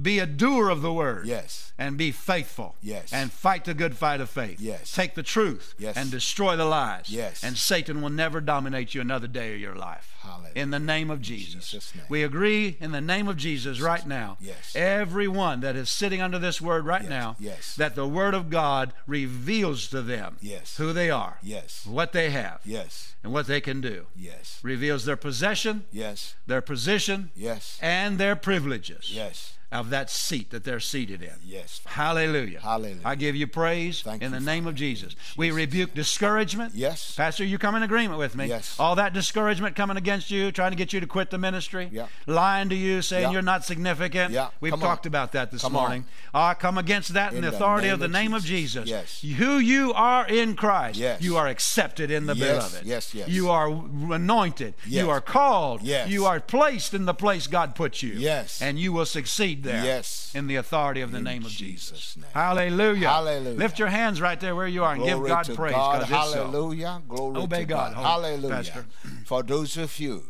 Be a doer of the word
Yes.
and be faithful.
Yes.
And fight the good fight of faith.
Yes.
Take the truth.
Yes.
And destroy the lies.
Yes.
And Satan will never dominate you another day of your life.
Hallelujah.
In the name of Jesus.
Jesus' name.
We agree in the name of Jesus right now.
Yes.
Everyone that is sitting under this word right now,
Yes.
that the word of God reveals to them
Yes.
who they are,
Yes.
what they have,
Yes.
and what they can do.
Yes.
Reveals their possession,
Yes.
their position,
Yes.
and their privileges
Yes.
of that seat that they're seated in.
Yes. Father.
Hallelujah.
Hallelujah.
I give you praise
Thank
in
you,
the name of Jesus. We rebuke discouragement.
Yes.
Pastor, you come in agreement with me.
Yes.
All that discouragement coming against you, trying to get you to quit the ministry,
Yeah.
lying to you, saying
Yeah.
you're not significant.
Yeah.
We've
Come on.
talked about that this
Come on.
morning. I come against that in,
In
the
the
authority of the
name of
name of
Jesus.
Jesus.
Yes.
Who you are in Christ,
Yes.
you are accepted in the
Yes,
beloved.
yes, yes.
You are anointed.
Yes.
You are called.
Yes.
You are placed in the place God put you.
Yes.
And you will succeed there.
Yes.
In the authority of the name of Jesus.
Jesus' name.
Hallelujah.
Hallelujah.
Lift your hands right there where you are and give
Glory
God
to
praise.
God.
'cause it's so.
Hallelujah. Glory
Obey
to
God.
God.
Hold it,
Hallelujah.
Pastor.
For those of you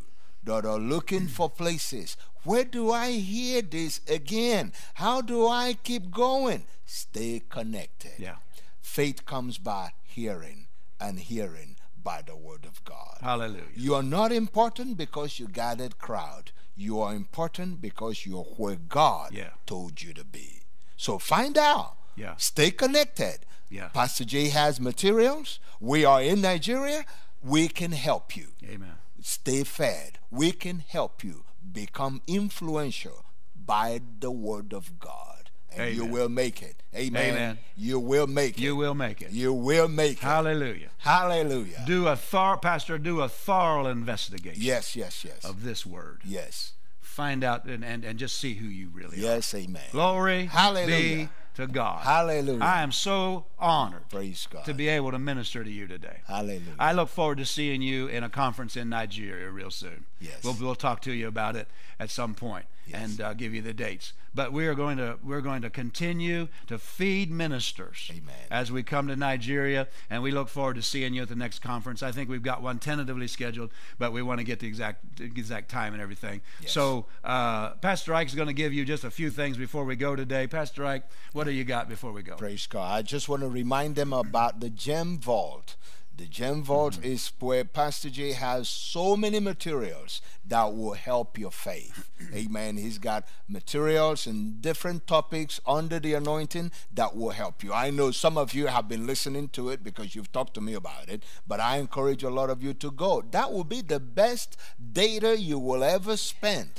that are looking for places, where do I hear this again? How do I keep going? Stay connected.
Yeah.
Faith comes by hearing, and hearing by the word of God.
Hallelujah.
You are not important because you gathered crowd. You are important because you're where God
Yeah.
told you to be. So find out.
Yeah.
Stay connected.
Yeah.
Pastor J has materials. We are in Nigeria. We can help you.
Amen.
Stay fed. We can help you become influential by the word of God. And you
Amen.
will make it. Amen.
Amen.
You will make it.
You will make it.
You will make it.
Hallelujah.
Hallelujah.
Do a thorough, Pastor, do a thorough investigation
yes, yes, yes.
of this word.
yes.
Find out and, and, and just see who you really are.
Yes, amen.
Glory
Hallelujah.
be back to God.
Hallelujah.
I am so honored
Praise God.
to be able to minister to you today.
Hallelujah.
I look forward to seeing you in a conference in Nigeria real soon.
Yes.
We'll, we'll talk to you about it at some point
Yes.
and uh, give you the dates. But we are going to we're going to continue to feed ministers
Amen.
as we come to Nigeria, and we look forward to seeing you at the next conference. I think we've got one tentatively scheduled, but we want to get the exact the exact time and everything.
Yes.
So uh, Pastor Ike's going to give you just a few things before we go today. Pastor Ike, what do you got before we go?
Praise God. I just want to remind them about the Gem Vault. The Gem Vault
Mm-hmm.
is where Pastor J has so many materials that will help your faith.
Mm-hmm.
Amen. He's got materials and different topics under the anointing that will help you. I know some of you have been listening to it because you've talked to me about it, but I encourage a lot of you to go. That will be the best data you will ever spend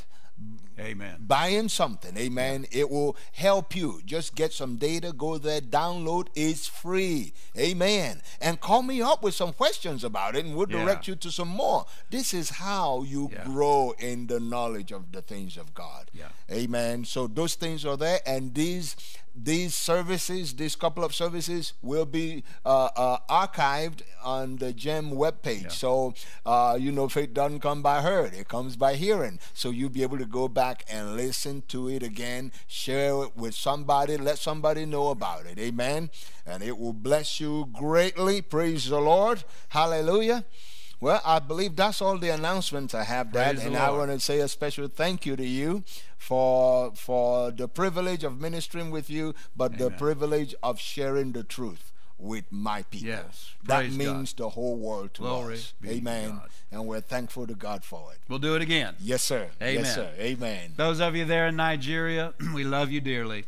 Amen.
buying something amen it will help you just get some data go there download it's free amen and call me up with some questions about it and we'll
Yeah.
direct you to some more this is how you
Yeah.
grow in the knowledge of the things of god
Yeah.
amen so those things are there and these these services these couple of services will be uh, uh, archived on the gem webpage
Yeah.
so, uh, you know, faith doesn't come by heard, it comes by hearing. So you'll be able to go back and listen to it again, share it with somebody, let somebody know about it. Amen. And it will bless you greatly. Praise the Lord. Hallelujah. Well, I believe that's all the announcements I have, Dad.
Praise the
and I
Lord.
want to say a special thank you to you for for the privilege of ministering with you, but the
Amen.
privilege of sharing the truth with my people.
Yes.
That
Praise God.
means the whole world to
Glory
us.
be to
Amen.
God.
And we're thankful to God for it.
We'll do it again.
Yes, sir.
Amen.
Yes, sir. Amen.
Those of you there in Nigeria, we love you dearly,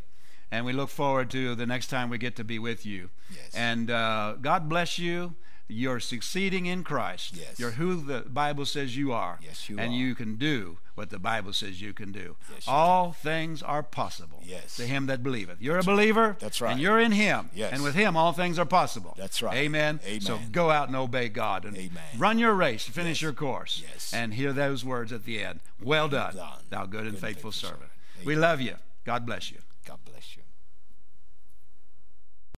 and we look forward to the next time we get to be with you.
Yes.
And uh, God bless you. You're succeeding in Christ.
Yes.
You're who the Bible says you are.
Yes, you
and
are.
you can do what the Bible says you can do.
Yes, you
All things are possible
Yes.
to him that believeth. You're a believer.
That's right.
And you're in him.
Yes.
And with him, all things are possible.
That's right.
Amen. So
Amen.
go out and obey God. And
Amen.
Run your race. Finish your course.
Yes.
And hear those words at the end. Well done
done,
thou good and
faithful
faithful servant.
servant.
We love you. God bless you.
God bless you.